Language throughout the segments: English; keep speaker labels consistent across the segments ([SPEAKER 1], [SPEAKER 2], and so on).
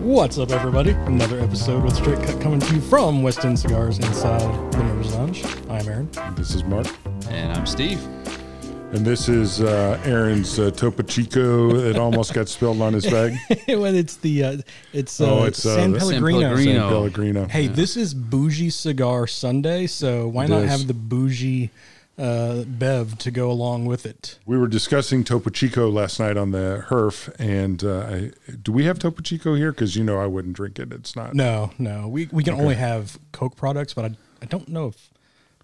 [SPEAKER 1] What's up, everybody? Another episode with Straight Cut coming to you from West End Cigars inside the Members Lounge. I'm Aaron.
[SPEAKER 2] This is Mark.
[SPEAKER 3] And I'm Steve.
[SPEAKER 2] And this is uh, Aaron's uh, Topo Chico that almost got spilled on his bag.
[SPEAKER 1] well, it's the uh, it's, uh,
[SPEAKER 2] Oh, it's, uh,
[SPEAKER 1] San
[SPEAKER 2] the San
[SPEAKER 1] Pellegrino.
[SPEAKER 3] Pellegrino.
[SPEAKER 2] San
[SPEAKER 3] No.
[SPEAKER 2] Pellegrino.
[SPEAKER 1] Hey, this is bougie cigar Sunday, so why not
[SPEAKER 2] is.
[SPEAKER 1] have the bougie uh, bev to go along with it?
[SPEAKER 2] We were discussing Topo Chico last night on the HERF. And uh, I, do we have Topo Chico here? Because you know I wouldn't drink it. It's not.
[SPEAKER 1] No, no, we we can only have Coke products, but I, I don't know if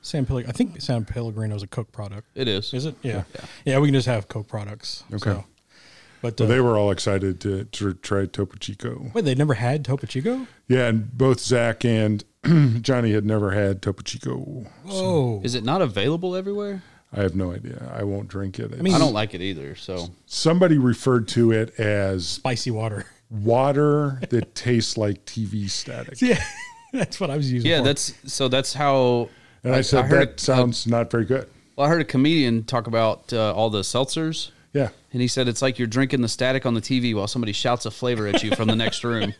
[SPEAKER 1] San Pellegrino. I think San Pellegrino is a Coke product.
[SPEAKER 3] It is.
[SPEAKER 1] Is it? Yeah. yeah, We can just have Coke products. Okay, but uh,
[SPEAKER 2] So they were all excited to, to try Topo Chico.
[SPEAKER 1] wait, they never had Topo Chico.
[SPEAKER 2] Yeah. And both Zach and Johnny had never had Topo Chico.
[SPEAKER 1] Oh,
[SPEAKER 3] Is it not available everywhere?
[SPEAKER 2] I have no idea. I won't drink it.
[SPEAKER 1] mean-
[SPEAKER 3] I don't like it either. So
[SPEAKER 2] Somebody referred to it as
[SPEAKER 1] spicy water.
[SPEAKER 2] water that tastes like TV static.
[SPEAKER 1] yeah, that's what I was using.
[SPEAKER 3] yeah,
[SPEAKER 1] for.
[SPEAKER 3] that's so that's how.
[SPEAKER 2] And I, said,
[SPEAKER 3] heard
[SPEAKER 1] uh,
[SPEAKER 2] that um,
[SPEAKER 3] a-
[SPEAKER 2] sounds not very good.
[SPEAKER 3] well, I heard a comedian talk about uh, all the seltzers,
[SPEAKER 2] Yeah.
[SPEAKER 3] and he said it's like you're drinking the static on the TV while somebody shouts a flavor at you from the next room.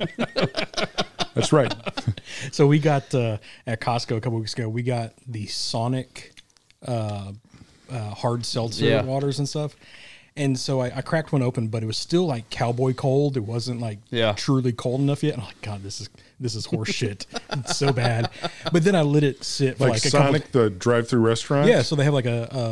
[SPEAKER 2] That's right.
[SPEAKER 1] So we got uh, at Costco a couple weeks ago. We got the Sonic uh, uh, hard seltzer
[SPEAKER 3] Yeah.
[SPEAKER 1] waters and stuff. And so I, I cracked one open, but it was still like cowboy cold. It wasn't like
[SPEAKER 3] Yeah.
[SPEAKER 1] truly cold enough yet. And I'm like, God, this is this is horse shit. It's so bad. But then I let it sit for
[SPEAKER 2] Like,
[SPEAKER 1] like, a couple.
[SPEAKER 2] Sonic, the drive-through restaurant.
[SPEAKER 1] yeah, so they have like a, a,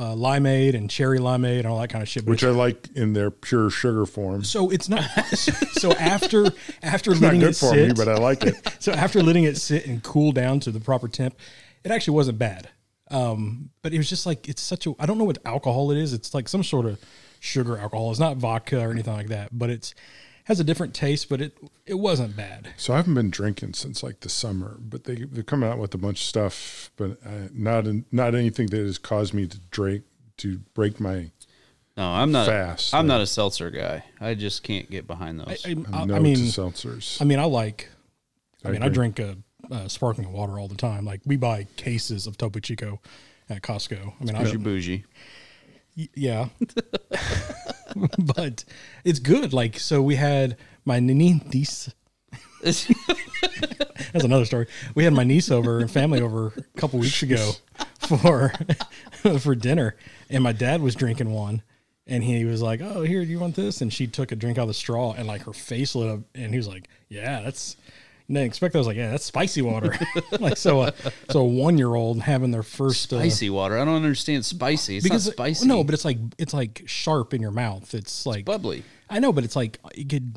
[SPEAKER 1] a limeade and cherry limeade and all that kind of shit. But
[SPEAKER 2] Which I like in their pure sugar form. It's
[SPEAKER 1] so it's not. so after after
[SPEAKER 2] not
[SPEAKER 1] letting
[SPEAKER 2] good
[SPEAKER 1] it
[SPEAKER 2] for
[SPEAKER 1] sit,
[SPEAKER 2] me, but uh, I like it.
[SPEAKER 1] so after letting it sit and cool down to the proper temp, it actually wasn't bad. Um, but it was just like it's such a I don't know what alcohol it is. It's like some sort of sugar alcohol. It's not vodka or anything like that, but it's has a different taste, but it it wasn't bad.
[SPEAKER 2] So I haven't been drinking since like the summer, but they they're coming out with a bunch of stuff, but I, not in, not anything that has caused me to drink to break my.
[SPEAKER 3] No, I'm not.
[SPEAKER 2] Fast,
[SPEAKER 3] I'm
[SPEAKER 2] yeah.
[SPEAKER 3] not a seltzer guy. I just can't get behind those.
[SPEAKER 1] I, I- I
[SPEAKER 2] no uh, to
[SPEAKER 1] mean
[SPEAKER 2] seltzers.
[SPEAKER 1] I mean I like I, mean I
[SPEAKER 2] agree.
[SPEAKER 1] drink a, uh sparkling water all the time. Like we buy cases of Topo Chico at Costco. I mean I
[SPEAKER 3] You're bougie.
[SPEAKER 1] Y- Yeah. but it's good. Like, so we had my nini- niece. That's another story. We had my niece over and family over a couple weeks ago for for dinner, and my dad was drinking one, and he was like, "Oh, here, do you want this?" And she took a drink out of the straw, and like her face lit up, and he was like, "Yeah, that's." And then expect I was like, "Yeah, that's spicy water." like so, uh, so a one year old having their first uh,
[SPEAKER 3] Spicy water. I don't understand spicy. It's
[SPEAKER 1] because
[SPEAKER 3] not spicy.
[SPEAKER 1] No, but it's like it's like sharp in your mouth. It's like
[SPEAKER 3] bubbly.
[SPEAKER 1] I know, but it's like it could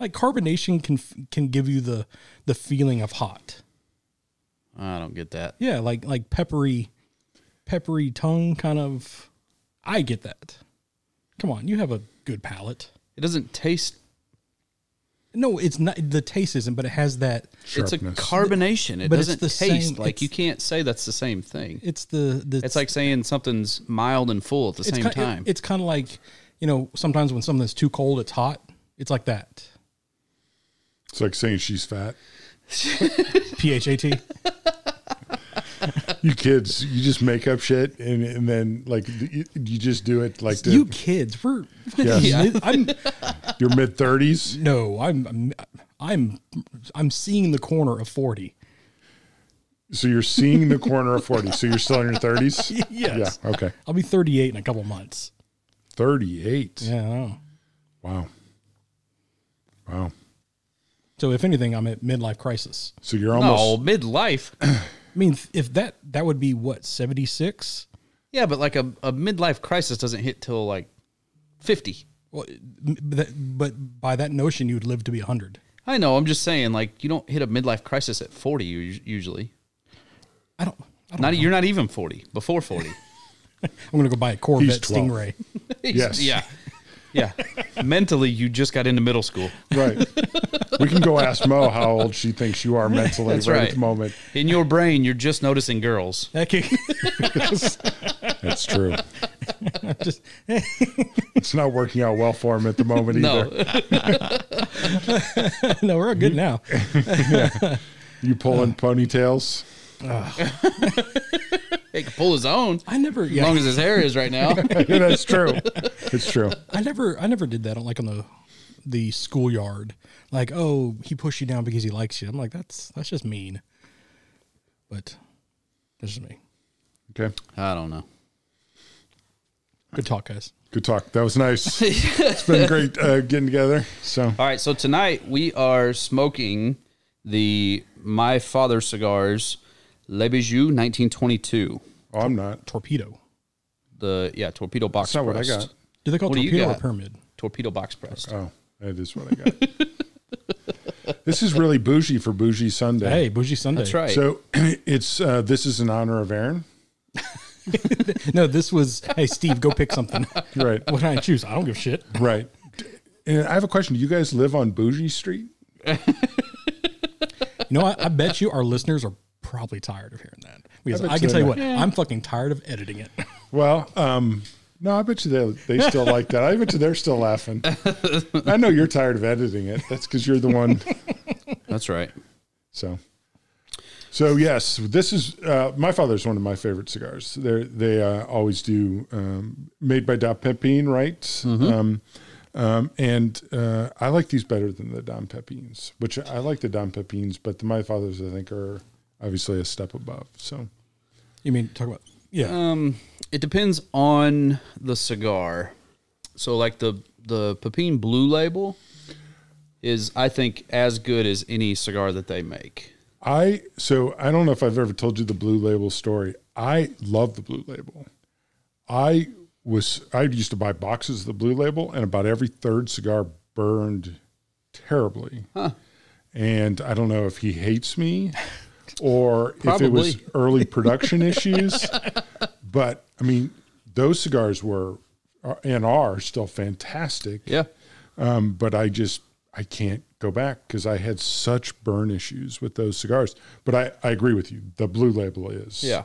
[SPEAKER 1] like carbonation can can give you the the feeling of hot.
[SPEAKER 3] I don't get that.
[SPEAKER 1] Yeah, like like peppery, peppery tongue kind of. I get that. Come on, you have a good palate.
[SPEAKER 3] It doesn't taste.
[SPEAKER 1] No, it's not the taste isn't, but it has that.
[SPEAKER 3] It's
[SPEAKER 2] Sharpness.
[SPEAKER 3] a carbonation. It
[SPEAKER 1] But it's
[SPEAKER 3] doesn't
[SPEAKER 1] the same-
[SPEAKER 3] taste like
[SPEAKER 1] it's-
[SPEAKER 3] you can't say that's the same thing.
[SPEAKER 1] It's the the.
[SPEAKER 3] It's like saying something's mild and full at the
[SPEAKER 1] it's
[SPEAKER 3] same
[SPEAKER 1] kind,
[SPEAKER 3] time.
[SPEAKER 1] it's kind of like you know sometimes when something's too cold, it's hot. It's like that.
[SPEAKER 2] It's like saying she's fat.
[SPEAKER 1] P H A T.
[SPEAKER 2] You kids, you just make up shit and, and then like you, you just do it like
[SPEAKER 1] You
[SPEAKER 2] the,
[SPEAKER 1] kids, we're
[SPEAKER 2] Yes.
[SPEAKER 1] Yeah. I'm
[SPEAKER 2] your mid thirties.
[SPEAKER 1] no, I'm I'm I'm I'm seeing the corner of forty.
[SPEAKER 2] So you're seeing the corner of 40. So you're still in your 30s?
[SPEAKER 1] Yes.
[SPEAKER 2] Yeah. Okay.
[SPEAKER 1] I'll be thirty eight in a couple months.
[SPEAKER 2] 38.
[SPEAKER 1] Yeah. I know.
[SPEAKER 2] Wow. Wow.
[SPEAKER 1] So if anything, I'm at midlife crisis.
[SPEAKER 2] So you're
[SPEAKER 3] no,
[SPEAKER 2] almost
[SPEAKER 3] Oh, midlife.
[SPEAKER 1] I mean, if that that would be what seventy six.
[SPEAKER 3] yeah, but like a, a midlife crisis doesn't hit till like 50.
[SPEAKER 1] Well, m- but that- but by that notion, you'd live to be hundred.
[SPEAKER 3] I know. I'm just saying, like, you don't hit a midlife crisis at 40 u- usually.
[SPEAKER 1] I don't. I don't
[SPEAKER 3] Not You're not even 40, before 40.
[SPEAKER 1] I'm gonna go buy a Corvette
[SPEAKER 2] 12.
[SPEAKER 1] Stingray.
[SPEAKER 2] Yes.
[SPEAKER 3] Yeah. Yeah. Mentally, you just got into middle school.
[SPEAKER 2] right. We can go ask Mo how old she thinks you are mentally
[SPEAKER 3] That's
[SPEAKER 2] right,
[SPEAKER 3] right.
[SPEAKER 2] at the moment.
[SPEAKER 3] In your brain, you're just noticing girls.
[SPEAKER 1] That could
[SPEAKER 2] That's true.
[SPEAKER 1] just
[SPEAKER 2] It's not working out well for him at the moment
[SPEAKER 3] No.
[SPEAKER 2] either.
[SPEAKER 1] no, we're all good now.
[SPEAKER 2] You pulling ponytails?
[SPEAKER 3] He can pull his own.
[SPEAKER 1] I never.
[SPEAKER 3] As long
[SPEAKER 1] Yeah,
[SPEAKER 3] as his hair is right now.
[SPEAKER 2] That's true. It's true.
[SPEAKER 1] I never. I never did that. On, like on the the schoolyard. Like, oh, he pushed you down because he likes you. I'm like, that's that's just mean. But this is me.
[SPEAKER 2] Okay.
[SPEAKER 3] I don't know.
[SPEAKER 1] Good talk, guys.
[SPEAKER 2] Good talk. That was nice. it's been great uh, getting together. So
[SPEAKER 3] All right, so tonight we are smoking the My Father cigars, Le Bijou 1922.
[SPEAKER 2] oh, I'm not.
[SPEAKER 1] Torpedo.
[SPEAKER 3] The yeah, torpedo box.
[SPEAKER 2] That's not what I
[SPEAKER 3] pressed.
[SPEAKER 2] got.
[SPEAKER 1] Do they call
[SPEAKER 3] What
[SPEAKER 1] it
[SPEAKER 3] do you
[SPEAKER 1] torpedo or
[SPEAKER 3] got?
[SPEAKER 1] pyramid?
[SPEAKER 3] Torpedo box pressed.
[SPEAKER 2] Oh, that is what I got. this is really bougie for Bougie Sunday.
[SPEAKER 1] Hey, bougie Sunday.
[SPEAKER 3] That's right.
[SPEAKER 2] So it's uh, this is in honor of Aaron.
[SPEAKER 1] No, this was. Hey, Steve, go pick something.
[SPEAKER 2] Right.
[SPEAKER 1] what did I choose? I don't give a shit.
[SPEAKER 2] Right. And I have a question. Do you guys live on Bougie Street?
[SPEAKER 1] You know, I, I bet you our listeners are probably tired of hearing that because
[SPEAKER 2] I bet
[SPEAKER 1] I, can
[SPEAKER 2] so,
[SPEAKER 1] tell you
[SPEAKER 2] yeah.
[SPEAKER 1] what, I'm fucking tired of editing it.
[SPEAKER 2] Well, um, no, I bet you they, they still like that. I bet you they're still laughing. I know you're tired of editing it. That's because you're the one.
[SPEAKER 3] That's right.
[SPEAKER 2] So, so yes, this is uh, my father's one of my favorite cigars. They they uh, always do um, made by Dom Pepin, right? Um, um, and uh, I like these better than the Dom Pepins, which I like the Dom Pepins, but the my father's I think are obviously a step above. So
[SPEAKER 1] You mean talk about? Yeah,
[SPEAKER 3] Um, it depends on the cigar. So like the the Pepin Blue Label is I think as good as any cigar that they make.
[SPEAKER 2] I so I don't know if I've ever told you the Blue Label story. I love the Blue Label. I was I used to buy boxes of the Blue Label, and about every third cigar burned terribly. And I don't know if he hates me or if it was
[SPEAKER 3] Probably.
[SPEAKER 2] early production issues, but I mean those cigars were are- and are still fantastic
[SPEAKER 3] Yeah.
[SPEAKER 2] um, but I just I can't go back because I had such burn issues with those cigars. But I, I agree with you. The Blue Label is
[SPEAKER 3] Yeah.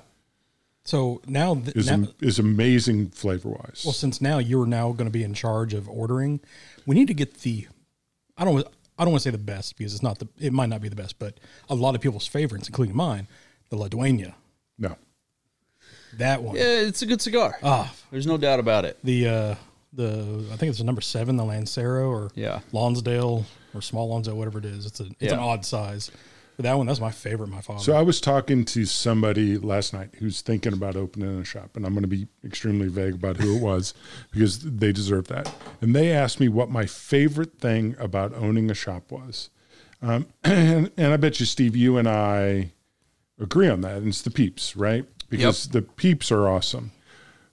[SPEAKER 1] So now, th-
[SPEAKER 2] is
[SPEAKER 1] now
[SPEAKER 2] am- is amazing flavor wise.
[SPEAKER 1] well, since now you're now going to be in charge of ordering, we need to get the. I don't. wa- I don't want to say the best because it's not the. It might not be the best, but a lot of people's favorites, including mine, the La Duena.
[SPEAKER 2] no,
[SPEAKER 1] That one.
[SPEAKER 3] Yeah, it's a good cigar.
[SPEAKER 2] Uh,
[SPEAKER 1] Ah,
[SPEAKER 3] There's no doubt about it.
[SPEAKER 1] the uh, the I think it's the number seven, the Lancero or
[SPEAKER 3] Yeah.
[SPEAKER 1] Lonsdale or Small Lonsdale, whatever it is. It's a it's an
[SPEAKER 3] Yeah.
[SPEAKER 1] odd size. But that one, that's my favorite. My father.
[SPEAKER 2] so I was talking to somebody last night who's thinking about opening a shop, and I'm going to be extremely vague about who it was because they deserve that. And they asked me what my favorite thing about owning a shop was, um, and, and I bet you, Steve, you and I agree on that. And it's the peeps, right? Because the peeps are awesome.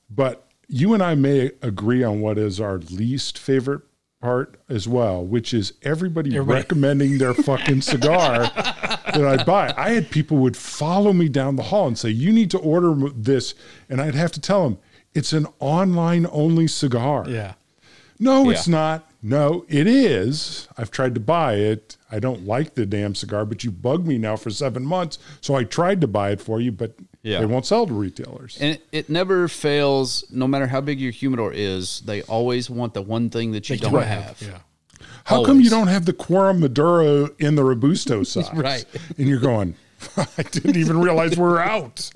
[SPEAKER 2] But you and I may agree on what is our least favorite part as well, which is everybody,
[SPEAKER 1] Everybody.
[SPEAKER 2] recommending their fucking cigar that I buy. I had people would follow me down the hall and say, "You need to order m- this," and I'd have to tell them it's an online only cigar.
[SPEAKER 1] yeah.
[SPEAKER 2] No, it's
[SPEAKER 3] Yeah.
[SPEAKER 2] not. No, it is. I've tried to buy it. I don't like the damn cigar, but you bugged me now for seven months. So I tried to buy it for you, but
[SPEAKER 3] Yeah.
[SPEAKER 2] they won't sell to retailers.
[SPEAKER 3] And it, it never fails, no matter how big your humidor is, they always want the one thing that you
[SPEAKER 1] They
[SPEAKER 3] don't
[SPEAKER 1] do
[SPEAKER 3] have.
[SPEAKER 1] Yeah.
[SPEAKER 2] How come
[SPEAKER 3] always.
[SPEAKER 2] you don't have the Quorum Maduro in the Robusto size?
[SPEAKER 3] Right.
[SPEAKER 2] And you're going, I didn't even realize we're out.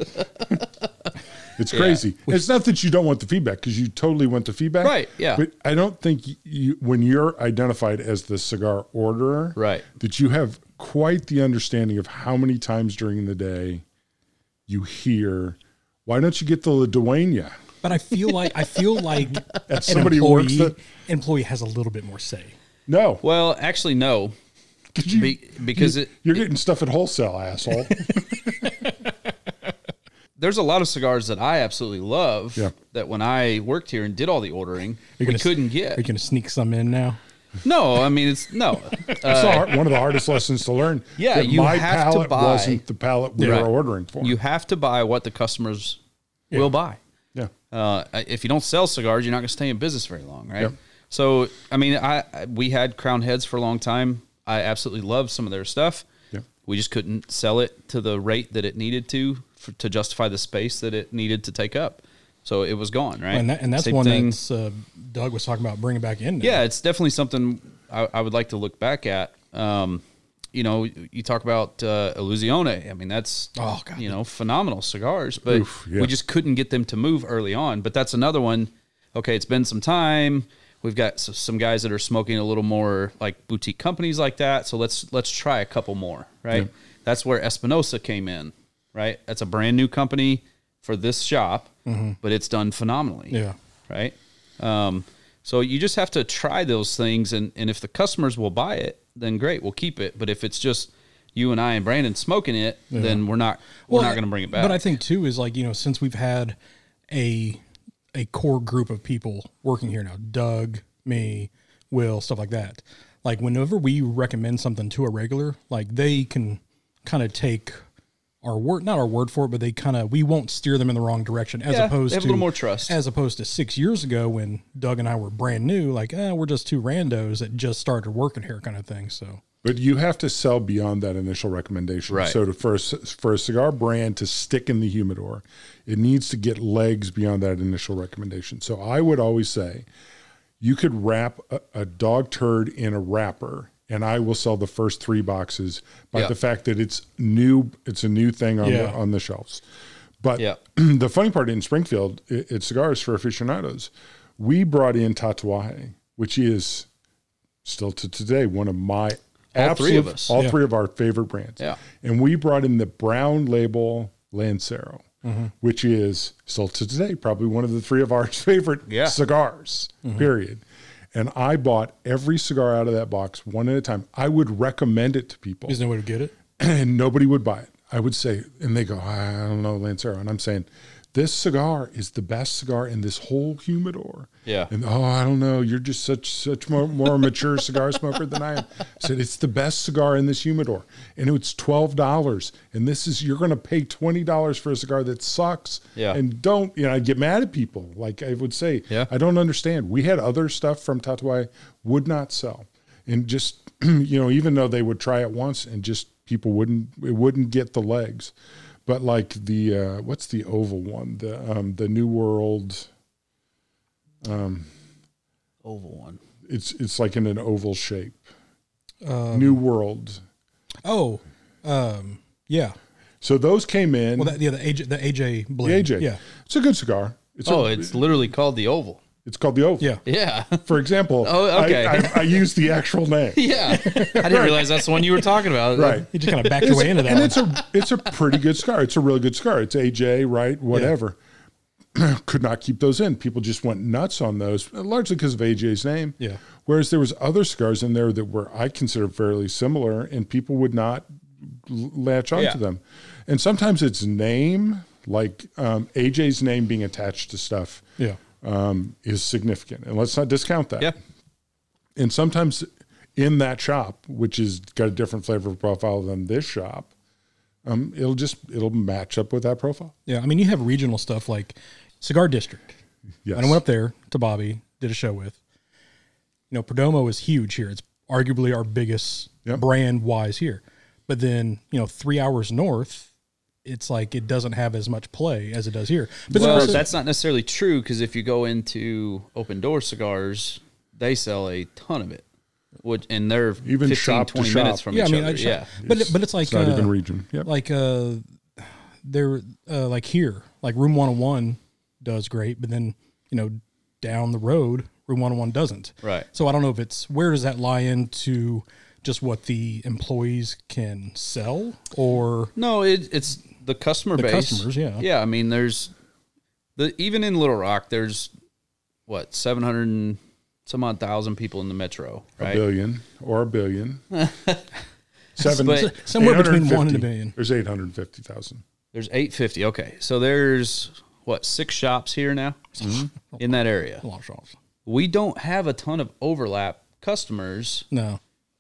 [SPEAKER 2] it's crazy. It's not that you don't want the feedback because you totally want the feedback.
[SPEAKER 3] Right, yeah.
[SPEAKER 2] But I don't think you, when you're identified as the cigar orderer,
[SPEAKER 3] Right.
[SPEAKER 2] that you have quite the understanding of how many times during the day you hear, why don't you get the La Duena?
[SPEAKER 1] But I feel like I feel like an
[SPEAKER 2] somebody who works
[SPEAKER 1] employee
[SPEAKER 2] that-
[SPEAKER 1] employee has a little bit more say.
[SPEAKER 2] No.
[SPEAKER 3] Well, actually, no. Be- because it,
[SPEAKER 2] You're getting stuff at wholesale, asshole.
[SPEAKER 3] there's a lot of cigars that I absolutely love
[SPEAKER 2] Yeah.
[SPEAKER 3] that when I worked here and did all the ordering, we
[SPEAKER 1] gonna s-
[SPEAKER 3] couldn't
[SPEAKER 1] Are you
[SPEAKER 3] get.
[SPEAKER 1] going to sneak some in now?
[SPEAKER 3] No, I mean, it's no. Uh,
[SPEAKER 2] It's the hard- one of the hardest lessons to learn.
[SPEAKER 3] Yeah,
[SPEAKER 2] that
[SPEAKER 3] you
[SPEAKER 2] my
[SPEAKER 3] have to
[SPEAKER 2] palate
[SPEAKER 3] buy-
[SPEAKER 2] wasn't the palette we
[SPEAKER 3] Right.
[SPEAKER 2] were ordering for.
[SPEAKER 3] You have to buy what the customers will buy.
[SPEAKER 2] yeah,
[SPEAKER 3] Uh, if you don't sell cigars, you're not going to stay in business very long, right?
[SPEAKER 2] Yep.
[SPEAKER 3] So, I mean, I I- we had Crown Heads for a long time. I absolutely loved some of their stuff.
[SPEAKER 2] Yep.
[SPEAKER 3] We just couldn't sell it to the rate that it needed to for, to justify the space that it needed to take up. So it was gone, right?
[SPEAKER 1] And that, and that's
[SPEAKER 3] Same
[SPEAKER 1] one
[SPEAKER 3] thing-
[SPEAKER 1] that's uh, Doug was talking about bringing back in. now.
[SPEAKER 3] yeah, it's definitely something I, I would like to look back at. Um, you know, you talk about uh, Illusione. I mean, that's
[SPEAKER 1] Oh, God.
[SPEAKER 3] you know phenomenal cigars, but
[SPEAKER 2] Oof, yeah.
[SPEAKER 3] we just couldn't get them to move early on. But that's another one. Okay, it's been some time. We've got s some guys that are smoking a little more like boutique companies like that. So let's let's try a couple more, right?
[SPEAKER 2] Yeah.
[SPEAKER 3] That's where Espinosa came in, right? That's a brand new company for this shop, but it's done phenomenally
[SPEAKER 1] Yeah.
[SPEAKER 3] right? Um, so you just have to try those things, and and if the customers will buy it, then great, we'll keep it. But if it's just you and I and Brandon smoking it, then we're not we're not going to bring it back.
[SPEAKER 1] But I think too is like you know since we've had a a core group of people working here now, Doug, me, Will, stuff like that. Like whenever we recommend something to a regular, like they can kind of take our word not our word for it, but they kind of we won't steer them in the wrong direction as
[SPEAKER 3] Yeah,
[SPEAKER 1] opposed
[SPEAKER 3] they have
[SPEAKER 1] to
[SPEAKER 3] a little more trust.
[SPEAKER 1] as opposed to six years ago when Doug and I were brand new, like eh, we're just two randos that just started working here, kind of thing. So
[SPEAKER 2] But you have to sell beyond that initial recommendation.
[SPEAKER 3] Right.
[SPEAKER 2] So to, for, a, c- for a cigar brand to stick in the humidor, it needs to get legs beyond that initial recommendation. So I would always say you could wrap a, a dog turd in a wrapper and I will sell the first three boxes by
[SPEAKER 3] Yeah.
[SPEAKER 2] the fact that it's new. It's a new thing on,
[SPEAKER 1] Yeah.
[SPEAKER 2] the, on the shelves. But
[SPEAKER 3] Yeah.
[SPEAKER 2] the funny part in Springfield, it, it's cigars for aficionados. We brought in Tatuaje, which is still to today one of my
[SPEAKER 3] All three of us.
[SPEAKER 2] all
[SPEAKER 1] Yeah.
[SPEAKER 2] three of our favorite brands.
[SPEAKER 3] Yeah.
[SPEAKER 2] and we brought in the brown label Lancero,
[SPEAKER 3] Mm-hmm.
[SPEAKER 2] which is still to today probably one of the three of our favorite
[SPEAKER 3] Yeah. Mm-hmm.
[SPEAKER 2] cigars. Period. And I bought every cigar out of that box one at a time. I would recommend it to people
[SPEAKER 1] is no way to get it.
[SPEAKER 2] and nobody would buy it. I would say, and they go, I don't know, Lancero. And I'm saying, this cigar is the best cigar in this whole humidor.
[SPEAKER 3] Yeah.
[SPEAKER 2] And oh, I don't know, you're just such such more, more mature cigar smoker than I am. I said it's the best cigar in this humidor, and it's twelve dollars. And this is you're going to pay twenty dollars for a cigar that sucks.
[SPEAKER 3] Yeah.
[SPEAKER 2] And don't you know? I get mad at people. Like I would say,
[SPEAKER 3] Yeah.
[SPEAKER 2] I don't understand. We had other stuff from Tatuai would not sell, and just you know, even though they would try it once, and just people wouldn't it wouldn't get the legs. But like the uh, what's the oval one? The um, the New World.
[SPEAKER 3] Oval one.
[SPEAKER 2] It's it's like in an oval shape.
[SPEAKER 1] Um,
[SPEAKER 2] New World.
[SPEAKER 1] Oh, um, yeah.
[SPEAKER 2] So those came in.
[SPEAKER 1] Well, that, yeah, the AJ, the AJ
[SPEAKER 2] the
[SPEAKER 1] blend.
[SPEAKER 2] AJ.
[SPEAKER 1] Yeah,
[SPEAKER 2] It's a good cigar. It's
[SPEAKER 3] oh,
[SPEAKER 2] a,
[SPEAKER 3] it's literally called the Oval.
[SPEAKER 2] it's called the Oval.
[SPEAKER 1] yeah.
[SPEAKER 3] Yeah,
[SPEAKER 2] For example,
[SPEAKER 3] Oh, okay.
[SPEAKER 2] I, I, I use the actual name.
[SPEAKER 3] yeah. I didn't realize that's the one you were talking about.
[SPEAKER 2] Right.
[SPEAKER 1] You just kind of backed your way into that.
[SPEAKER 2] and
[SPEAKER 1] one.
[SPEAKER 2] it's a it's a pretty good scar. It's a really good scar. It's AJ, right? Whatever. Could not keep those in. People just went nuts on those, largely because of AJ's name.
[SPEAKER 1] Yeah.
[SPEAKER 2] Whereas there was other scars in there that were I consider fairly similar, and people would not l- latch onto
[SPEAKER 3] Yeah.
[SPEAKER 2] them. And sometimes it's name, like um, AJ's name being attached to stuff,
[SPEAKER 1] yeah,
[SPEAKER 2] um, is significant. And let's not discount that
[SPEAKER 3] Yeah.
[SPEAKER 2] and sometimes in that shop, which has got a different flavor profile than this shop, um, it'll just it'll match up with that profile.
[SPEAKER 1] yeah. I mean, you have regional stuff like Cigar District.
[SPEAKER 2] Yes,
[SPEAKER 1] And I went up there to Bobby, did a show with. You know, Perdomo is huge here. It's arguably our biggest
[SPEAKER 2] Yep.
[SPEAKER 1] brand wise here. But then, you know, three hours north, it's like it doesn't have as much play as it does here. But then
[SPEAKER 3] Well,
[SPEAKER 1] also-
[SPEAKER 3] that's not necessarily true because if you go into Open Door Cigars, they sell a ton of it, which and they're
[SPEAKER 2] Even
[SPEAKER 3] 15,
[SPEAKER 2] shop to
[SPEAKER 3] 20
[SPEAKER 2] shop.
[SPEAKER 3] minutes from
[SPEAKER 1] yeah, I
[SPEAKER 3] each
[SPEAKER 1] mean,
[SPEAKER 3] other.
[SPEAKER 1] I'd-
[SPEAKER 3] yeah,
[SPEAKER 1] but it- but it's like
[SPEAKER 2] it's not
[SPEAKER 1] uh,
[SPEAKER 2] even region. Yep.
[SPEAKER 1] like uh they're uh, like here like room 101 does great but then you know down the road room 101 doesn't
[SPEAKER 3] Right.
[SPEAKER 1] so i don't know if it's where does that lie into just what the employees can sell or
[SPEAKER 3] No, it, it's the customer
[SPEAKER 1] The
[SPEAKER 3] base.
[SPEAKER 1] customers, yeah.
[SPEAKER 3] Yeah, I mean, there's the even in Little Rock, there's what seven hundred and some odd thousand people in the metro,
[SPEAKER 2] a
[SPEAKER 3] right?
[SPEAKER 2] billion or a billion. Seven,
[SPEAKER 3] But
[SPEAKER 1] somewhere between one and a
[SPEAKER 2] 850.
[SPEAKER 1] billion.
[SPEAKER 2] There's eight hundred fifty thousand.
[SPEAKER 3] There's eight fifty. Okay, so there's what six shops here now in that area.
[SPEAKER 1] a lot of shops
[SPEAKER 3] We don't have a ton of overlap customers
[SPEAKER 1] no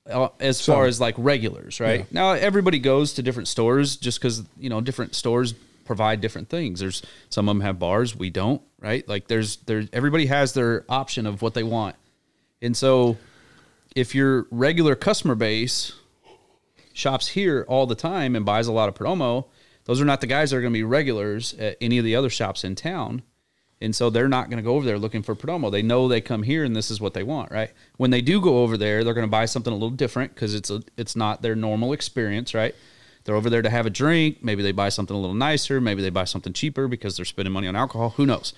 [SPEAKER 3] uh, as far as like regulars, right? Now everybody goes to different stores just because you know different stores provide different things. There's some of them have bars, we don't, right? Like there's there's everybody has their option of what they want, and so if your regular customer base shops here all the time and buys a lot of promo, those are not the guys that are going to be regulars at any of the other shops in town. And so they're not going to go over there looking for promo. They know they come here and this is what they want, right? When they do go over there, they're going to buy something a little different because it's a, it's not their normal experience, right? They're over there to have a drink. Maybe they buy something a little nicer. Maybe they buy something cheaper because they're spending money on alcohol. Who knows?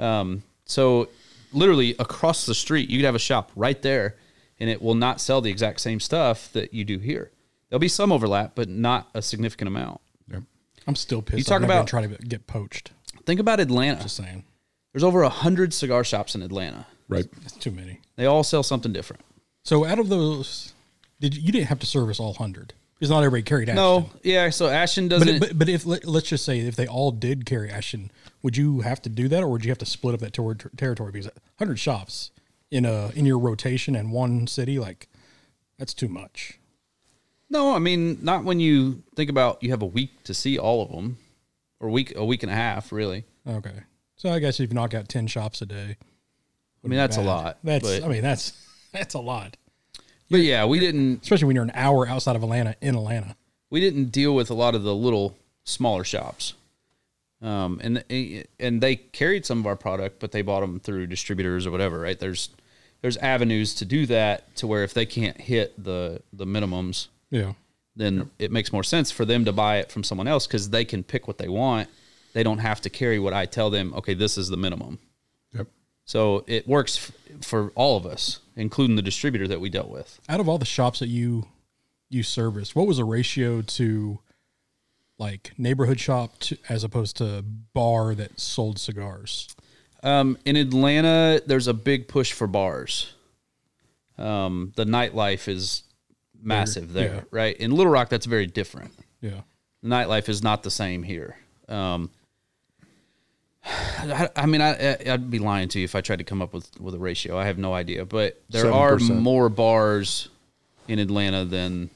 [SPEAKER 3] Um, so literally across the street. You could have a shop right there, and it will not sell the exact same stuff that you do here. There'll be some overlap, but not a significant amount.
[SPEAKER 2] Yep.
[SPEAKER 1] I'm still pissed.
[SPEAKER 3] talk
[SPEAKER 1] I'm not gonna
[SPEAKER 3] about-
[SPEAKER 1] try to get poached.
[SPEAKER 3] Think about Atlanta.
[SPEAKER 1] Just saying,
[SPEAKER 3] There's over a hundred cigar shops in Atlanta.
[SPEAKER 2] Right.
[SPEAKER 1] it's too many.
[SPEAKER 3] They all sell something different.
[SPEAKER 1] So out of those, did you, you didn't have to service all hundred because not everybody carried Ashton.
[SPEAKER 3] No, yeah. So Ashton doesn't.
[SPEAKER 1] But, it, but, but if let, let's just say if they all did carry Ashton, would you have to do that, or would you have to split up that ter- territory? Because hundred shops in a in your rotation in one city, like that's too much.
[SPEAKER 3] No, I mean not when you think about you have a week to see all of them, or week a week and a half really.
[SPEAKER 1] Okay, so I guess if you knock out ten shops a day,
[SPEAKER 3] I mean that's a
[SPEAKER 1] bad.
[SPEAKER 3] lot.
[SPEAKER 1] That's
[SPEAKER 3] but,
[SPEAKER 1] I mean that's that's a lot,
[SPEAKER 3] but yeah, we didn't
[SPEAKER 1] especially when you're an hour outside of Atlanta in Atlanta.
[SPEAKER 3] we didn't deal with a lot of the little smaller shops, um, and and they carried some of our product, but they bought them through distributors or whatever. Right there's there's avenues to do that to where if they can't hit the the minimums,
[SPEAKER 1] Yeah,
[SPEAKER 3] then it makes more sense for them to buy it from someone else because they can pick what they want. They don't have to carry what I tell them. Okay, this is the minimum.
[SPEAKER 2] Yep.
[SPEAKER 3] So it works f- for all of us, including the distributor that we dealt with.
[SPEAKER 1] out of all the shops that you you serviced, what was the ratio to like neighborhood shop to, as opposed to bar that sold cigars?
[SPEAKER 3] Um, in Atlanta, there's a big push for bars. Um, the nightlife is massive there,
[SPEAKER 1] yeah.
[SPEAKER 3] right? In Little Rock, that's very different.
[SPEAKER 1] Yeah,
[SPEAKER 3] The nightlife is not the same here. Um, I, I mean, I, I'd be lying to you if I tried to come up with, with a ratio. I have no idea, but there are
[SPEAKER 2] 7%.
[SPEAKER 3] more bars in Atlanta than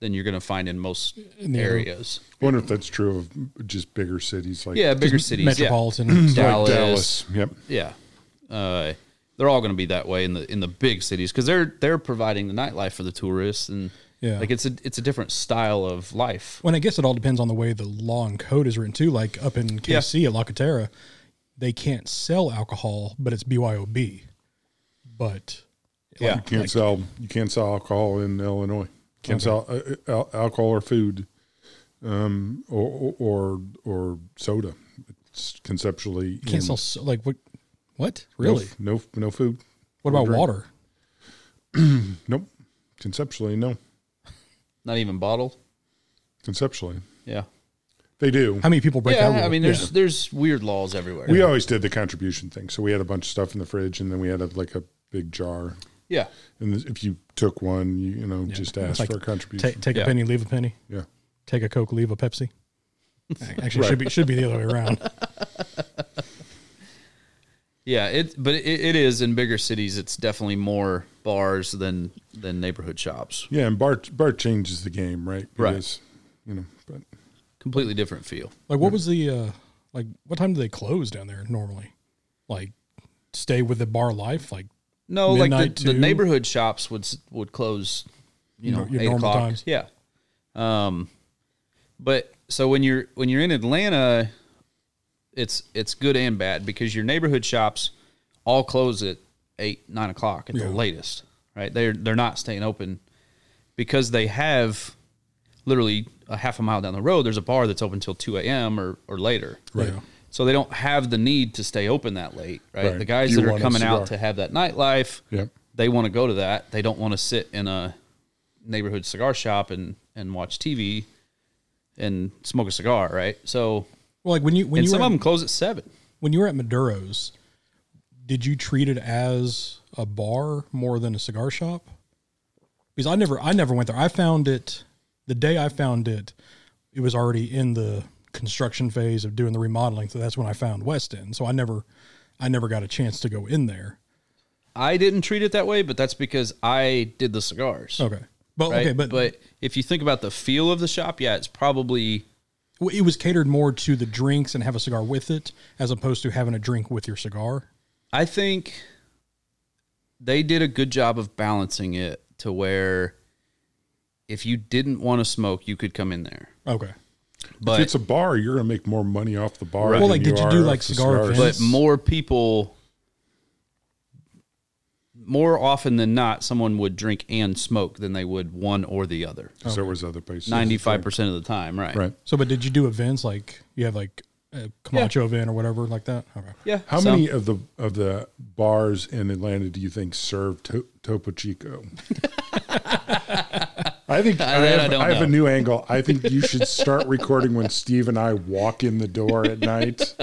[SPEAKER 3] than you're going to find in most areas.
[SPEAKER 2] Wonder if that's true of just bigger cities like
[SPEAKER 3] Yeah,
[SPEAKER 2] like
[SPEAKER 3] bigger cities,
[SPEAKER 1] metropolitan.
[SPEAKER 3] yeah. Dallas,
[SPEAKER 2] Dallas. Yep.
[SPEAKER 3] Yeah, uh, they're all going to be that way in the in the big cities because they're they're providing the nightlife for the tourists and
[SPEAKER 1] Yeah.
[SPEAKER 3] like it's a it's a different style of life.
[SPEAKER 1] Well, I guess it all depends on the way the law and code is written too. Like up in KC at La Cotera, they can't sell alcohol, but it's BYOB. But
[SPEAKER 3] Yeah,
[SPEAKER 2] You can't sell you can't sell alcohol in Illinois. Can't sell uh, al- alcohol or food, um, or or or soda. It's conceptually
[SPEAKER 1] you can't
[SPEAKER 2] in-
[SPEAKER 1] sell so, like what? What
[SPEAKER 2] no f-
[SPEAKER 1] really?
[SPEAKER 2] no f- no food.
[SPEAKER 1] What about
[SPEAKER 2] drink.
[SPEAKER 1] water?
[SPEAKER 2] Nope. Conceptually, no.
[SPEAKER 3] not even bottled.
[SPEAKER 2] Conceptually,
[SPEAKER 3] Yeah.
[SPEAKER 2] they do.
[SPEAKER 1] How many people break
[SPEAKER 3] Yeah,
[SPEAKER 1] that rule?
[SPEAKER 3] I mean, there's there's weird laws everywhere.
[SPEAKER 2] we always did the contribution thing, so we had a bunch of stuff in the fridge, and then we had a, like a big jar.
[SPEAKER 3] yeah,
[SPEAKER 2] And th- if you took one, you, you know, just
[SPEAKER 1] It's
[SPEAKER 2] ask
[SPEAKER 1] like
[SPEAKER 2] for a
[SPEAKER 1] Ta-
[SPEAKER 2] contribution.
[SPEAKER 1] take
[SPEAKER 3] Yeah.
[SPEAKER 1] a penny, leave a penny.
[SPEAKER 2] yeah.
[SPEAKER 1] Take a Coke, leave a Pepsi. Actually, it should be should be the other way around.
[SPEAKER 3] yeah. It but it, it is in bigger cities. It's definitely more bars than than neighborhood shops.
[SPEAKER 2] Yeah, and Bart Bart changes the game, right?
[SPEAKER 3] Right.
[SPEAKER 2] You know, but
[SPEAKER 3] Completely different feel.
[SPEAKER 1] Like, what was the uh, like? What time do they close down there normally? Like, stay with the bar life, like
[SPEAKER 3] No, like
[SPEAKER 1] Midnight
[SPEAKER 3] the, the
[SPEAKER 1] to-
[SPEAKER 3] neighborhood shops would s- would close, you know,
[SPEAKER 1] Your- your
[SPEAKER 3] eight
[SPEAKER 1] normal
[SPEAKER 3] o'clock.
[SPEAKER 1] times.
[SPEAKER 3] Yeah. Um, but so when you're when you're in Atlanta, it's it's good and bad because your neighborhood shops all close at eight nine o'clock at
[SPEAKER 1] Yeah.
[SPEAKER 3] the latest. Right? They're they're not staying open because they have literally a half a mile down the road. There's a bar that's open till two a.m. or or later.
[SPEAKER 1] Right.
[SPEAKER 3] So they don't have the need to stay open that late, right?
[SPEAKER 2] Right.
[SPEAKER 3] The guys
[SPEAKER 2] You
[SPEAKER 3] that are
[SPEAKER 2] want a
[SPEAKER 3] coming out to
[SPEAKER 2] cigar.
[SPEAKER 3] have that nightlife,
[SPEAKER 2] Yep.
[SPEAKER 3] they want to go to that. They don't want to sit in a neighborhood cigar shop and and watch TV and smoke a cigar, right? So
[SPEAKER 1] well, like when you when
[SPEAKER 3] and
[SPEAKER 1] you
[SPEAKER 3] some
[SPEAKER 1] were at,
[SPEAKER 3] of them close at seven.
[SPEAKER 1] when you were at Maduro's, did you treat it as a bar more than a cigar shop? Because I never I never went there. I found it the day I found it, it was already in the construction phase of doing the remodeling. So that's when I found West End. So I never I never got a chance to go in there.
[SPEAKER 3] I didn't treat it that way, but that's because I did the cigars.
[SPEAKER 1] Okay. But
[SPEAKER 3] right?
[SPEAKER 1] Oh, okay, but,
[SPEAKER 3] but if you think about the feel of the shop, yeah, it's probably
[SPEAKER 1] it was catered more to the drinks and have a cigar with it as opposed to having a drink with your cigar.
[SPEAKER 3] I think they did a good job of balancing it to where if you didn't want to smoke, you could come in there.
[SPEAKER 1] Okay.
[SPEAKER 2] if
[SPEAKER 3] But
[SPEAKER 2] it's a bar, you're gonna make more money off the bar.
[SPEAKER 3] Right.
[SPEAKER 2] than
[SPEAKER 1] Well, like, did you
[SPEAKER 2] are
[SPEAKER 1] do,
[SPEAKER 2] off
[SPEAKER 1] like,
[SPEAKER 2] the
[SPEAKER 1] cigar
[SPEAKER 2] cigars.
[SPEAKER 1] events?
[SPEAKER 3] but more people more often than not someone would drink and smoke than they would one or the other.
[SPEAKER 2] Oh. So there was other places.
[SPEAKER 3] 95% of the time, right?
[SPEAKER 2] Right.
[SPEAKER 1] So, but did you do events like you have like uh, Camacho event or whatever like that. Okay.
[SPEAKER 3] Yeah.
[SPEAKER 2] How
[SPEAKER 3] so-
[SPEAKER 2] many of the of the bars in Atlanta do you think serve to, Topo Chico? I think I,
[SPEAKER 3] that I
[SPEAKER 2] have,
[SPEAKER 3] don't
[SPEAKER 2] I have a
[SPEAKER 3] know.
[SPEAKER 2] new angle. I think you should start recording when Steve and I walk in the door at night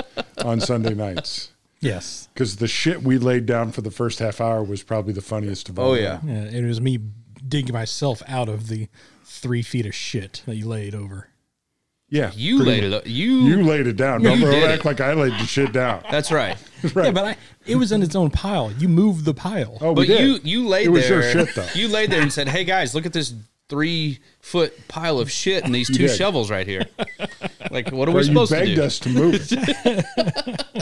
[SPEAKER 2] on Sunday nights.
[SPEAKER 1] Yes.
[SPEAKER 2] Because the shit we laid down for the first half hour was probably the funniest of all.
[SPEAKER 3] Oh yeah.
[SPEAKER 1] Yeah, it was me digging myself out of the three feet of shit that you laid over.
[SPEAKER 2] Yeah.
[SPEAKER 3] You
[SPEAKER 2] pretty much.
[SPEAKER 3] laid it. up- You.
[SPEAKER 2] You laid it down. Don't
[SPEAKER 3] You did
[SPEAKER 2] act
[SPEAKER 3] it.
[SPEAKER 2] like I laid the shit down.
[SPEAKER 3] that's right.
[SPEAKER 1] Yeah, but I, it was in its own pile. You moved the pile.
[SPEAKER 2] Oh, we
[SPEAKER 3] But
[SPEAKER 2] did.
[SPEAKER 3] you you laid
[SPEAKER 2] It was
[SPEAKER 3] there.
[SPEAKER 2] your shit, though.
[SPEAKER 3] You laid there and said, "Hey guys, look at this three foot pile of shit and these two
[SPEAKER 2] did.
[SPEAKER 3] shovels right here. Like, what are
[SPEAKER 2] Or
[SPEAKER 3] we
[SPEAKER 2] you
[SPEAKER 3] supposed to
[SPEAKER 2] begged
[SPEAKER 3] do?"
[SPEAKER 2] us to move it.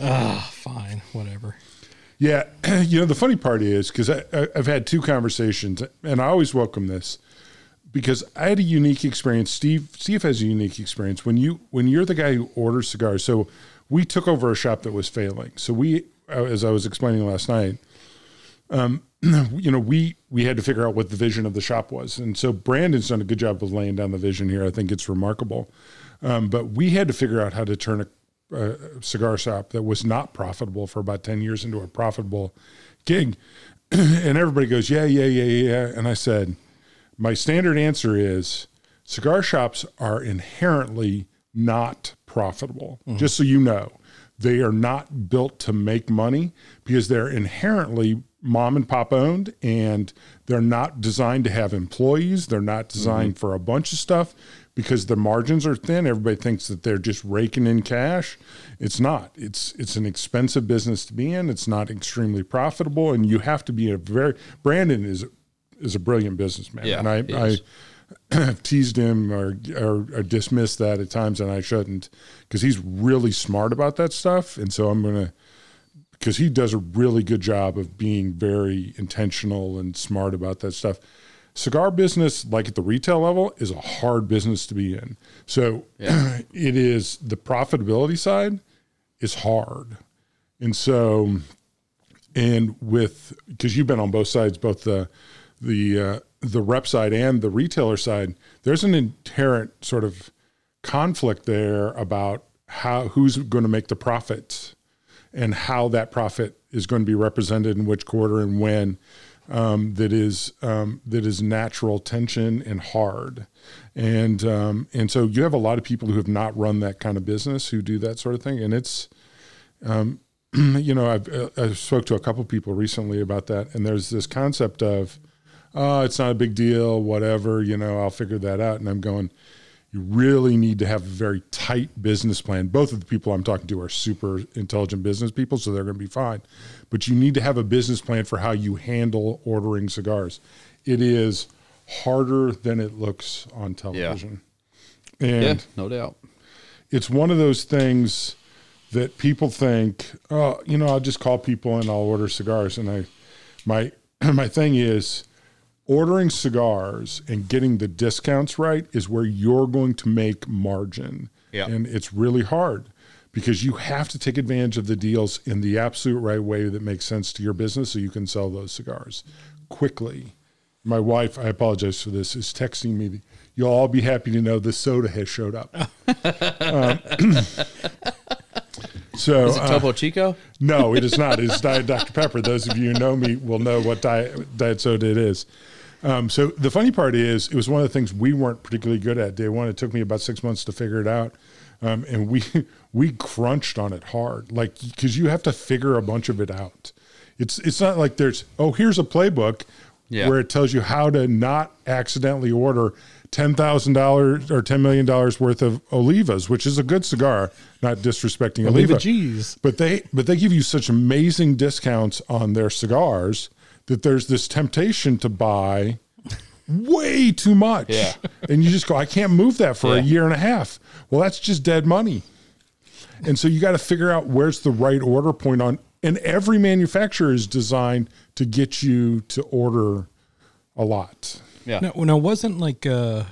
[SPEAKER 1] Ah, Fine, whatever.
[SPEAKER 2] Yeah, you know the funny part is because I've had two conversations, and I always welcome this because I had a unique experience. Steve Steve has a unique experience when you when you're the guy who orders cigars. So we took over a shop that was failing. So we, uh, as I was explaining last night, you know we we had to figure out what the vision of the shop was and so brandon's done a good job of laying down the vision here i think it's remarkable um, but we had to figure out how to turn a, a cigar shop that was not profitable for about 10 years into a profitable gig and everybody goes yeah yeah yeah yeah yeah." and i said my standard answer is cigar shops are inherently not profitable. Just so you know, they are not built to make money because they're inherently mom and pop owned and they're not designed to have employees. They're not designed for a bunch of stuff because the margins are thin. Everybody thinks that they're just raking in cash. It's not. It's it's an expensive business to be in. It's not extremely profitable and you have to be a very Brandon is is a brilliant businessman.
[SPEAKER 3] Yeah,
[SPEAKER 2] and I,
[SPEAKER 3] he
[SPEAKER 2] I
[SPEAKER 3] is.
[SPEAKER 2] have teased him or, or or dismissed that at times, and I shouldn't because he's really smart about that stuff. And so I'm gonna because he does a really good job of being very intentional and smart about that stuff. Cigar business, like at the retail level, is a hard business to be in. So it is the profitability side is hard. And so and with because you've been on both sides, both the the uh, the rep side and the retailer side, there's an inherent sort of conflict there about how who's going to make the profits and how that profit is going to be represented in which quarter and when. Um, that is um, that is natural tension and hard, and um, and so you have a lot of people who have not run that kind of business who do that sort of thing, and it's you know, I've, uh, I spoke to a couple people recently about that, and there's this concept of, oh, it's not a big deal, whatever, you know, I'll figure that out. And I'm going, you really need to have a very tight business plan. Both of the people I'm talking to are super intelligent business people, so they're going to be fine. But you need to have a business plan for how you handle ordering cigars. It is harder than it looks on television. And
[SPEAKER 3] Yeah, no doubt.
[SPEAKER 2] it's one of those things that people think, oh, you know, I'll just call people and I'll order cigars. And I, my, my thing is, ordering cigars and getting the discounts right is where you're going to make margin.
[SPEAKER 3] Yeah.
[SPEAKER 2] And it's really hard because you have to take advantage of the deals in the absolute right way that makes sense to your business so you can sell those cigars quickly. My wife, I apologize for this, is texting me. that You'll all be happy to know the soda has showed up. Um, so
[SPEAKER 3] Is it
[SPEAKER 2] uh,
[SPEAKER 3] Topo Chico?
[SPEAKER 2] no, it is not. It's Diet Dr. Pepper. Those of you who know me will know what diet, diet soda it is. Um, so the funny part is, it was one of the things we weren't particularly good at. Day one, it took me about six months to figure it out, um, and we we crunched on it hard, like because you have to figure a bunch of it out. It's it's not like there's oh here's a playbook
[SPEAKER 3] Yeah.
[SPEAKER 2] where it tells you how to not accidentally order ten thousand dollars or ten million dollars worth of Olivas, which is a good cigar. Not disrespecting
[SPEAKER 1] Leave
[SPEAKER 2] Oliva,
[SPEAKER 1] a G's.
[SPEAKER 2] but they but they give you such amazing discounts on their cigars that there's this temptation to buy way too much.
[SPEAKER 3] Yeah.
[SPEAKER 2] And you just go, I can't move that for a
[SPEAKER 3] Yeah.
[SPEAKER 2] year and a half. Well, that's just dead money. And so you got to figure out where's the right order point on and every manufacturer is designed to get you to order a lot.
[SPEAKER 3] Yeah.
[SPEAKER 1] No, no, wasn't like uh,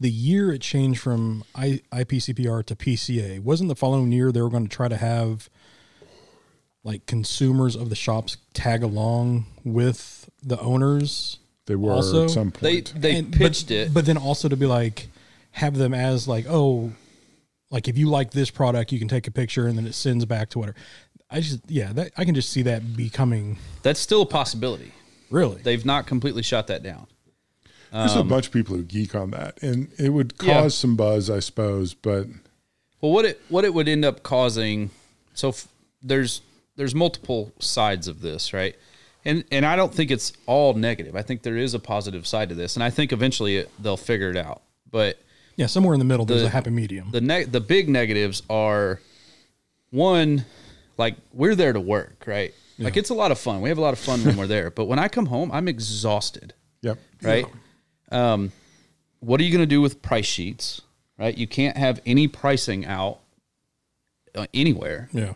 [SPEAKER 1] the year it changed from I, IPCPR to PCA. Wasn't the following year they were going to try to have like consumers of the shops tag along with the owners?
[SPEAKER 2] They were
[SPEAKER 1] Also,
[SPEAKER 2] at some
[SPEAKER 3] They
[SPEAKER 2] point.
[SPEAKER 3] they
[SPEAKER 1] And- but-
[SPEAKER 3] pitched it.
[SPEAKER 1] but then also to be like have them as like oh Like if you like this product, you can take a picture and then it sends back to whatever. I just yeah, that I can just see that becoming
[SPEAKER 3] That's still a possibility.
[SPEAKER 1] really.
[SPEAKER 3] They've not completely shot that down.
[SPEAKER 2] There's a bunch of people who geek on that, and it would cause
[SPEAKER 3] um, Yeah.
[SPEAKER 2] some buzz, I suppose. But
[SPEAKER 3] Well, what it what it would end up causing. So f- there's there's multiple sides of this, right? And and I don't think it's all negative. I think there is a positive side to this, and I think eventually it, they'll figure it out. But
[SPEAKER 1] yeah, somewhere in the middle there's
[SPEAKER 3] the-
[SPEAKER 1] a happy medium.
[SPEAKER 3] the ne- the big negatives are one like we're there to work right like it's a lot of fun we have a lot of fun when we're there but when i come home i'm exhausted
[SPEAKER 2] yep,
[SPEAKER 3] right um what are you going to do with price sheets right you can't have any pricing out uh, anywhere
[SPEAKER 1] yeah.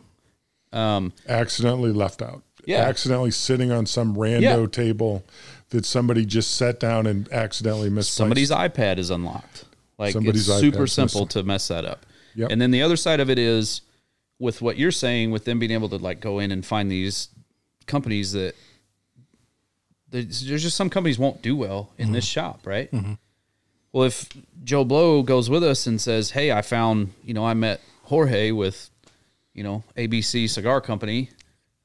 [SPEAKER 2] accidentally left out.
[SPEAKER 3] Yeah.
[SPEAKER 2] accidentally sitting on some rando
[SPEAKER 3] Yeah.
[SPEAKER 2] table that somebody just sat down and accidentally missed.
[SPEAKER 3] somebody's iPad is unlocked. Like
[SPEAKER 2] Somebody's
[SPEAKER 3] it's super
[SPEAKER 2] iPad's
[SPEAKER 3] simple to mess that up.
[SPEAKER 2] Yep.
[SPEAKER 3] And then the other side of it is with what you're saying, with them being able to like go in and find these companies that there's there's just some companies won't do well in this shop, right? Well, if Joe Blow goes with us and says, "Hey, I found you know I met Jorge with you know ABC Cigar Company."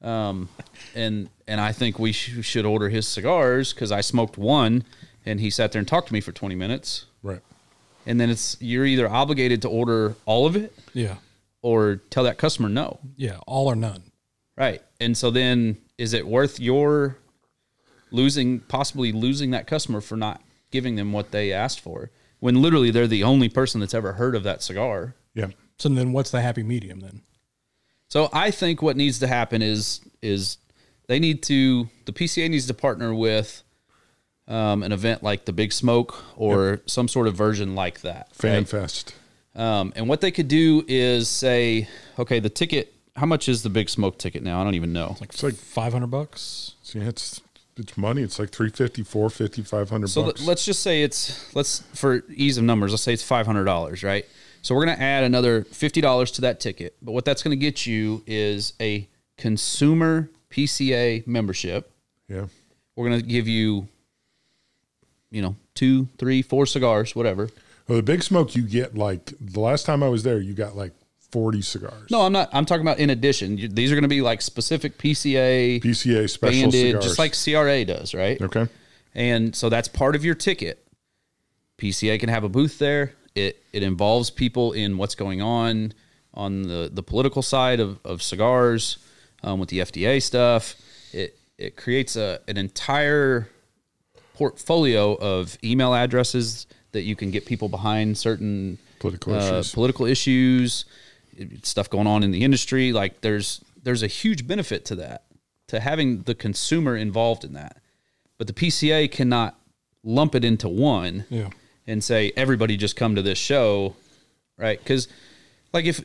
[SPEAKER 3] um, and and I think we sh- should order his cigars because I smoked one, and he sat there and talked to me for twenty minutes,
[SPEAKER 2] right.
[SPEAKER 3] and then it's you're either obligated to order all of it
[SPEAKER 1] Yeah.
[SPEAKER 3] or tell that customer no,
[SPEAKER 1] Yeah, all or none.
[SPEAKER 3] right? And so then is it worth your losing possibly losing that customer for not giving them what they asked for when literally they're the only person that's ever heard of that cigar?
[SPEAKER 2] Yeah,
[SPEAKER 1] So then what's the happy medium then?
[SPEAKER 3] So I think what needs to happen is is they need to the PCA needs to partner with um, an event like the Big Smoke or some sort of version like that.
[SPEAKER 2] fan
[SPEAKER 3] right?
[SPEAKER 2] fest.
[SPEAKER 3] Um, and what they could do is say, okay, the ticket. How much is the Big Smoke ticket now? I don't even know.
[SPEAKER 1] Like, like 500 bucks?
[SPEAKER 2] See, it's it's money. It's like 350, 450, 500
[SPEAKER 3] So
[SPEAKER 2] bucks.
[SPEAKER 3] th- let's just say it's let's for ease of numbers, let's say it's five hundred dollars, right? So we're gonna add another fifty dollars to that ticket. But what that's gonna get you is a consumer PCA membership.
[SPEAKER 2] yeah,
[SPEAKER 3] we're gonna give you you know two three four cigars whatever
[SPEAKER 2] well, the big smoke you get like the last time I was there, you got like forty cigars.
[SPEAKER 3] no i'm not i'm talking about in addition You- these are gonna be like specific pca
[SPEAKER 2] PCA special
[SPEAKER 3] banded
[SPEAKER 2] cigars,
[SPEAKER 3] just like cra does right
[SPEAKER 2] okay,
[SPEAKER 3] and so that's part of your ticket pca can have a booth there it it involves people in what's going on on the the political side of, of cigars um, with the fda stuff it it creates a an entire portfolio of email addresses that you can get people behind certain
[SPEAKER 2] Political
[SPEAKER 3] uh,
[SPEAKER 2] issues.
[SPEAKER 3] political issues, stuff going on in the industry. Like there's there's a huge benefit to that, to having the consumer involved in that. But the PCA cannot lump it into one
[SPEAKER 1] Yeah.
[SPEAKER 3] and say everybody just come to this show, right? Because like if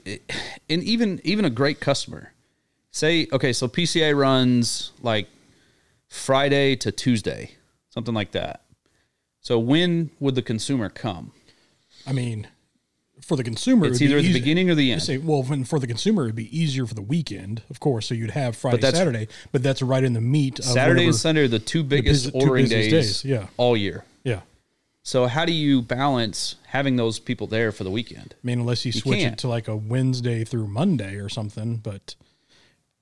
[SPEAKER 3] and even even a great customer, say okay, so PCA runs like Friday to Tuesday, something like that. So when would the consumer come?
[SPEAKER 1] I mean, for the consumer,
[SPEAKER 3] It's
[SPEAKER 1] it'd
[SPEAKER 3] either at the
[SPEAKER 1] easy-
[SPEAKER 3] beginning or the end.
[SPEAKER 1] I say, well, when, for the consumer, it'd be easier for the weekend, of course. So you'd have Friday,
[SPEAKER 3] that's-
[SPEAKER 1] Saturday, but that's right in the meat of
[SPEAKER 3] Saturday
[SPEAKER 1] whatever-
[SPEAKER 3] and Sunday are the two biggest
[SPEAKER 1] busi- two
[SPEAKER 3] ordering
[SPEAKER 1] busiest
[SPEAKER 3] days,
[SPEAKER 1] days, yeah.
[SPEAKER 3] all year.
[SPEAKER 1] Yeah.
[SPEAKER 3] So how do you balance having those people there for the weekend?
[SPEAKER 1] I mean, unless you switch it
[SPEAKER 3] can't.
[SPEAKER 1] to like a Wednesday through Monday or something, but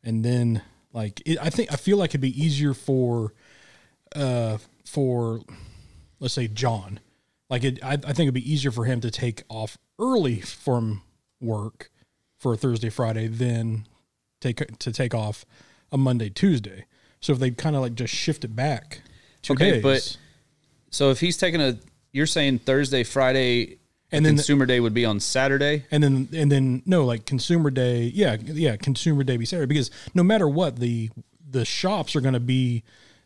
[SPEAKER 1] and then like it, I think I feel like it'd be easier for uh for let's say John. Like it I, I think it'd be easier for him to take off early from work for a Thursday Friday than take to take off a Monday Tuesday. So if they kind of like just shift it back two
[SPEAKER 3] Okay,
[SPEAKER 1] days,
[SPEAKER 3] but- So if he's taking a, you're saying Thursday, Friday,
[SPEAKER 1] And
[SPEAKER 3] and
[SPEAKER 1] then the-
[SPEAKER 3] consumer day would be on Saturday.
[SPEAKER 1] and then and then no like consumer day yeah yeah consumer day be saturday because no matter what the the shops are going to be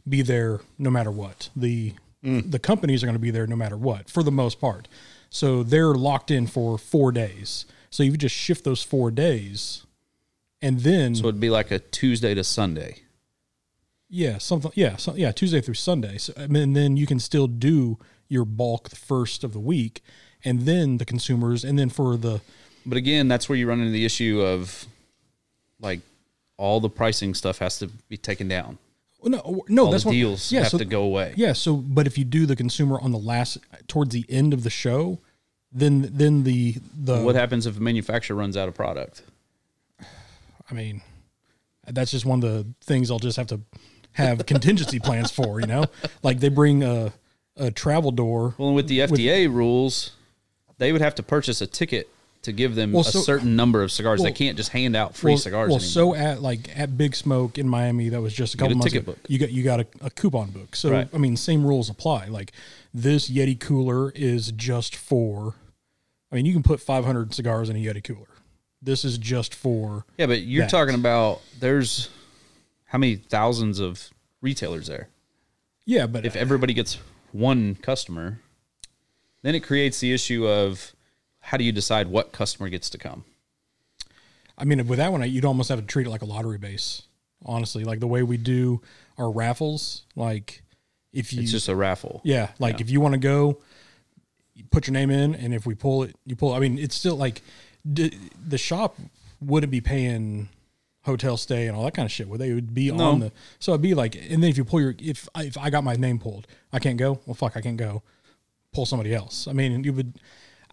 [SPEAKER 1] be there no matter what the
[SPEAKER 3] Mm.
[SPEAKER 1] the companies are going to be there no matter what for the most part so they're locked in for four days so you just shift those four days and then
[SPEAKER 3] So it'd be like a Tuesday to Sunday.
[SPEAKER 1] yeah something yeah so, yeah tuesday through sunday so I mean, and then you can still do your bulk the first of the week and then the consumers and then for the
[SPEAKER 3] But again, that's where you run into the issue of like all the pricing stuff has to be taken down.
[SPEAKER 1] no no
[SPEAKER 3] All
[SPEAKER 1] that's
[SPEAKER 3] the
[SPEAKER 1] what-
[SPEAKER 3] deals
[SPEAKER 1] yeah,
[SPEAKER 3] have
[SPEAKER 1] so-
[SPEAKER 3] to go away.
[SPEAKER 1] Yeah. So, but if you do the consumer on the last towards the end of the show, then then the the
[SPEAKER 3] What happens if a manufacturer runs out of product?
[SPEAKER 1] I mean, that's just one of the things I'll just have to have contingency plans for. You know, like they bring a a travel door.
[SPEAKER 3] Well, with the FDA rules, they would have to purchase a ticket to give them
[SPEAKER 1] Well,
[SPEAKER 3] a
[SPEAKER 1] so-
[SPEAKER 3] certain number of cigars. they
[SPEAKER 1] well-
[SPEAKER 3] can't just hand out free
[SPEAKER 1] well,
[SPEAKER 3] cigars
[SPEAKER 1] Well, so
[SPEAKER 3] anymore.
[SPEAKER 1] at like at Big Smoke in Miami, that was just a couple
[SPEAKER 3] a
[SPEAKER 1] months
[SPEAKER 3] ticket
[SPEAKER 1] ago.
[SPEAKER 3] book.
[SPEAKER 1] You got you got a, a coupon book. So
[SPEAKER 3] Right.
[SPEAKER 1] I mean, same rules apply. Like this Yeti cooler is just for. I mean, you can put 500 cigars in a Yeti cooler. This is just for.
[SPEAKER 3] yeah, but you're
[SPEAKER 1] that.
[SPEAKER 3] talking about there's how many thousands of retailers there?
[SPEAKER 1] Yeah, but
[SPEAKER 3] if everybody gets one customer, then it creates the issue of how do you decide what customer gets to come?
[SPEAKER 1] I mean, with that one, I- you'd almost have to treat it like a lottery base. Honestly, like the way we do our raffles, like if you
[SPEAKER 3] It's just a raffle.
[SPEAKER 1] Yeah, like if you want to go, you put your name in, and if we pull it, you pull. I mean, it's still like d- the shop wouldn't be paying hotel stay and all that kind of shit. Would they? It would be on the so it'd be like, and then if you pull your if I, if I got my name pulled, I can't go. Well, fuck, I can't go. Pull somebody else. I mean, you would,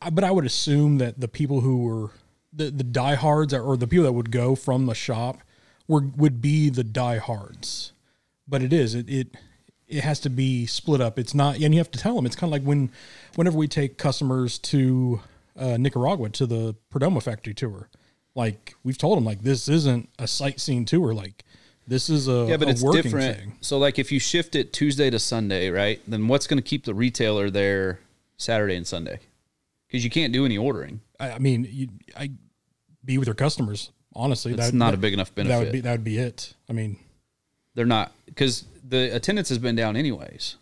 [SPEAKER 1] I, but I would assume that the people who were the the diehards or the people that would go from the shop were would be the diehards but it is it, it it has to be split up it's not and you have to tell them it's kind of like when whenever we take customers to uh, nicaragua to the perdomo factory tour like we've told them like this isn't a sightseeing tour like this is a
[SPEAKER 3] Yeah, but
[SPEAKER 1] a
[SPEAKER 3] it's
[SPEAKER 1] working
[SPEAKER 3] different.
[SPEAKER 1] thing
[SPEAKER 3] So, like, if you shift it Tuesday to Sunday, right? Then what's going to keep the retailer there Saturday and Sunday? Because you can't do any ordering.
[SPEAKER 1] i, I mean you, i be with your customers honestly
[SPEAKER 3] It's
[SPEAKER 1] that,
[SPEAKER 3] not
[SPEAKER 1] that-
[SPEAKER 3] a big enough
[SPEAKER 1] that would
[SPEAKER 3] benefit.
[SPEAKER 1] be that would be it i mean
[SPEAKER 3] They're not because the attendance has been down anyways.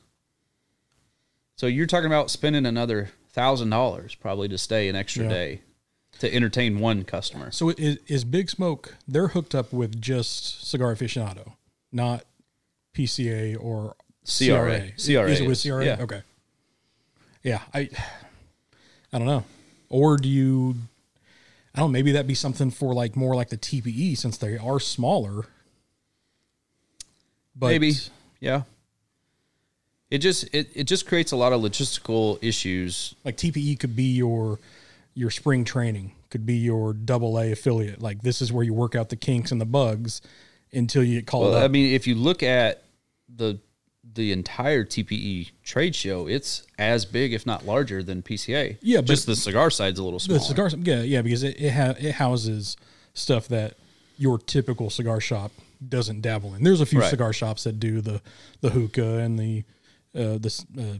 [SPEAKER 3] So you're talking about spending another thousand dollars probably to stay an extra
[SPEAKER 1] Yeah.
[SPEAKER 3] day to entertain one customer.
[SPEAKER 1] so is, is big smoke they're hooked up with just cigar aficionado not pca or
[SPEAKER 3] CRA. CRA
[SPEAKER 1] Is it with
[SPEAKER 3] is,
[SPEAKER 1] CRA?
[SPEAKER 3] yeah.
[SPEAKER 1] Okay. Yeah, I I don't know. Or do you I don't know, maybe that'd be something for like more like the TPE since they are smaller. But
[SPEAKER 3] maybe yeah it just it, it just creates a lot of logistical issues
[SPEAKER 1] like TPE could be your your spring training, could be your double A affiliate. Like this is where you work out the kinks and the bugs until you get called
[SPEAKER 3] well, i
[SPEAKER 1] up.
[SPEAKER 3] mean if you look at the the entire tpe trade show it's as big if not larger than pca
[SPEAKER 1] Yeah, but-
[SPEAKER 3] just the cigar side's a little smaller
[SPEAKER 1] The cigar, yeah, yeah, because it it, ha- it houses stuff that your typical cigar shop doesn't dabble in. There's a few
[SPEAKER 3] Right.
[SPEAKER 1] cigar shops that do the the hookah and the uh, this uh,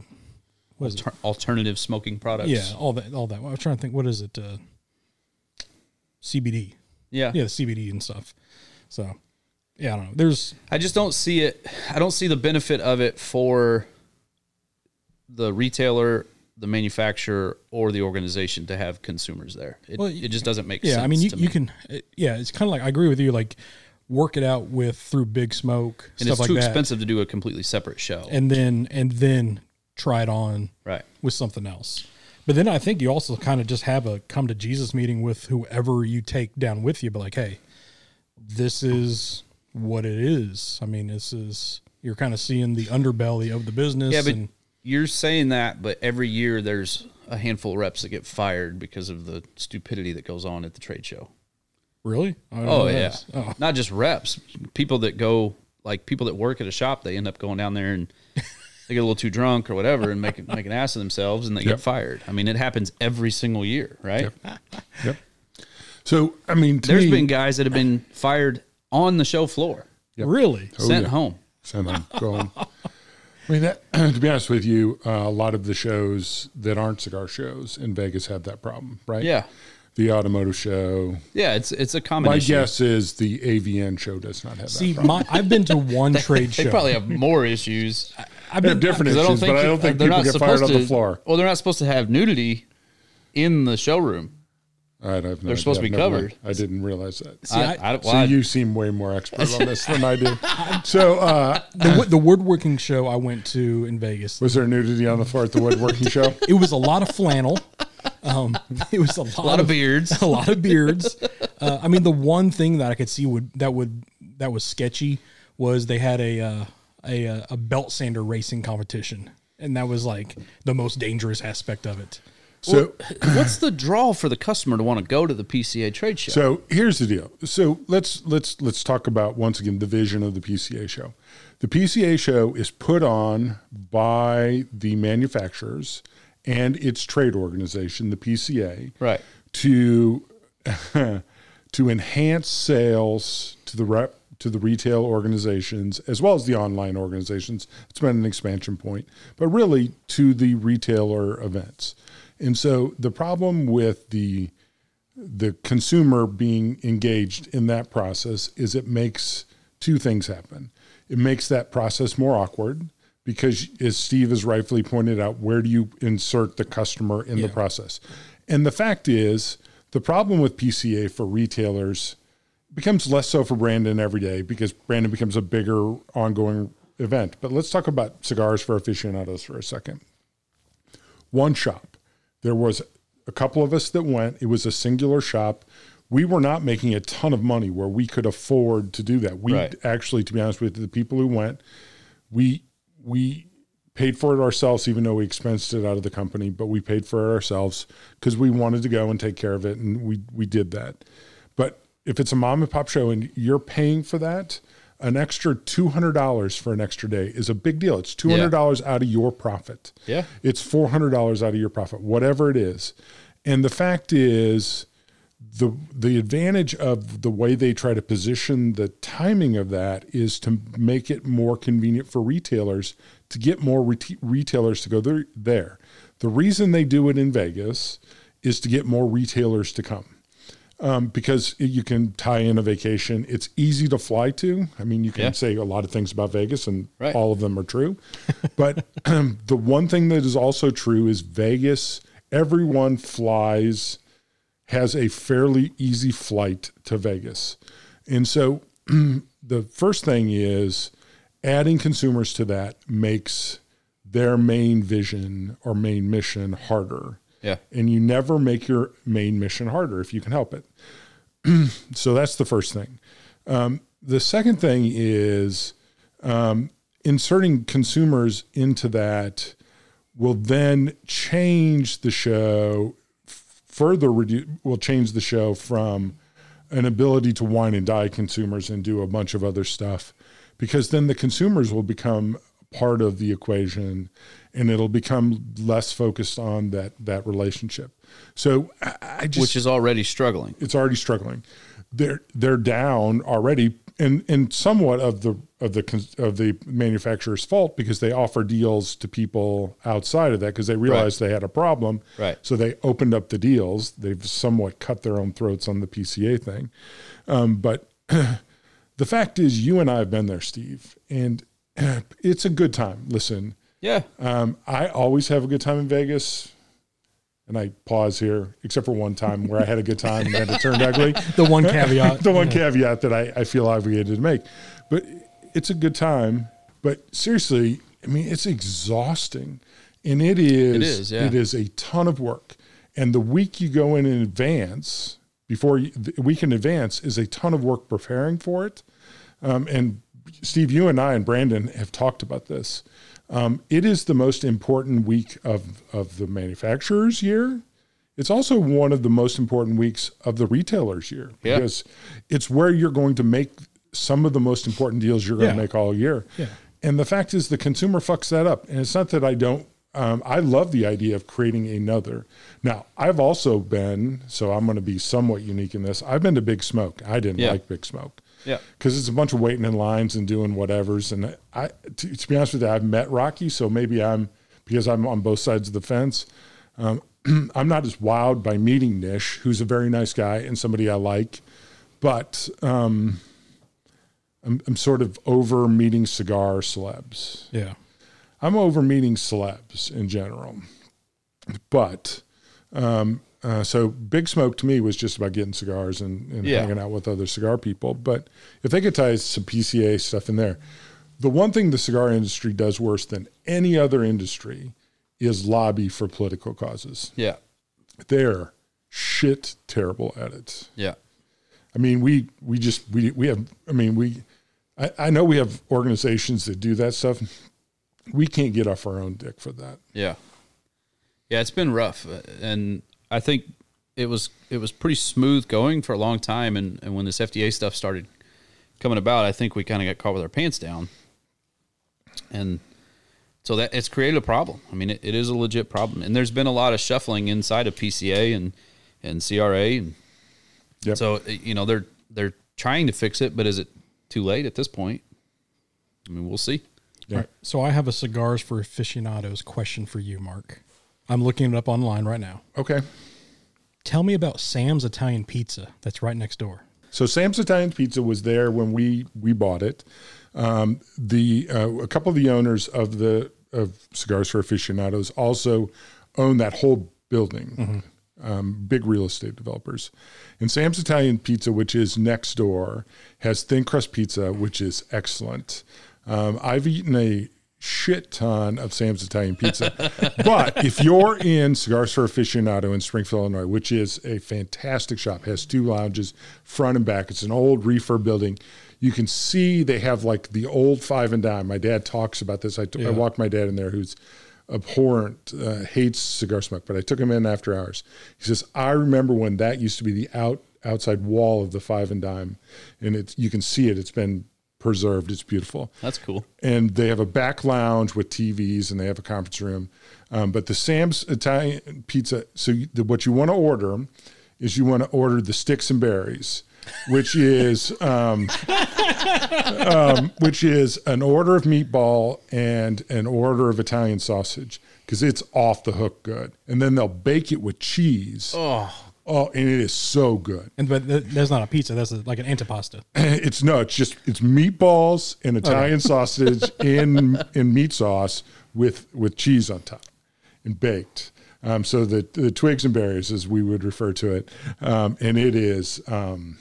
[SPEAKER 1] what is it?
[SPEAKER 3] Ter- alternative smoking products
[SPEAKER 1] Yeah, all that all that. I was trying to think. What is it? Uh, CBD.
[SPEAKER 3] yeah
[SPEAKER 1] Yeah, the CBD and stuff. So, yeah, I don't know. There's
[SPEAKER 3] I just don't see it. I don't see the benefit of it for the retailer, the manufacturer, or the organization to have consumers there. It,
[SPEAKER 1] Well,
[SPEAKER 3] it just doesn't make
[SPEAKER 1] yeah.
[SPEAKER 3] sense.
[SPEAKER 1] I mean, you,
[SPEAKER 3] to
[SPEAKER 1] you
[SPEAKER 3] me.
[SPEAKER 1] can. It, yeah, it's kind of like I agree with you. Like, work it out with through Big Smoke
[SPEAKER 3] and
[SPEAKER 1] stuff
[SPEAKER 3] it's
[SPEAKER 1] like
[SPEAKER 3] too
[SPEAKER 1] that,
[SPEAKER 3] expensive to do a completely separate show.
[SPEAKER 1] and then and then try it on
[SPEAKER 3] right.
[SPEAKER 1] with something else. But then I think you also kind of just have a come to Jesus meeting with whoever you take down with you, but like, hey, this is what it is. I mean, this is you're kind of seeing the underbelly of the business.
[SPEAKER 3] Yeah, but
[SPEAKER 1] and
[SPEAKER 3] you're saying that, but every year there's a handful of reps that get fired because of the stupidity that goes on at the trade show.
[SPEAKER 1] really, I don't know
[SPEAKER 3] Oh
[SPEAKER 1] what
[SPEAKER 3] yeah,
[SPEAKER 1] that is. oh
[SPEAKER 3] not just reps. People that go like people that work at a shop, they end up going down there and they get a little too drunk or whatever and make make an ass of themselves and they
[SPEAKER 2] Yep.
[SPEAKER 3] get fired. I mean, it happens every single year, right?
[SPEAKER 2] Yep. So I mean, to
[SPEAKER 3] There's
[SPEAKER 2] me,
[SPEAKER 3] been guys that have been fired on the show floor,
[SPEAKER 1] really?
[SPEAKER 2] Oh,
[SPEAKER 3] sent
[SPEAKER 2] yeah.
[SPEAKER 3] home.
[SPEAKER 2] Send them. Go home. I mean, that, to be honest with you, uh, a lot of the shows that aren't cigar shows in Vegas have that problem, right?
[SPEAKER 3] Yeah,
[SPEAKER 2] The automotive show.
[SPEAKER 3] yeah. It's it's a common
[SPEAKER 2] My
[SPEAKER 3] issue.
[SPEAKER 2] guess is the AVN show does not have
[SPEAKER 1] See,
[SPEAKER 2] that problem.
[SPEAKER 1] my, I've been to one trade show.
[SPEAKER 3] They probably have more issues.
[SPEAKER 1] I've
[SPEAKER 2] They
[SPEAKER 1] been
[SPEAKER 2] have different
[SPEAKER 3] Because
[SPEAKER 2] issues,
[SPEAKER 3] I don't think
[SPEAKER 2] but I don't think
[SPEAKER 3] they're
[SPEAKER 2] people
[SPEAKER 3] not
[SPEAKER 2] get fired
[SPEAKER 3] supposed
[SPEAKER 2] on
[SPEAKER 3] to,
[SPEAKER 2] the floor.
[SPEAKER 3] Well, they're not supposed to have nudity in the showroom.
[SPEAKER 2] I have no
[SPEAKER 3] They're supposed
[SPEAKER 2] idea.
[SPEAKER 3] to be
[SPEAKER 2] Never
[SPEAKER 3] covered.
[SPEAKER 2] mind. I didn't realize that.
[SPEAKER 1] See,
[SPEAKER 3] I,
[SPEAKER 1] I-
[SPEAKER 3] I, well,
[SPEAKER 2] so
[SPEAKER 3] I-
[SPEAKER 2] you seem way more expert on this than I do. So uh,
[SPEAKER 1] the, wo- the woodworking show I went to in Vegas.
[SPEAKER 2] was there nudity on the floor at the woodworking show?
[SPEAKER 1] It was a lot of flannel. Um, it was a lot,
[SPEAKER 3] a lot of beards.
[SPEAKER 1] a lot of beards. Uh, I mean, the one thing that I could see would that would that was sketchy was they had a uh, a uh, a belt sander racing competition, and that was like the most dangerous aspect of it.
[SPEAKER 2] So
[SPEAKER 3] What's the draw for the customer to want to go to the PCA trade show?
[SPEAKER 2] So here's the deal. So let's let's let's talk about once again the vision of the PCA show. The PCA show is put on by the manufacturers and its trade organization, the PCA,
[SPEAKER 3] Right.
[SPEAKER 2] to to enhance sales to the rep to the retail organizations as well as the online organizations. It's been an expansion point, but really to the retailer events. And so the problem with the the consumer being engaged in that process is it makes two things happen. It makes that process more awkward because, as Steve has rightfully pointed out, where do you insert the customer in the process? And the fact is, the problem with PCA for retailers becomes less so for Brandon every day because Brandon becomes a bigger ongoing event. But let's talk about cigars for aficionados for a second one shop. There was a couple of us that went. It was a singular shop. We were not making a ton of money where we could afford to do that. We
[SPEAKER 3] Right.
[SPEAKER 2] actually, to be honest with you, the people who went, we we paid for it ourselves, even though we expensed it out of the company, but we paid for it ourselves because we wanted to go and take care of it, and we we did that. But if it's a mom and pop show and you're paying for that, an extra two hundred dollars for an extra day is a big deal. It's two hundred dollars out of your profit.
[SPEAKER 3] Yeah.
[SPEAKER 2] It's four hundred dollars out of your profit, whatever it is. And the fact is, the the advantage of the way they try to position the timing of that is to make it more convenient for retailers to get more rete- retailers to go there, there. The reason they do it in Vegas is to get more retailers to come um, because you can tie in a vacation. It's easy to fly to. I mean, you can
[SPEAKER 3] Yeah.
[SPEAKER 2] say a lot of things about Vegas, and
[SPEAKER 3] Right.
[SPEAKER 2] all of them are true. but the one thing that is also true is Vegas. Everyone flies has a fairly easy flight to Vegas. And so the first thing is adding consumers to that makes their main vision or main mission harder.
[SPEAKER 3] Yeah.
[SPEAKER 2] And you never make your main mission harder if you can help it. so that's the first thing. Um, the second thing is um, inserting consumers into that will then change the show f- further redu- will change the show from an ability to wine and die consumers and do a bunch of other stuff because then the consumers will become part of the equation and it'll become less focused on that that relationship so i, I just
[SPEAKER 3] Which is already struggling.
[SPEAKER 2] it's already struggling. They're they're down already, and and somewhat of the of the cons- of the manufacturer's fault because they offer deals to people outside of that because they realized they had a problem.
[SPEAKER 3] Right.
[SPEAKER 2] So they opened up the deals. They've somewhat cut their own throats on the PCA thing, um, but the fact is, you and I have been there, Steve, and it's a good time. Listen.
[SPEAKER 3] Yeah.
[SPEAKER 2] Um, I always have a good time in Vegas. And I pause here, except for one time where I had a good time and then it turned ugly.
[SPEAKER 1] The one caveat.
[SPEAKER 2] the one caveat that I, I feel obligated to make. But it's a good time. But seriously, I mean, it's exhausting. And it is,
[SPEAKER 3] is, yeah.
[SPEAKER 2] it is a ton of work. And the week you go in in advance, before you, the week in advance, is a ton of work preparing for it. Um, and Steve, you and I and Brandon have talked about this. Um, it is the most important week of, of the manufacturer's year. It's also one of the most important weeks of the retailer's year
[SPEAKER 3] Yeah.
[SPEAKER 2] because it's where you're going to make some of the most important deals you're going
[SPEAKER 1] Yeah.
[SPEAKER 2] to make all year.
[SPEAKER 1] Yeah.
[SPEAKER 2] And the fact is, the consumer fucks that up. And it's not that I don't. Um, I love the idea of creating another. Now, I've also been, so I'm going to be somewhat unique in this. I've been to Big Smoke. I didn't
[SPEAKER 3] Yeah.
[SPEAKER 2] like Big Smoke
[SPEAKER 3] Yeah.
[SPEAKER 2] because it's a bunch of waiting in lines and doing whatevers. And I, to, to be honest with you, I've met Rocky, so maybe I'm because I'm on both sides of the fence. Um, I'm not as wowed by meeting Nish, who's a very nice guy and somebody I like, but um, I'm, I'm sort of over meeting cigar celebs.
[SPEAKER 1] Yeah.
[SPEAKER 2] I'm over meeting celebs in general, but um, uh, so Big Smoke to me was just about getting cigars and, and
[SPEAKER 3] Yeah.
[SPEAKER 2] hanging out with other cigar people. But if they could tie some PCA stuff in there, the one thing the cigar industry does worse than any other industry is lobby for political causes.
[SPEAKER 3] Yeah.
[SPEAKER 2] They're shit terrible at it.
[SPEAKER 3] Yeah.
[SPEAKER 2] I mean, we we just we we have. I mean, we. I, I know we have organizations that do that stuff. We can't get off our own dick for that.
[SPEAKER 3] Yeah. Yeah, it's been rough, uh, and I think it was it was pretty smooth going for a long time. And and when this FDA stuff started coming about, I think we kind of got caught with our pants down, and so that it's created a problem. I mean, it, it is a legit problem, and there's been a lot of shuffling inside of PCA and and CRA, and
[SPEAKER 2] Yep.
[SPEAKER 3] so uh, you know they're they're trying to fix it, but is it too late at this point? I mean, we'll see.
[SPEAKER 2] Yeah.
[SPEAKER 1] All right, so I have a cigars for aficionados question for you, Mark. I'm looking it up online right now.
[SPEAKER 2] Okay.
[SPEAKER 1] Tell me about Sam's Italian Pizza that's right next door.
[SPEAKER 2] So Sam's Italian Pizza was there when we we bought it. Um, the uh, a couple of the owners of the of Cigars for Aficionados also own that whole building. Um, big real estate developers. And Sam's Italian Pizza, which is next door, has thin crust pizza, which is excellent. Um, I've eaten a shit ton of Sam's Italian Pizza. but if you're in Cigars for Aficionado in Springfield, Illinois, which is a fantastic shop, has two lounges, front and back. It's an old refurb building. You can see they have like the old five and dime. My dad talks about this. I, t- I walked my dad in there, who's abhorrent, uh, hates cigar smoke, but I took him in after hours. He says, I remember when that used to be the out outside wall of the five and dime, and it's you can see it. It's been preserved. It's beautiful
[SPEAKER 3] That's cool.
[SPEAKER 2] and they have a back lounge with TVs and they have a conference room. Um, but the Sam's Italian pizza. So you, the, what you want to order is you want to order the sticks and berries, which is um, um, which is an order of meatball and an order of Italian sausage because it's off the hook good. And then they'll bake it with cheese. Oh. Oh, and it is so good.
[SPEAKER 1] And but th- that's not a pizza. That's a, like an antipasta.
[SPEAKER 2] It's no, it's just it's meatballs and Italian sausage in in meat sauce with with cheese on top and baked. Um, so the the twigs and berries, as we would refer to it, um, and it is um,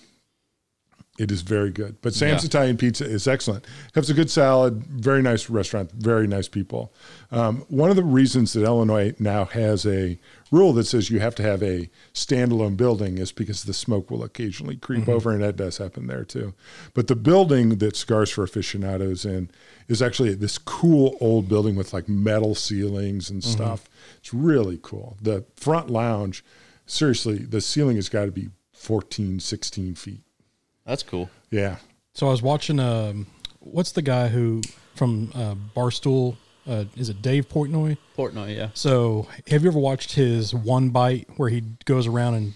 [SPEAKER 2] it is very good. But Sam's
[SPEAKER 3] Yeah.
[SPEAKER 2] Italian Pizza is excellent. Has a good salad, very nice restaurant, very nice people. Um, one of the reasons that Illinois now has a rule that says you have to have a standalone building is because the smoke will occasionally creep over, and that does happen there too. But the building that Scars for Aficionados in is actually this cool old building with like metal ceilings and stuff. It's really cool. The front lounge, seriously, the ceiling has got to be 14, 16 feet.
[SPEAKER 3] That's cool.
[SPEAKER 2] Yeah.
[SPEAKER 1] So I was watching. Um, what's the guy who from uh, Barstool? Uh, is it Dave Portnoy?
[SPEAKER 3] Portnoy, yeah.
[SPEAKER 1] So have you ever watched his one bite where he goes around and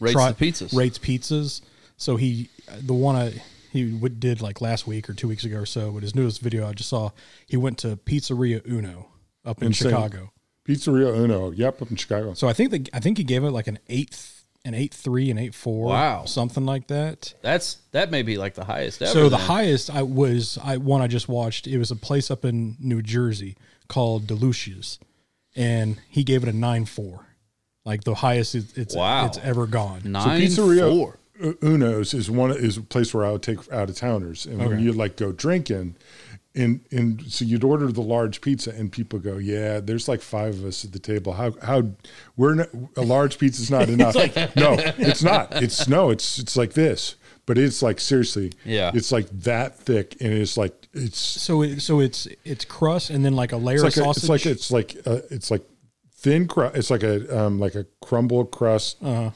[SPEAKER 3] Rates the pizzas.
[SPEAKER 1] Rates pizzas. So he the one I he would, did like last week or two weeks ago or so. But his newest video I just saw, he went to Pizzeria Uno up in
[SPEAKER 2] Insane.
[SPEAKER 1] Chicago.
[SPEAKER 2] Pizzeria Uno. Yep, up in Chicago.
[SPEAKER 1] So I think the, I think he gave it like an eight, an eight three, an eight four,
[SPEAKER 3] Wow.
[SPEAKER 1] something like that.
[SPEAKER 3] That's that may be like the highest ever.
[SPEAKER 1] so the
[SPEAKER 3] then.
[SPEAKER 1] highest I was I one I just watched. It was a place up in New Jersey called Delucia's, and he gave it a nine four, like the highest it, it's
[SPEAKER 3] Wow.
[SPEAKER 1] it's ever gone.
[SPEAKER 2] So
[SPEAKER 3] nine
[SPEAKER 2] Pizzeria
[SPEAKER 3] four.
[SPEAKER 2] U- Uno's is one is a place where I would take out of towners, and when you like go drinking, and and so you'd order the large pizza, and people go, yeah, there's like five of us at the table. How how we're not, a large pizza's not enough. no, it's not. It's no, it's it's like this, but it's like seriously,
[SPEAKER 3] Yeah.
[SPEAKER 2] it's like that thick, and it's like it's
[SPEAKER 1] So it, so it's it's crust and then like a layer of
[SPEAKER 2] it's like a,
[SPEAKER 1] sausage.
[SPEAKER 2] it's like it's like uh, it's like thin crust. It's like a um, like a crumble crust,
[SPEAKER 3] Uh-huh.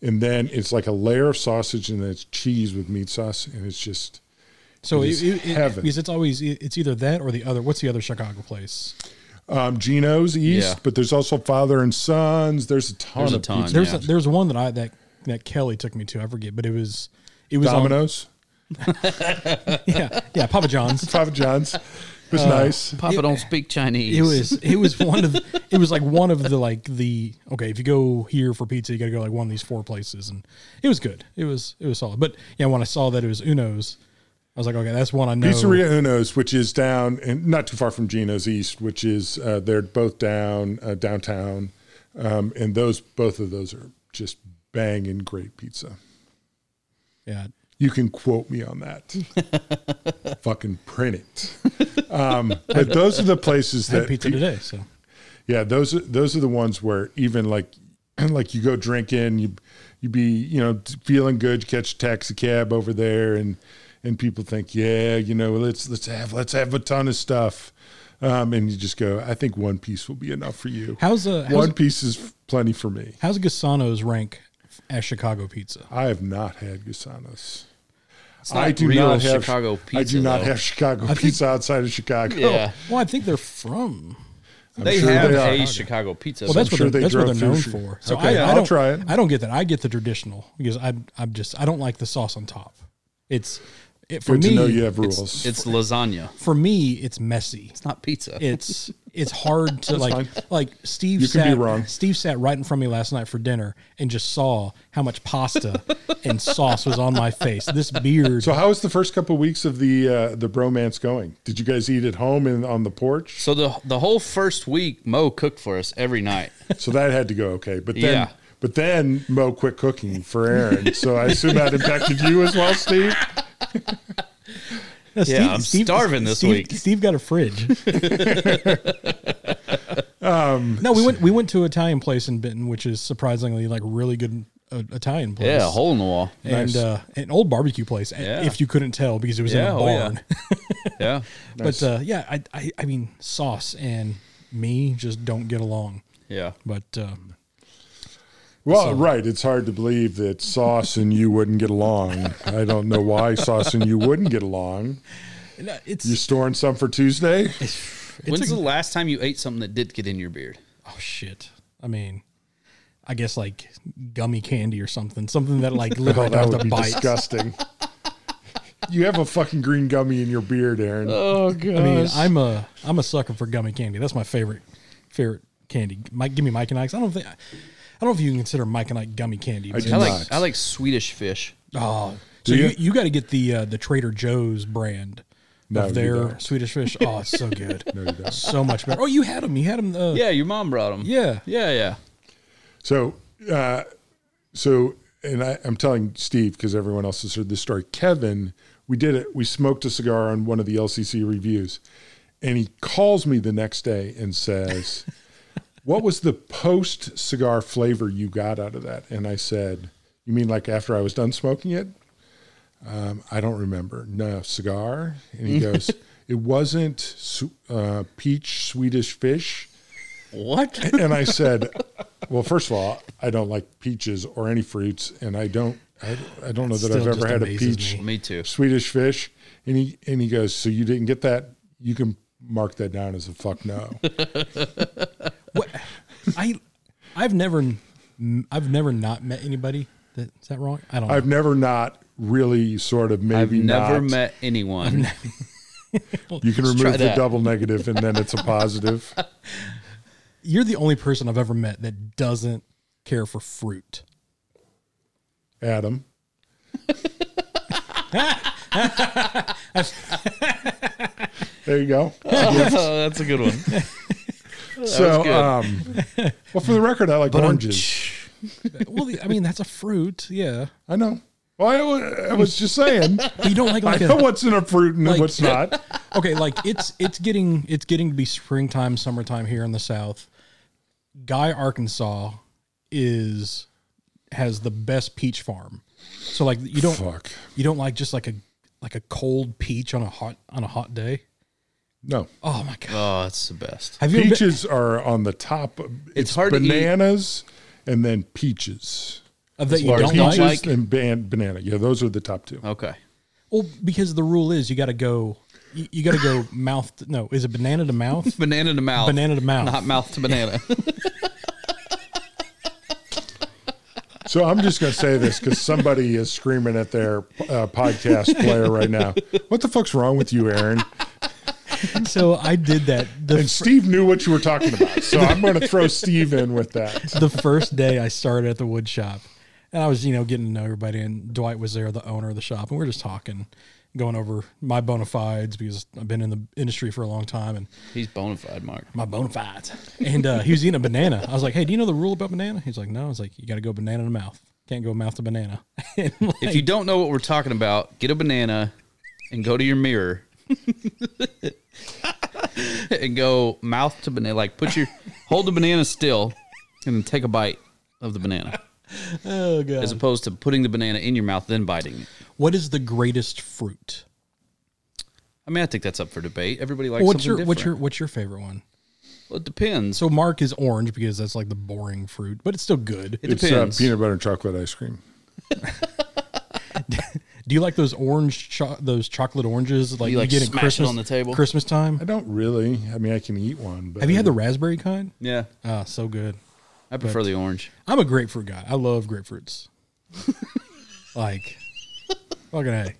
[SPEAKER 2] and then it's like a layer of sausage, and then it's cheese with meat sauce, and it's just
[SPEAKER 1] so
[SPEAKER 2] it
[SPEAKER 1] it,
[SPEAKER 2] is
[SPEAKER 1] it, it-
[SPEAKER 2] heaven.
[SPEAKER 1] because it's always it- it's either that or the other. What's the other Chicago place?
[SPEAKER 2] um, Geno's East.
[SPEAKER 3] Yeah.
[SPEAKER 2] But there's also Father and Sons. There's a ton
[SPEAKER 3] There's a
[SPEAKER 2] of
[SPEAKER 3] ton,
[SPEAKER 2] pizza.
[SPEAKER 1] There's
[SPEAKER 3] Yeah.
[SPEAKER 1] a, there's one that I that that Kelly took me to. I forget, but it was it was on-
[SPEAKER 2] Domino's,
[SPEAKER 1] yeah yeah Papa John's.
[SPEAKER 2] Papa John's. It was nice.
[SPEAKER 3] Uh, Papa don't speak Chinese.
[SPEAKER 1] It was it was one of it was like one of the like the okay if you go here for pizza you got to go like one of these four places and it was good it was it was solid but yeah when I saw that it was Uno's I was like okay that's one I know
[SPEAKER 2] Pizzeria Uno's, which is down and not too far from Gino's East, which is uh, they're both down uh, downtown, um, and those both of those are just banging great pizza.
[SPEAKER 1] yeah
[SPEAKER 2] You can quote me on that. Fucking print it. Um, but those are the places
[SPEAKER 1] I had
[SPEAKER 2] that
[SPEAKER 1] pizza
[SPEAKER 2] pe-
[SPEAKER 1] today so
[SPEAKER 2] yeah, those are those are the ones where even like like you go drinking, you you be you know t- feeling good, you catch a taxi cab over there, and and people think yeah, you know let's let's have let's have a ton of stuff. Um, and you just go, I think one piece will be enough for you.
[SPEAKER 1] How's uh how's,
[SPEAKER 2] one piece is plenty for me.
[SPEAKER 1] how's Gasano's rank as Chicago pizza?
[SPEAKER 2] I have not had Gusanos.
[SPEAKER 3] It's not real Chicago
[SPEAKER 2] I
[SPEAKER 3] pizza,
[SPEAKER 2] do not
[SPEAKER 3] though.
[SPEAKER 2] have Chicago
[SPEAKER 1] think-
[SPEAKER 2] pizza outside of Chicago.
[SPEAKER 3] Yeah.
[SPEAKER 1] Well, I think they're from.
[SPEAKER 2] I'm
[SPEAKER 3] they
[SPEAKER 2] sure
[SPEAKER 3] have
[SPEAKER 2] they
[SPEAKER 3] a
[SPEAKER 2] are.
[SPEAKER 3] Chicago pizza.
[SPEAKER 1] Well, that's
[SPEAKER 3] but
[SPEAKER 1] what
[SPEAKER 2] sure
[SPEAKER 1] they're,
[SPEAKER 2] they
[SPEAKER 1] that's what they're
[SPEAKER 2] drove
[SPEAKER 1] known
[SPEAKER 2] through
[SPEAKER 1] for.
[SPEAKER 2] shit.
[SPEAKER 1] So
[SPEAKER 2] Okay,
[SPEAKER 1] I, I
[SPEAKER 2] I'll
[SPEAKER 1] don't,
[SPEAKER 2] try it.
[SPEAKER 1] I don't get that. I get the traditional because I I'm just I don't like the sauce on top. It's it, for
[SPEAKER 2] Good
[SPEAKER 1] me.
[SPEAKER 2] to know you have
[SPEAKER 3] it's,
[SPEAKER 2] rules.
[SPEAKER 3] it's lasagna.
[SPEAKER 1] For me, it's messy.
[SPEAKER 3] It's not pizza.
[SPEAKER 1] It's it's hard to like
[SPEAKER 2] fine.
[SPEAKER 1] like Steve
[SPEAKER 2] You can
[SPEAKER 1] sat
[SPEAKER 2] be wrong.
[SPEAKER 1] Steve sat right in front of me last night for dinner and just saw how much pasta and sauce was on my face. This beard.
[SPEAKER 2] so, how is the first couple weeks of the uh, the bromance going? Did you guys eat at home and on the porch?
[SPEAKER 3] so the the whole first week, Mo cooked for us every night.
[SPEAKER 2] So that had to go okay. But then,
[SPEAKER 3] Yeah.
[SPEAKER 2] but then Mo quit cooking for Aaron. So I assume that impacted you as well, Steve.
[SPEAKER 1] No,
[SPEAKER 3] Yeah, I'm starving this
[SPEAKER 1] Steve-
[SPEAKER 3] week.
[SPEAKER 1] Steve got a fridge.
[SPEAKER 2] Um,
[SPEAKER 1] no, we went we went to an Italian place in Benton, which is surprisingly like really good uh, Italian place.
[SPEAKER 3] Yeah, a hole in the wall.
[SPEAKER 1] and
[SPEAKER 2] Nice.
[SPEAKER 1] uh, an old barbecue place. a-
[SPEAKER 3] Yeah.
[SPEAKER 1] If you couldn't tell because it was in
[SPEAKER 3] Yeah,
[SPEAKER 1] a
[SPEAKER 3] oh, yeah.
[SPEAKER 1] barn.
[SPEAKER 3] Yeah.
[SPEAKER 1] but uh, yeah, I, I I mean sauce and me just don't get along.
[SPEAKER 3] Yeah.
[SPEAKER 1] But um,
[SPEAKER 2] Well, right. It's hard to believe that Sauce and you wouldn't get along. I don't know why Sauce and you wouldn't get along.
[SPEAKER 1] no, it's
[SPEAKER 2] You storing some for Tuesday?
[SPEAKER 3] When's the last time you ate something that did get in your beard?
[SPEAKER 1] oh shit. I mean, I guess like gummy candy or something, something that like literally I don't
[SPEAKER 2] Oh, that
[SPEAKER 1] have
[SPEAKER 2] would
[SPEAKER 1] to
[SPEAKER 2] be
[SPEAKER 1] bite.
[SPEAKER 2] disgusting. You have a fucking green gummy in your beard, Aaron.
[SPEAKER 3] Oh god.
[SPEAKER 1] I mean, I'm a I'm a sucker for gummy candy. That's my favorite favorite candy. Mike, give me Mike and Ike's. I don't think I don't know if you can consider Mike and Ike gummy candy. but-
[SPEAKER 2] do
[SPEAKER 3] I like
[SPEAKER 2] not.
[SPEAKER 3] I like Swedish fish.
[SPEAKER 2] Uh,
[SPEAKER 1] Oh, so
[SPEAKER 2] you?
[SPEAKER 1] you, you got to get the uh, the Trader Joe's brand
[SPEAKER 2] No, you
[SPEAKER 1] of their
[SPEAKER 2] don't.
[SPEAKER 1] Swedish fish. Oh, it's so good,
[SPEAKER 2] No, you don't.
[SPEAKER 1] so much better. Oh, you had them. You had them. Uh,
[SPEAKER 3] Yeah, your mom brought them.
[SPEAKER 1] Yeah.
[SPEAKER 3] Yeah, yeah.
[SPEAKER 2] So, uh, so, and I, I'm telling Steve because everyone else has heard this story. Kevin, we did it. We smoked a cigar on one of the LCC reviews, and he calls me the next day and says, "What was the post cigar flavor you got out of that?" And I said, "You mean like after I was done smoking it?" Um, I don't remember. No cigar, and he goes, "It wasn't su- uh, peach Swedish fish."
[SPEAKER 3] What?
[SPEAKER 2] and I said, "Well, first of all, I don't like peaches or any fruits, and I don't, I, I don't know that
[SPEAKER 1] still
[SPEAKER 2] I've ever
[SPEAKER 1] just
[SPEAKER 2] had a
[SPEAKER 1] amazes
[SPEAKER 2] peach
[SPEAKER 1] me.
[SPEAKER 3] Me too.
[SPEAKER 2] Swedish fish." And he and he goes, "So you didn't get that? You can mark that down as a fuck no."
[SPEAKER 1] what, I I've never n- I've never not met anybody that is that wrong. I don't. know.
[SPEAKER 2] I've never not really sort of
[SPEAKER 3] I've
[SPEAKER 2] maybe
[SPEAKER 3] never
[SPEAKER 2] not.
[SPEAKER 3] met anyone.
[SPEAKER 2] You can
[SPEAKER 3] try
[SPEAKER 2] remove the
[SPEAKER 3] that.
[SPEAKER 2] double negative, and then it's a positive.
[SPEAKER 1] You're the only person I've ever met that doesn't care for fruit.
[SPEAKER 2] Adam, there you go.
[SPEAKER 3] oh, that's a good one.
[SPEAKER 2] so,
[SPEAKER 3] good.
[SPEAKER 2] um, well, for the record, I like oranges.
[SPEAKER 1] Well, the- I mean that's a fruit. Yeah,
[SPEAKER 2] I know. Well, I, wa- I was just saying.
[SPEAKER 1] but you don't like
[SPEAKER 2] I
[SPEAKER 1] like
[SPEAKER 2] know
[SPEAKER 1] a,
[SPEAKER 2] what's in a fruit and
[SPEAKER 1] Like-
[SPEAKER 2] what's not.
[SPEAKER 1] okay, like it's it's getting it's getting to be springtime, summertime here in the South. Guy, Arkansas is has the best peach farm. So like you don't
[SPEAKER 2] Fuck.
[SPEAKER 1] you don't like just like a like a cold peach on a hot on a hot day.
[SPEAKER 2] No.
[SPEAKER 1] Oh my god.
[SPEAKER 3] Oh, it's the best.
[SPEAKER 1] Have you ever been,
[SPEAKER 2] Peaches are on the top. It's,
[SPEAKER 3] It's hard to eat.
[SPEAKER 2] bananas and then peaches.
[SPEAKER 1] of that you
[SPEAKER 3] far
[SPEAKER 1] don't
[SPEAKER 3] as peaches-
[SPEAKER 1] like?
[SPEAKER 2] Peaches
[SPEAKER 3] like-
[SPEAKER 2] and ban- banana. Yeah, those are the top two.
[SPEAKER 3] Okay.
[SPEAKER 1] Well, because the rule is you got to go you, you got to go mouth to, no, is it banana to mouth?
[SPEAKER 3] Banana to mouth.
[SPEAKER 1] Banana to mouth.
[SPEAKER 3] Not mouth to banana.
[SPEAKER 2] So I'm just going to say this because somebody is screaming at their uh, podcast player right now. What the fuck's wrong with you, Aaron?
[SPEAKER 1] so I did that the
[SPEAKER 2] And Steve knew what you were talking about. So I'm going to throw Steve in with that.
[SPEAKER 1] the first day I started at the wood shop, and I was you know getting to know everybody, and Dwight was there, the owner of the shop, and we are just talking, going over my bona fides because I've been in the industry for a long time, and
[SPEAKER 3] He's bona fide, Mark.
[SPEAKER 1] my bona fides. And uh, he was eating a banana. I was like, hey, do you know the rule about banana? He's like, no. I was like, you got to go banana to mouth. Can't go mouth to banana. And, like,
[SPEAKER 3] If you don't know what we're talking about, get a banana and go to your mirror and go mouth to banana. Like put your hold the banana still and then take a bite of the banana,
[SPEAKER 1] oh
[SPEAKER 3] as
[SPEAKER 1] god.
[SPEAKER 3] opposed to putting the banana in your mouth then biting it.
[SPEAKER 1] What is the greatest fruit?
[SPEAKER 3] I mean, I think that's up for debate. Everybody likes
[SPEAKER 1] What's your
[SPEAKER 3] something different.
[SPEAKER 1] what's your what's your favorite one?
[SPEAKER 3] Well, it depends.
[SPEAKER 1] So Mark is orange because that's like the boring fruit, but it's still good.
[SPEAKER 3] it
[SPEAKER 2] It's uh,
[SPEAKER 3] depends.
[SPEAKER 2] peanut butter and chocolate ice cream.
[SPEAKER 1] Do you like those orange cho- those chocolate oranges like
[SPEAKER 3] You,
[SPEAKER 1] you,
[SPEAKER 3] like,
[SPEAKER 1] get at
[SPEAKER 3] smash it
[SPEAKER 1] Christmas
[SPEAKER 3] on the table?
[SPEAKER 1] Christmas time?
[SPEAKER 2] I don't really. I mean, I can eat one. But
[SPEAKER 1] Have you had the raspberry kind?
[SPEAKER 3] yeah,
[SPEAKER 1] Ah, so good.
[SPEAKER 3] I prefer the orange.
[SPEAKER 1] I'm a grapefruit guy. I love grapefruits. like, fucking hey,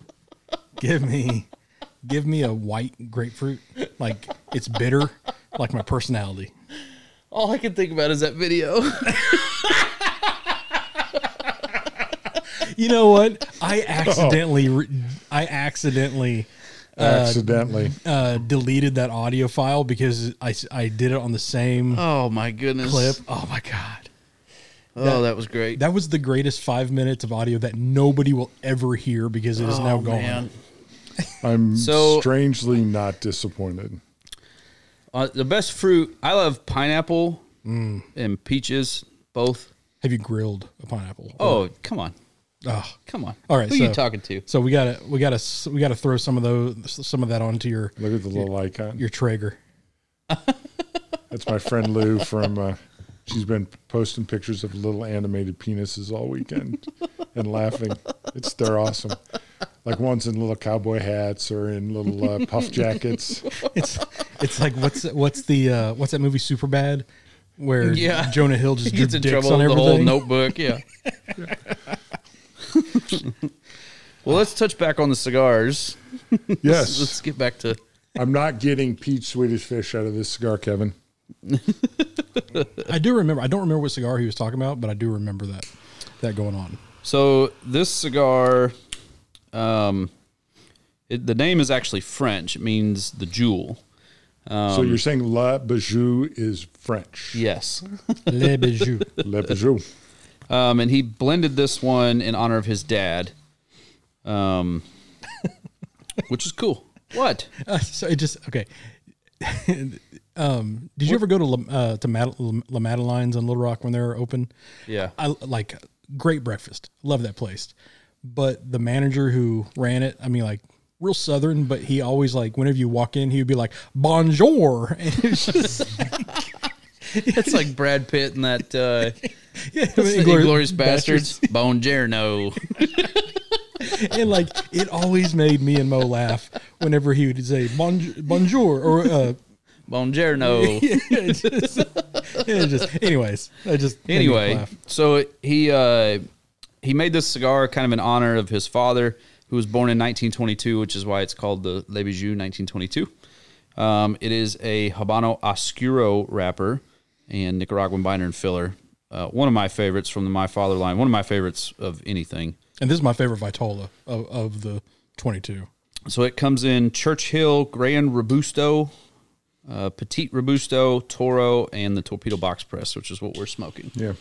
[SPEAKER 1] give me, give me a white grapefruit. Like it's bitter, like my personality.
[SPEAKER 3] All I can think about is that video.
[SPEAKER 1] You know what?
[SPEAKER 3] Oh.
[SPEAKER 1] I accidentally, re- I accidentally
[SPEAKER 2] accidentally?
[SPEAKER 1] uh, deleted that audio file because I, s- I did it on the same
[SPEAKER 3] oh my goodness!
[SPEAKER 1] clip. Oh my god.
[SPEAKER 3] Oh, that, was great.
[SPEAKER 1] That was the greatest five minutes of audio that nobody will ever hear because it is now gone.
[SPEAKER 3] Oh, Man.
[SPEAKER 2] I'm
[SPEAKER 3] So-
[SPEAKER 2] strangely not disappointed.
[SPEAKER 3] Uh, the best fruit. I love pineapple
[SPEAKER 1] Mm.
[SPEAKER 3] and peaches. Both.
[SPEAKER 1] Have you grilled a pineapple?
[SPEAKER 3] Oh, come on,
[SPEAKER 1] Ugh.
[SPEAKER 3] come on.
[SPEAKER 1] Ah. All right,
[SPEAKER 3] who are
[SPEAKER 1] so-
[SPEAKER 3] you talking to?
[SPEAKER 1] So we gotta we gotta s- we gotta throw some of those some of that onto your
[SPEAKER 2] Look at the little icon.
[SPEAKER 1] your Traeger.
[SPEAKER 2] That's my friend Lou from. Uh, she's been posting pictures of little animated penises all weekend and laughing. It's they're awesome. Like ones in little cowboy hats or in little uh, puff jackets.
[SPEAKER 1] It's it's like what's what's the uh, what's that movie Super Bad where
[SPEAKER 3] Yeah.
[SPEAKER 1] Jonah Hill just
[SPEAKER 3] He
[SPEAKER 1] drew
[SPEAKER 3] gets in
[SPEAKER 1] dicks
[SPEAKER 3] trouble
[SPEAKER 1] on
[SPEAKER 3] with the
[SPEAKER 1] everything.
[SPEAKER 3] whole notebook. Yeah. well, let's touch back on the cigars. Let's- Let's
[SPEAKER 2] Yes,
[SPEAKER 3] get back to.
[SPEAKER 2] I'm not getting peach Swedish fish out of this cigar, Kevin.
[SPEAKER 1] I do remember. I don't remember what cigar he was talking about, but I do remember that that going on.
[SPEAKER 3] So this cigar, um, it, the name is actually French. It means the jewel.
[SPEAKER 2] so you're saying La Bijou is French?
[SPEAKER 3] Yes.
[SPEAKER 1] Le Bijou.
[SPEAKER 2] La Bijou.
[SPEAKER 3] Um, and he blended this one in honor of his dad, um, which is cool. What?
[SPEAKER 1] Uh, so it just okay. um, did you ever go to La, uh, to Mad- La Madeleine's on Little Rock when they were open?
[SPEAKER 3] Yeah.
[SPEAKER 1] I like great breakfast. Love that place. But the manager who ran it, I mean, like real southern, but he always like whenever you walk in, he would be like bonjour, and it's just
[SPEAKER 3] It's like Brad Pitt in that uh,
[SPEAKER 1] yeah,
[SPEAKER 3] Inglorious Bastards. Bonjourno.
[SPEAKER 1] and like it always made me and Mo laugh whenever he would say "Bonj- bonjour or uh,
[SPEAKER 3] Bonjourno.
[SPEAKER 1] yeah, it just, it just anyways, I just made me
[SPEAKER 3] anyway,
[SPEAKER 1] laugh.
[SPEAKER 3] so he uh, he made this cigar kind of in honor of his father, who was born in 1922, which is why it's called the Le Bijou 1922. Um, it is a Habano Oscuro wrapper and Nicaraguan binder and filler. Uh, one of my favorites from the My Father line. One of my favorites of anything.
[SPEAKER 1] and this is my favorite Vitola of, of the twenty-two.
[SPEAKER 3] So it comes in Churchill, Grand Robusto, uh, Petite Robusto, Toro, and the Torpedo Box Press, which is what we're smoking.
[SPEAKER 2] Yeah.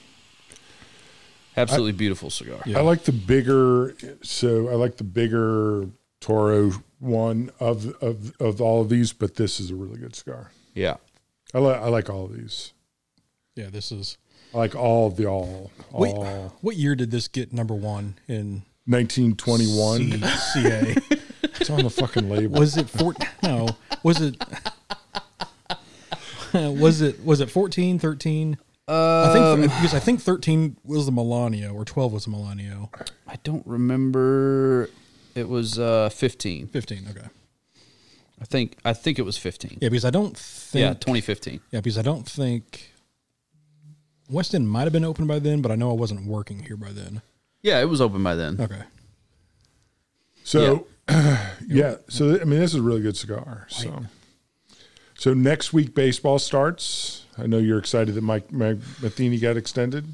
[SPEAKER 3] Absolutely beautiful cigar.
[SPEAKER 2] I like the bigger. So I like the bigger Toro one of of of all of these, but this is a really good cigar.
[SPEAKER 3] yeah.
[SPEAKER 2] I like I like all of these.
[SPEAKER 1] Yeah, this is
[SPEAKER 2] I like all of the all all
[SPEAKER 1] what, what year did this get number one in
[SPEAKER 2] 1921.
[SPEAKER 1] CA?
[SPEAKER 2] It's on the fucking label.
[SPEAKER 1] was it four no was it was it was it 14 13 i think because i think 13 was the Melania or 12 was the Melania.
[SPEAKER 3] I don't remember. It was uh, 15.
[SPEAKER 1] 15 okay
[SPEAKER 3] I think I think it was 15. Yeah,
[SPEAKER 1] yeah because i don't think
[SPEAKER 3] 2015.
[SPEAKER 1] yeah because i don't think weston might have been open by then but i know i wasn't working here by then
[SPEAKER 3] Yeah, it was open by then.
[SPEAKER 1] okay
[SPEAKER 2] So yeah. So I mean, this is a really good cigar. So so next week baseball starts. I know you're excited that Mike, Mike Matheny got extended.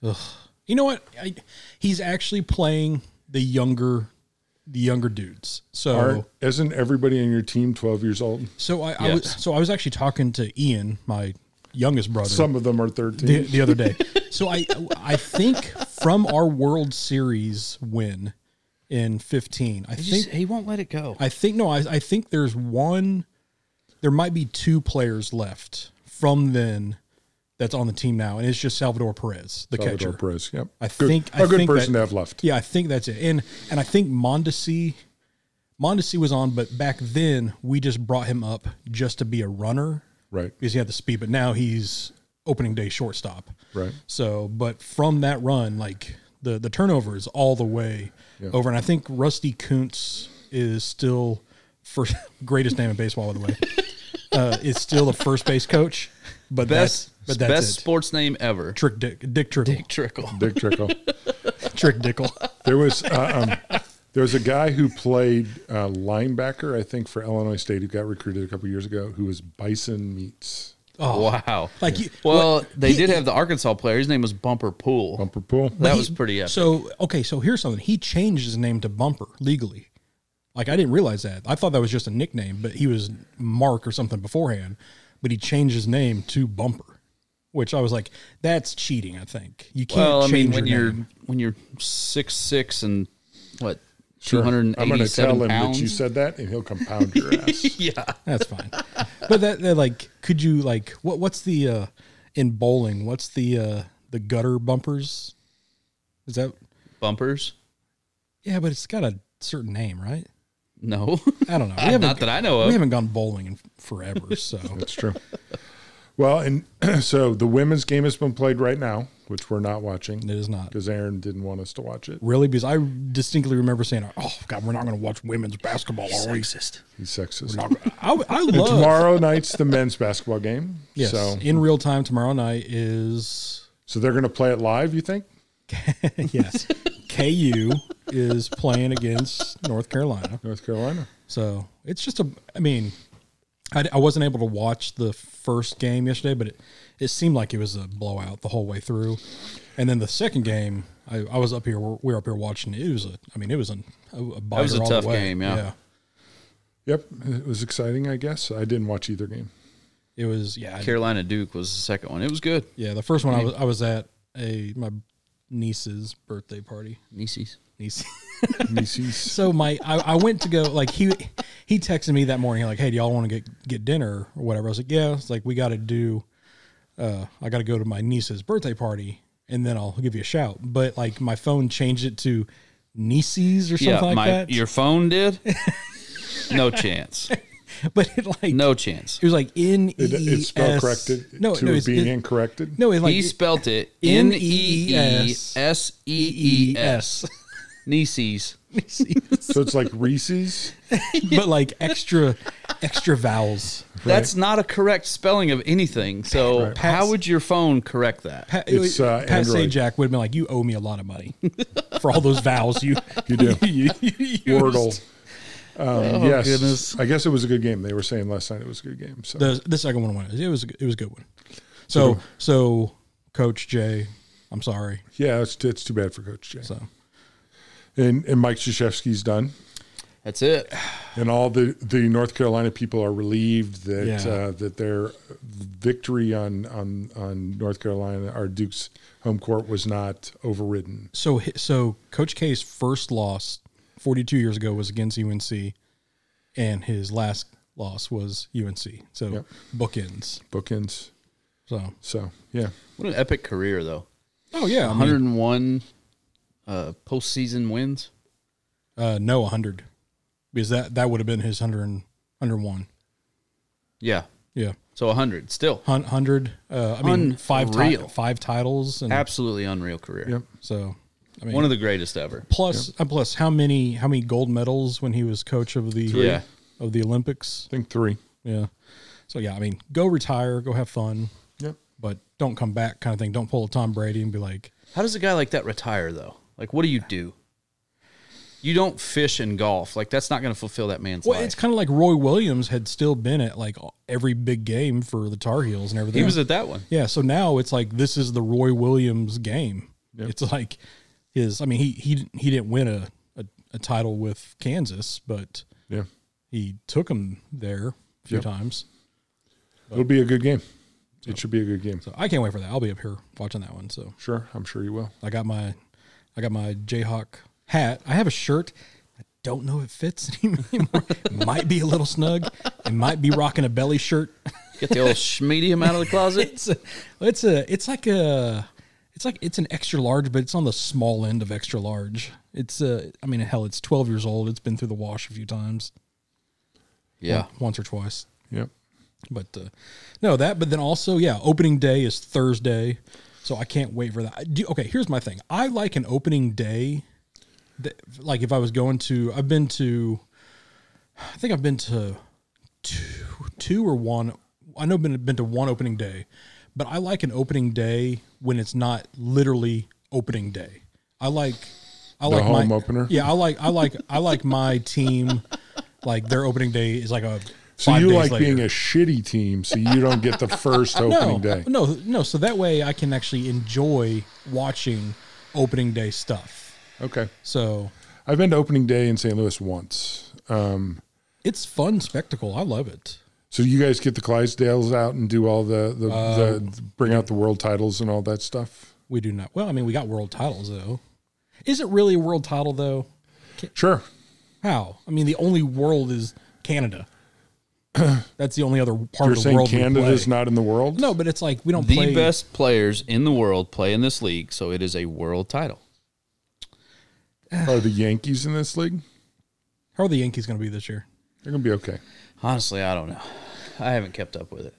[SPEAKER 1] you know what I, he's actually playing the younger the younger dudes so
[SPEAKER 2] Aren't, isn't everybody on your team 12 years old?
[SPEAKER 1] so I, I was
[SPEAKER 3] Yes.
[SPEAKER 1] so i was actually talking to ian my youngest brother
[SPEAKER 2] Some of them are 13.
[SPEAKER 1] the, the other day. So I I think from our World Series win in fifteen, I
[SPEAKER 3] He just-
[SPEAKER 1] think
[SPEAKER 3] he won't let it go.
[SPEAKER 1] I think no, I, I think there's one. There might be two players left from then that's on the team now, and it's just Salvador Perez, the
[SPEAKER 2] Salvador
[SPEAKER 1] catcher.
[SPEAKER 2] Perez. Yep.
[SPEAKER 1] I
[SPEAKER 2] Good-
[SPEAKER 1] think
[SPEAKER 2] a
[SPEAKER 1] I
[SPEAKER 2] good
[SPEAKER 1] think
[SPEAKER 2] person
[SPEAKER 1] that-
[SPEAKER 2] to have left.
[SPEAKER 1] Yeah, I think that's it. And and I think Mondesi Mondesi was on, but back then we just brought him up just to be a runner
[SPEAKER 2] Right.
[SPEAKER 1] because he had the speed. But now he's opening day shortstop.
[SPEAKER 2] Right.
[SPEAKER 1] So, but from that run, like the the turnover is all the way over, and I think Rusty Kuntz is still first greatest name in baseball, by the way. uh, is still the first base coach, but
[SPEAKER 3] Best
[SPEAKER 1] that's, but that's
[SPEAKER 3] best
[SPEAKER 1] it.
[SPEAKER 3] sports name ever.
[SPEAKER 1] Trick Dick Dick Trickle
[SPEAKER 3] Trickle.
[SPEAKER 2] Dick Trickle.
[SPEAKER 1] Trick Dickle.
[SPEAKER 2] There was uh, um, there was a guy who played uh, linebacker, I think, for Illinois State, who got recruited a couple years ago, who was Bison Meats
[SPEAKER 3] Wow.
[SPEAKER 1] Oh. Like you-
[SPEAKER 3] well,
[SPEAKER 1] what-
[SPEAKER 3] they
[SPEAKER 1] he-
[SPEAKER 3] did have the Arkansas player. His name was Bumper Pool.
[SPEAKER 2] Bumper Pool.
[SPEAKER 3] That
[SPEAKER 1] He-
[SPEAKER 3] was pretty epic.
[SPEAKER 1] So okay, so here's something. He changed his name to Bumper legally. Like I didn't realize that. I thought that was just a nickname, but he was Mark or something beforehand. But he changed his name to Bumper, which I was like, that's cheating. I think you can't
[SPEAKER 3] well, I mean,
[SPEAKER 1] change
[SPEAKER 3] when
[SPEAKER 1] your
[SPEAKER 3] you're
[SPEAKER 1] name.
[SPEAKER 3] when you're six six and what
[SPEAKER 2] Sure.
[SPEAKER 3] two hundred
[SPEAKER 2] I'm going
[SPEAKER 3] eighty
[SPEAKER 2] to tell
[SPEAKER 3] seven
[SPEAKER 2] him
[SPEAKER 3] pounds.
[SPEAKER 2] that you said that, and he'll compound your ass.
[SPEAKER 3] yeah.
[SPEAKER 1] That's fine. but that, that like, could you like what? What's the uh in bowling? What's the uh the gutter bumpers? Is that
[SPEAKER 3] Bumpers?
[SPEAKER 1] yeah? But it's got a certain name, right?
[SPEAKER 3] No.
[SPEAKER 1] I don't know. We
[SPEAKER 3] Not
[SPEAKER 1] haven't-
[SPEAKER 3] that I know of.
[SPEAKER 1] We haven't gone bowling in forever, so
[SPEAKER 2] That's true. Well, and so the women's game has been played right now, which we're not
[SPEAKER 1] it
[SPEAKER 2] watching
[SPEAKER 1] is not.
[SPEAKER 2] because Aaron didn't want us to watch it.
[SPEAKER 1] Really? Because I distinctly remember saying, "Oh God, we're not going to watch women's basketball." Are we?
[SPEAKER 2] He's sexist.
[SPEAKER 1] I, I love
[SPEAKER 2] And tomorrow night's the men's basketball game.
[SPEAKER 1] Yes,
[SPEAKER 2] So,
[SPEAKER 1] in real time tomorrow night is
[SPEAKER 2] so they're going to play it live. You think?
[SPEAKER 1] yes, KU is playing against North Carolina.
[SPEAKER 2] North Carolina.
[SPEAKER 1] So it's just a. I mean, I, I wasn't able to watch the first game yesterday, but it, it seemed like it was a blowout the whole way through. And then the second game, I, I was up here. We were up here watching. It was a. I mean, it was an, a, a biter
[SPEAKER 3] was a
[SPEAKER 1] all
[SPEAKER 3] tough
[SPEAKER 1] the way.
[SPEAKER 3] game, yeah.
[SPEAKER 2] Yep, it was exciting. I guess I didn't watch either game.
[SPEAKER 1] It was. Yeah. I-
[SPEAKER 3] Carolina Duke was the second one. It was good.
[SPEAKER 1] Yeah, the first one I was I was at a my niece's birthday party.
[SPEAKER 3] Nieces.
[SPEAKER 1] Niece.
[SPEAKER 2] Mises.
[SPEAKER 1] so my I, I went to go like he he texted me that morning like hey do y'all want to get get dinner or whatever I was like yeah it's like we got to do uh I got to go to my niece's birthday party and then I'll give you a shout but like my phone changed it to nieces or something
[SPEAKER 3] Yeah,
[SPEAKER 1] like
[SPEAKER 3] my
[SPEAKER 1] that
[SPEAKER 3] your phone did. no chance.
[SPEAKER 1] but it like
[SPEAKER 3] No chance.
[SPEAKER 1] it was like N E
[SPEAKER 2] It, it's
[SPEAKER 1] S
[SPEAKER 2] spell corrected
[SPEAKER 1] no
[SPEAKER 2] to
[SPEAKER 1] no it's, it-
[SPEAKER 2] being incorrected.
[SPEAKER 1] no it like
[SPEAKER 3] he spelt it N E E
[SPEAKER 1] N-E-E-S.
[SPEAKER 3] S E E
[SPEAKER 1] E-E-S.
[SPEAKER 3] S. Nieces.
[SPEAKER 2] So it's like Reese's.
[SPEAKER 1] but like extra extra vowels
[SPEAKER 3] That's not a correct spelling of anything. So how would your phone correct that?
[SPEAKER 1] Pat,
[SPEAKER 2] It's, uh,
[SPEAKER 1] Pat
[SPEAKER 2] Android.
[SPEAKER 1] Sajak would have been like, "You owe me a lot of money for all those vowels you
[SPEAKER 2] You do.
[SPEAKER 1] you- you used." Oh,
[SPEAKER 2] Wordle. Um, yes,
[SPEAKER 3] goodness.
[SPEAKER 2] I guess it was a good game. They were saying last night it was a good game. So
[SPEAKER 1] The, the second one was it was it was a good one. So so Coach Jay, I'm sorry.
[SPEAKER 2] yeah, it's, it's too bad for Coach Jay.
[SPEAKER 1] So
[SPEAKER 2] And and Mike Krzyzewski's done,
[SPEAKER 3] That's it.
[SPEAKER 2] and all the, the North Carolina people are relieved that
[SPEAKER 1] Yeah.
[SPEAKER 2] uh, that their victory on, on on North Carolina, our Duke's home court, was not overridden.
[SPEAKER 1] so hi- so Coach K's first loss 42 years ago was against UNC, and his last loss was UNC. So
[SPEAKER 2] Yep.
[SPEAKER 1] bookends.
[SPEAKER 2] Bookends.
[SPEAKER 1] So
[SPEAKER 2] So yeah,
[SPEAKER 3] What an epic career though.
[SPEAKER 1] oh yeah, I mean,
[SPEAKER 3] 101 uh, postseason wins.
[SPEAKER 1] uh, no 100 because that that would have been his 100 and- 101.
[SPEAKER 3] Yeah.
[SPEAKER 1] Yeah.
[SPEAKER 3] So 100 still.
[SPEAKER 1] Hun- hundred. Uh, I mean, five ti-
[SPEAKER 3] Unreal.
[SPEAKER 1] five titles, and
[SPEAKER 3] Absolutely unreal career.
[SPEAKER 2] Yep.
[SPEAKER 1] so I mean,
[SPEAKER 3] One of the greatest ever.
[SPEAKER 1] plus uh, plus how many how many gold medals when he was coach of the
[SPEAKER 3] Yeah.
[SPEAKER 1] of the Olympics?
[SPEAKER 2] I think three.
[SPEAKER 1] Yeah. So yeah, I mean, go retire, go have fun,
[SPEAKER 2] Yep.
[SPEAKER 1] but don't come back, kind of thing. Don't pull a Tom Brady and be like,
[SPEAKER 3] How does a guy like that retire though? Like what do you do? You don't fish and golf. Like that's not going to fulfill that man's
[SPEAKER 1] well,
[SPEAKER 3] life.
[SPEAKER 1] it's kind of like Roy Williams had still been at like every big game for the Tar Heels and everything.
[SPEAKER 3] he was at that one.
[SPEAKER 1] Yeah, so now it's like this is the Roy Williams game. It's like his. I mean, he he he didn't win a, a, a title with Kansas, but
[SPEAKER 2] Yeah.
[SPEAKER 1] he took him there a few times.
[SPEAKER 2] It'll be a good game. It should be a good game.
[SPEAKER 1] So I can't wait for that. I'll be up here watching that one. So
[SPEAKER 2] Sure, I'm sure you will.
[SPEAKER 1] I got my I got my Jayhawk hat. I have a shirt. I don't know if it fits anymore. it might be a little snug. It might be rocking a belly shirt.
[SPEAKER 3] Get the old schmedium out of the closet.
[SPEAKER 1] it's a, it's a it's like a it's like it's an extra large, but it's on the small end of extra large. It's uh, I mean, hell, it's 12 years old. It's been through the wash a few times,
[SPEAKER 3] Yeah.
[SPEAKER 1] once or twice.
[SPEAKER 2] Yep.
[SPEAKER 1] But uh, no, that. But then also, yeah, opening day is Thursday, so I can't wait for that. I do, okay, here's my thing. I like an opening day. That, like if I was going to, I've been to, I think I've been to two, two or one. I know I've been been to one opening day, but I like an opening day when it's not literally opening day. I like. I
[SPEAKER 2] The
[SPEAKER 1] like
[SPEAKER 2] home
[SPEAKER 1] my,
[SPEAKER 2] opener?
[SPEAKER 1] Yeah, I like I like I like my team. Like their opening day is like a.
[SPEAKER 2] So
[SPEAKER 1] five
[SPEAKER 2] you
[SPEAKER 1] days
[SPEAKER 2] like
[SPEAKER 1] later.
[SPEAKER 2] being a shitty team, so you don't get the first opening
[SPEAKER 1] No,
[SPEAKER 2] day.
[SPEAKER 1] no, no. So that way I can actually enjoy watching opening day stuff.
[SPEAKER 2] Okay.
[SPEAKER 1] So
[SPEAKER 2] I've been to opening day in St. Louis once. Um,
[SPEAKER 1] it's fun spectacle. I love it.
[SPEAKER 2] so you guys get the Clydesdales out and do all the the,
[SPEAKER 1] Uh,
[SPEAKER 2] the bring out the world titles and all that stuff.
[SPEAKER 1] We do not. Well, I mean, we got world titles though. Is it really a world title though?
[SPEAKER 2] Sure.
[SPEAKER 1] How? I mean, the only world is Canada. That's the only other part
[SPEAKER 2] You're
[SPEAKER 1] of the
[SPEAKER 2] saying
[SPEAKER 1] world. we
[SPEAKER 2] Canada's
[SPEAKER 1] play.
[SPEAKER 2] not in the world?
[SPEAKER 1] No, but it's like we don't
[SPEAKER 3] The
[SPEAKER 1] play.
[SPEAKER 3] best players in the world play in this league, so it is a world title.
[SPEAKER 2] Are the Yankees in this league?
[SPEAKER 1] How are the Yankees going to be this year?
[SPEAKER 2] They're gonna be okay.
[SPEAKER 3] Honestly, I don't know. I haven't kept up with it.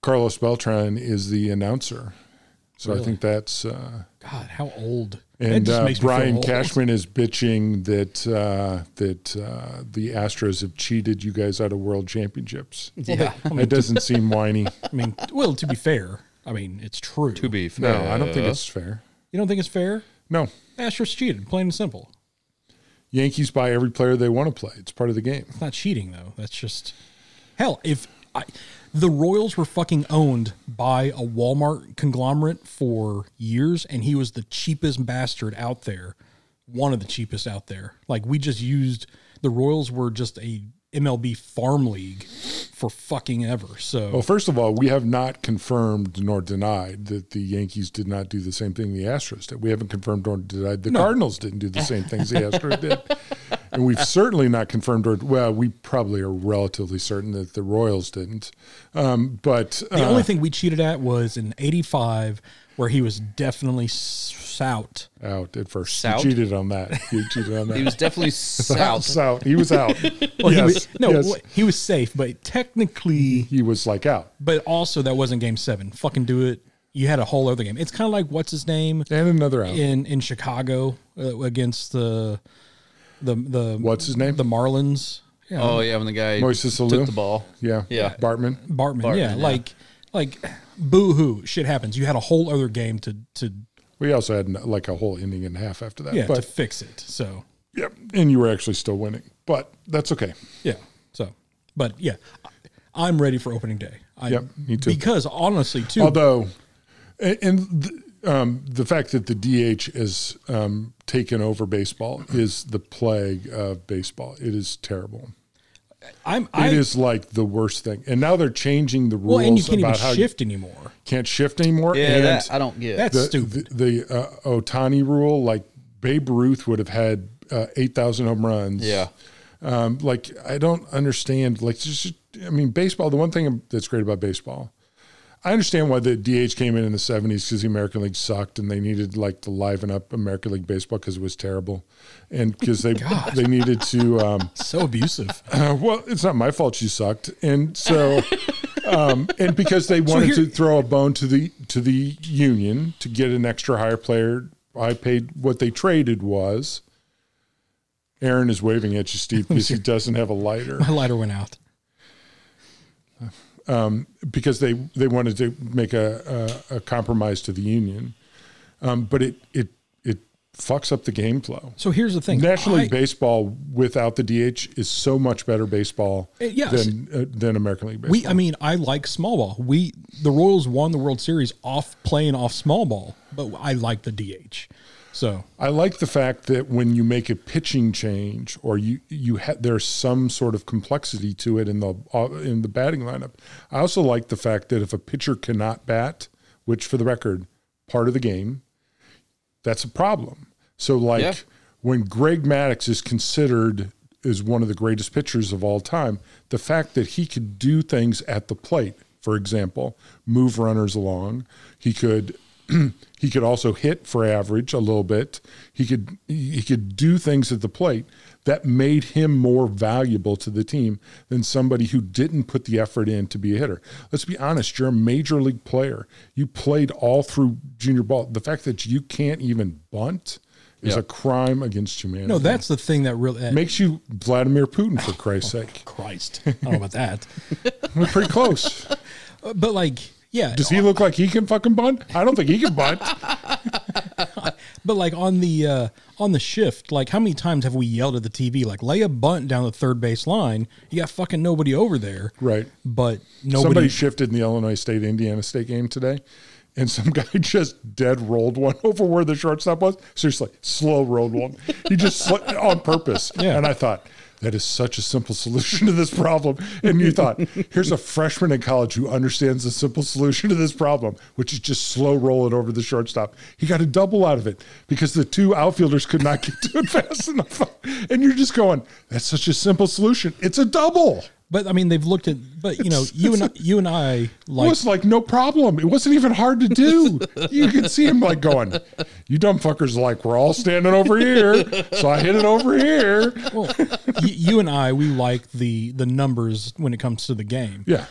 [SPEAKER 2] Carlos Beltran is the announcer. So I think that's uh,
[SPEAKER 1] God, how old? That
[SPEAKER 2] and
[SPEAKER 1] just
[SPEAKER 2] uh,
[SPEAKER 1] makes me feel
[SPEAKER 2] Brian
[SPEAKER 1] old.
[SPEAKER 2] Cashman is bitching that uh, that uh, the Astros have cheated you guys out of world championships.
[SPEAKER 3] Yeah.
[SPEAKER 2] That doesn't seem whiny.
[SPEAKER 1] I mean, well, to be fair, I mean it's true.
[SPEAKER 3] To be fair.
[SPEAKER 2] No, I don't think it's fair.
[SPEAKER 1] you don't think it's fair?
[SPEAKER 2] No,
[SPEAKER 1] Astros cheated, plain and simple.
[SPEAKER 2] Yankees buy every player they want to play. It's part of the game.
[SPEAKER 1] It's not cheating though. That's just hell. If I, the Royals were fucking owned by a Walmart conglomerate for years, and he was the cheapest bastard out there, one of the cheapest out there. Like we just used the Royals were just a MLB farm league for fucking ever. So
[SPEAKER 2] Well, first of all, we have not confirmed nor denied that the Yankees did not do the same thing the Astros did. We haven't confirmed nor denied the Cardinals didn't do the same things the Astros did. And we've certainly not confirmed or, well, we probably are relatively certain that the Royals didn't. Um, but
[SPEAKER 1] the
[SPEAKER 2] uh,
[SPEAKER 1] only thing we cheated at was in '85, where he was definitely sout.
[SPEAKER 2] out at first.
[SPEAKER 3] Sout?
[SPEAKER 2] You cheated on that. You cheated on that.
[SPEAKER 3] He was definitely south.
[SPEAKER 2] Sout. He was out.
[SPEAKER 1] Well, he
[SPEAKER 2] yes.
[SPEAKER 1] was, no,
[SPEAKER 2] yes.
[SPEAKER 1] wh- he was safe, but technically.
[SPEAKER 2] he was like out.
[SPEAKER 1] But also, that wasn't game seven. Fucking do it. You had a whole other game. It's kind of like what's his name
[SPEAKER 2] And another out.
[SPEAKER 1] in in Chicago uh, against the the the
[SPEAKER 2] What's his name?
[SPEAKER 1] the Marlins. Yeah,
[SPEAKER 3] Oh yeah, when the guy
[SPEAKER 2] Moises
[SPEAKER 3] took
[SPEAKER 2] Alou?
[SPEAKER 3] the ball.
[SPEAKER 2] yeah.
[SPEAKER 3] Yeah.
[SPEAKER 2] Bartman.
[SPEAKER 1] Bartman.
[SPEAKER 3] Bartman,
[SPEAKER 1] yeah,
[SPEAKER 3] yeah.
[SPEAKER 1] like like boo hoo. Shit happens. You had a whole other game to to
[SPEAKER 2] We also had like a whole inning and a half after that.
[SPEAKER 1] yeah to
[SPEAKER 2] but
[SPEAKER 1] fix it. So
[SPEAKER 2] Yep. And you were actually still winning, but that's okay.
[SPEAKER 1] yeah. So but yeah, I, am ready for opening day. I,
[SPEAKER 2] Yep, me too.
[SPEAKER 1] Because honestly, too.
[SPEAKER 2] Although, and, and th- um, the fact that the DH has um, taken over baseball is the plague of baseball. It is terrible.
[SPEAKER 1] I'm
[SPEAKER 2] It
[SPEAKER 1] I
[SPEAKER 2] is like the worst thing. And now they're changing the rules
[SPEAKER 1] well, and you can't even
[SPEAKER 2] about how
[SPEAKER 1] shift anymore.
[SPEAKER 2] you can't shift anymore.
[SPEAKER 3] Yeah,
[SPEAKER 2] and
[SPEAKER 3] that I don't get.
[SPEAKER 1] That's
[SPEAKER 2] the,
[SPEAKER 1] stupid.
[SPEAKER 2] The, the uh, Otani rule, like Babe Ruth would have had uh, eight thousand home runs.
[SPEAKER 3] Yeah.
[SPEAKER 2] um, like I don't understand. Like just, I mean, baseball. The one thing that's great about baseball, I understand why the DH came in in the seventies because the American League sucked and they needed like to liven up American League baseball because it was terrible, and because they they needed to. Um,
[SPEAKER 1] So abusive.
[SPEAKER 2] uh, well, it's not my fault you sucked, and so, um, and because they wanted
[SPEAKER 1] here-
[SPEAKER 2] to throw a bone to the to the union to get an extra higher player, I paid what they traded was. Aaron is waving at you, Steve, because he doesn't have a lighter.
[SPEAKER 1] My lighter went out.
[SPEAKER 2] Because they they wanted to make a a, a compromise to the union, um, but it it it fucks up the game flow.
[SPEAKER 1] So here's the thing.
[SPEAKER 2] National League
[SPEAKER 1] I-
[SPEAKER 2] baseball without the DH is so much better baseball
[SPEAKER 1] Eh, yes.
[SPEAKER 2] than uh, than American League baseball.
[SPEAKER 1] We, I mean, I like small ball. We, the Royals won the World Series off playing off small ball, but I like the DH. So
[SPEAKER 2] I like the fact that when you make a pitching change, or you you ha- there's some sort of complexity to it in the uh, in the batting lineup. I also like the fact that if a pitcher cannot bat, which for the record, part of the game, that's a problem. So like
[SPEAKER 3] Yeah.
[SPEAKER 2] when Greg Maddox is considered as one of the greatest pitchers of all time, the fact that he could do things at the plate, for example, move runners along, he could he could also hit for average a little bit. He could he could do things at the plate that made him more valuable to the team than somebody who didn't put the effort in to be a hitter. Let's be honest, you're a major league player. You played all through junior ball. The fact that you can't even bunt is
[SPEAKER 3] Yeah.
[SPEAKER 2] a crime against humanity.
[SPEAKER 1] No, that's the thing that really that-
[SPEAKER 2] makes you Vladimir Putin for Christ's sake.
[SPEAKER 1] Christ. I don't know about that,
[SPEAKER 2] We're pretty close.
[SPEAKER 1] Uh, but like, yeah.
[SPEAKER 2] Does he look like he can fucking bunt? I don't think he can bunt.
[SPEAKER 1] But like on the uh, on the shift, like how many times have we yelled at the TV like lay a bunt down the third base line? You got fucking nobody over there,
[SPEAKER 2] Right.
[SPEAKER 1] But
[SPEAKER 2] Somebody
[SPEAKER 1] nobody.
[SPEAKER 2] shifted in the Illinois State Indiana State game today, and some guy just dead rolled one over where the shortstop was. Seriously, slow rolled one. He just sl- on purpose.
[SPEAKER 1] Yeah.
[SPEAKER 2] And I thought that is such a simple solution to this problem. And you thought, here's a freshman in college who understands the simple solution to this problem, which is just slow roll it over the shortstop. He got a double out of it because the two outfielders could not get to it fast enough. And you're just going, that's such a simple solution. It's a double.
[SPEAKER 1] but I mean, they've looked at. But you know, you and you and I
[SPEAKER 2] it
[SPEAKER 1] like
[SPEAKER 2] was like no problem. It wasn't even hard to do. you could see him like going, "You dumb fuckers!" Like we're all standing over here, so I hit it over here.
[SPEAKER 1] well, you, you and I we like the the numbers when it comes to the game.
[SPEAKER 2] Yeah,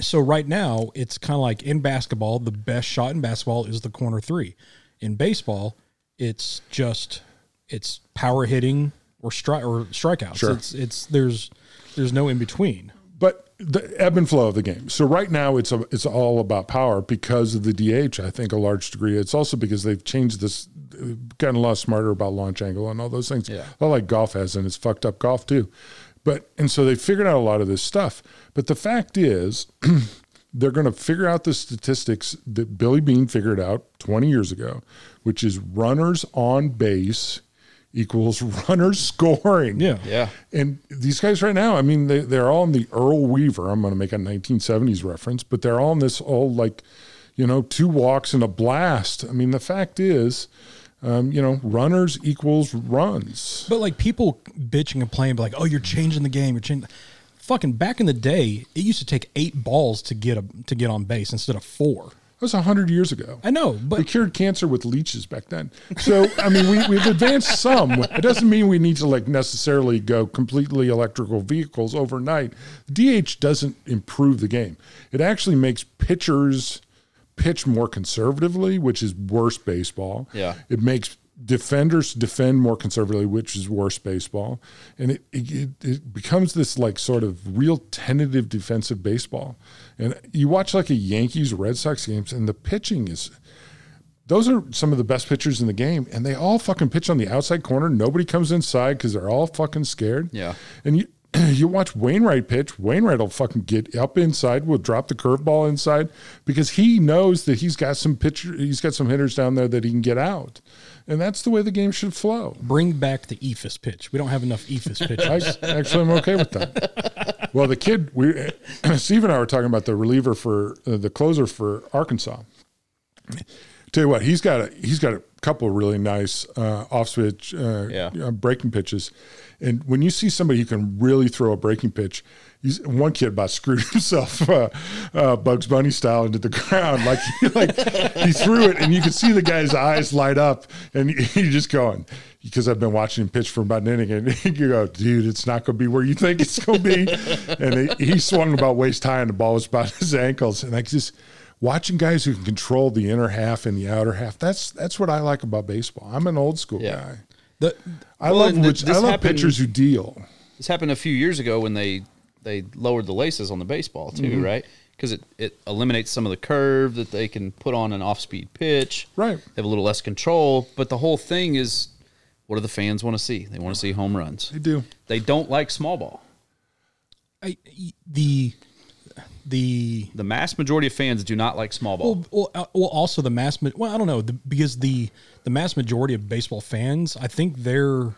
[SPEAKER 1] So right now, it's kind of like in basketball, the best shot in basketball is the corner three. In baseball, it's just it's power hitting or strike or strikeouts.
[SPEAKER 2] Sure.
[SPEAKER 1] It's it's there's there's no in between.
[SPEAKER 2] but the ebb and flow of the game. So right now it's a, it's all about power because of the DH. I think a large degree. It's also because they've changed this, gotten a lot smarter about launch angle and all those things.
[SPEAKER 3] Yeah.
[SPEAKER 2] A lot like golf has, and it's fucked up golf too. But and so they figured out a lot of this stuff. But the fact is. they're going to figure out the statistics that Billy Bean figured out 20 years ago, which is runners on base equals runners scoring.
[SPEAKER 1] Yeah.
[SPEAKER 3] Yeah.
[SPEAKER 2] And these guys right now, I mean, they, they're all in the Earl Weaver. I'm going to make a 1970s reference, but they're all in this old, like, you know, two walks and a blast. I mean, the fact is, um, you know, runners equals runs.
[SPEAKER 1] But like people bitch and complain, but like, oh, you're changing the game. You're changing. Fucking back in the day, it used to take eight balls to get a to get on base instead of four.
[SPEAKER 2] That was 100 years ago.
[SPEAKER 1] I know,
[SPEAKER 2] we
[SPEAKER 1] but
[SPEAKER 2] cured cancer with leeches back then. So I mean, we, we've advanced some. It doesn't mean we need to like necessarily go completely electrical vehicles overnight. DH doesn't improve the game. It actually makes pitchers pitch more conservatively, which is worse baseball.
[SPEAKER 3] Yeah.
[SPEAKER 2] It makes defenders defend more conservatively, which is worse baseball. And it, it, it, it becomes this like sort of real tentative defensive baseball. And you watch like a Yankees Red Sox games and the pitching is those are some of the best pitchers in the game, and they all fucking pitch on the outside corner. Nobody comes inside because they're all fucking scared.
[SPEAKER 3] Yeah.
[SPEAKER 2] And you you watch Wainwright pitch. Wainwright will fucking get up inside. Will drop the curveball inside because he knows that he's got some pitcher. He's got some hitters down there that he can get out, and that's the way the game should flow.
[SPEAKER 1] bring back the E EFIS pitch. We don't have enough E EFIS
[SPEAKER 2] I
[SPEAKER 1] pitches.
[SPEAKER 2] actually am okay with that. Well, the kid, we Steve and I were talking about the reliever for uh, the closer for Arkansas. Tell you what, he's got a he's got a couple of really nice uh, off switch uh,
[SPEAKER 3] Yeah.
[SPEAKER 2] uh, breaking pitches, and when you see somebody who can really throw a breaking pitch, he's, one kid about screwed himself uh, uh, Bugs Bunny style into the ground, like he, like he threw it, and you could see the guy's eyes light up, and you're just going because I've been watching him pitch for about an inning, and you go, dude, it's not going to be where you think it's going to be, and he, he swung about waist high, and the ball was about his ankles, and I just watching guys who can control the inner half and the outer half. That's that's what I like about baseball. I'm an old school
[SPEAKER 3] Yeah.
[SPEAKER 2] guy.
[SPEAKER 1] The-
[SPEAKER 2] I
[SPEAKER 3] Well,
[SPEAKER 2] love
[SPEAKER 3] and th-
[SPEAKER 2] which I
[SPEAKER 3] this
[SPEAKER 2] love
[SPEAKER 3] happened-
[SPEAKER 2] pitchers who deal.
[SPEAKER 3] This happened a few years ago when they they lowered the laces on the baseball too,
[SPEAKER 2] Mm-hmm.
[SPEAKER 3] right? Because it, it eliminates some of the curve that they can put on an off speed pitch.
[SPEAKER 2] Right.
[SPEAKER 3] They have a little less control, but the whole thing is, what do the fans want to see? They want to see home runs.
[SPEAKER 2] They do.
[SPEAKER 3] They don't like small ball.
[SPEAKER 1] I, the the
[SPEAKER 3] The mass majority of fans do not like small ball.
[SPEAKER 1] Well, well, uh, well also the mass. ma- Well, I don't know the, because the the mass majority of baseball fans, I think their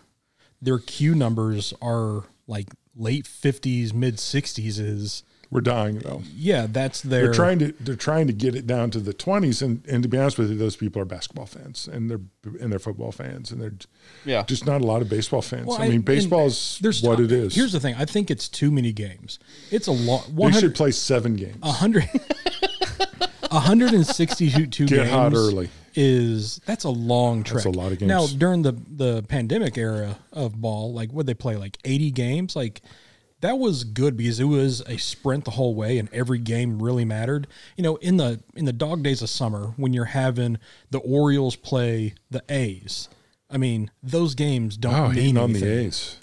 [SPEAKER 1] their Q numbers are like late fifties, mid sixties. Is
[SPEAKER 2] We're dying though.
[SPEAKER 1] yeah, that's their.
[SPEAKER 2] They're trying to they're trying to get it down to the 20s, and and to be honest with you, those people are basketball fans and they're and they're football fans and they're
[SPEAKER 3] Yeah.
[SPEAKER 2] just not a lot of baseball fans.
[SPEAKER 1] Well,
[SPEAKER 2] I, mean,
[SPEAKER 1] and
[SPEAKER 2] baseball is
[SPEAKER 1] there's-
[SPEAKER 2] what it is.
[SPEAKER 1] Here's the thing: I think it's too many games. It's a lot.
[SPEAKER 2] they should
[SPEAKER 1] 100,
[SPEAKER 2] play seven games.
[SPEAKER 1] 100, 162
[SPEAKER 2] Get
[SPEAKER 1] games
[SPEAKER 2] hot early.
[SPEAKER 1] is that's a long trek.
[SPEAKER 2] a lot of games.
[SPEAKER 1] Now during the the pandemic era of ball, like what they play like 80 games, like that was good because it was a sprint the whole way and every game really mattered. You know, in the in the dog days of summer when you're having the Orioles play the A's. I mean, those games don't
[SPEAKER 2] Oh,
[SPEAKER 1] mean
[SPEAKER 2] hitting on the
[SPEAKER 1] anything.
[SPEAKER 2] A's.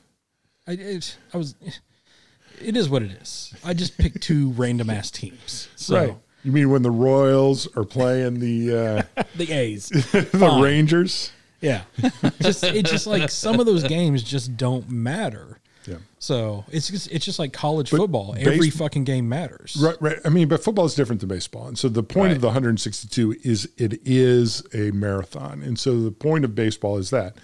[SPEAKER 1] I, it, I was. It is what it is. I just picked two random ass teams. So
[SPEAKER 2] Right. You mean when the Royals are playing the uh,
[SPEAKER 1] the A's.
[SPEAKER 2] the Rangers?
[SPEAKER 1] Yeah. just it's just like some of those games just don't matter.
[SPEAKER 2] Yeah.
[SPEAKER 1] So it's just it's just like college football. Every
[SPEAKER 2] base-
[SPEAKER 1] fucking game matters.
[SPEAKER 2] Right, right. I mean, but football is different than baseball. And so the point of the 162 is it is a marathon. And so the point of baseball is that.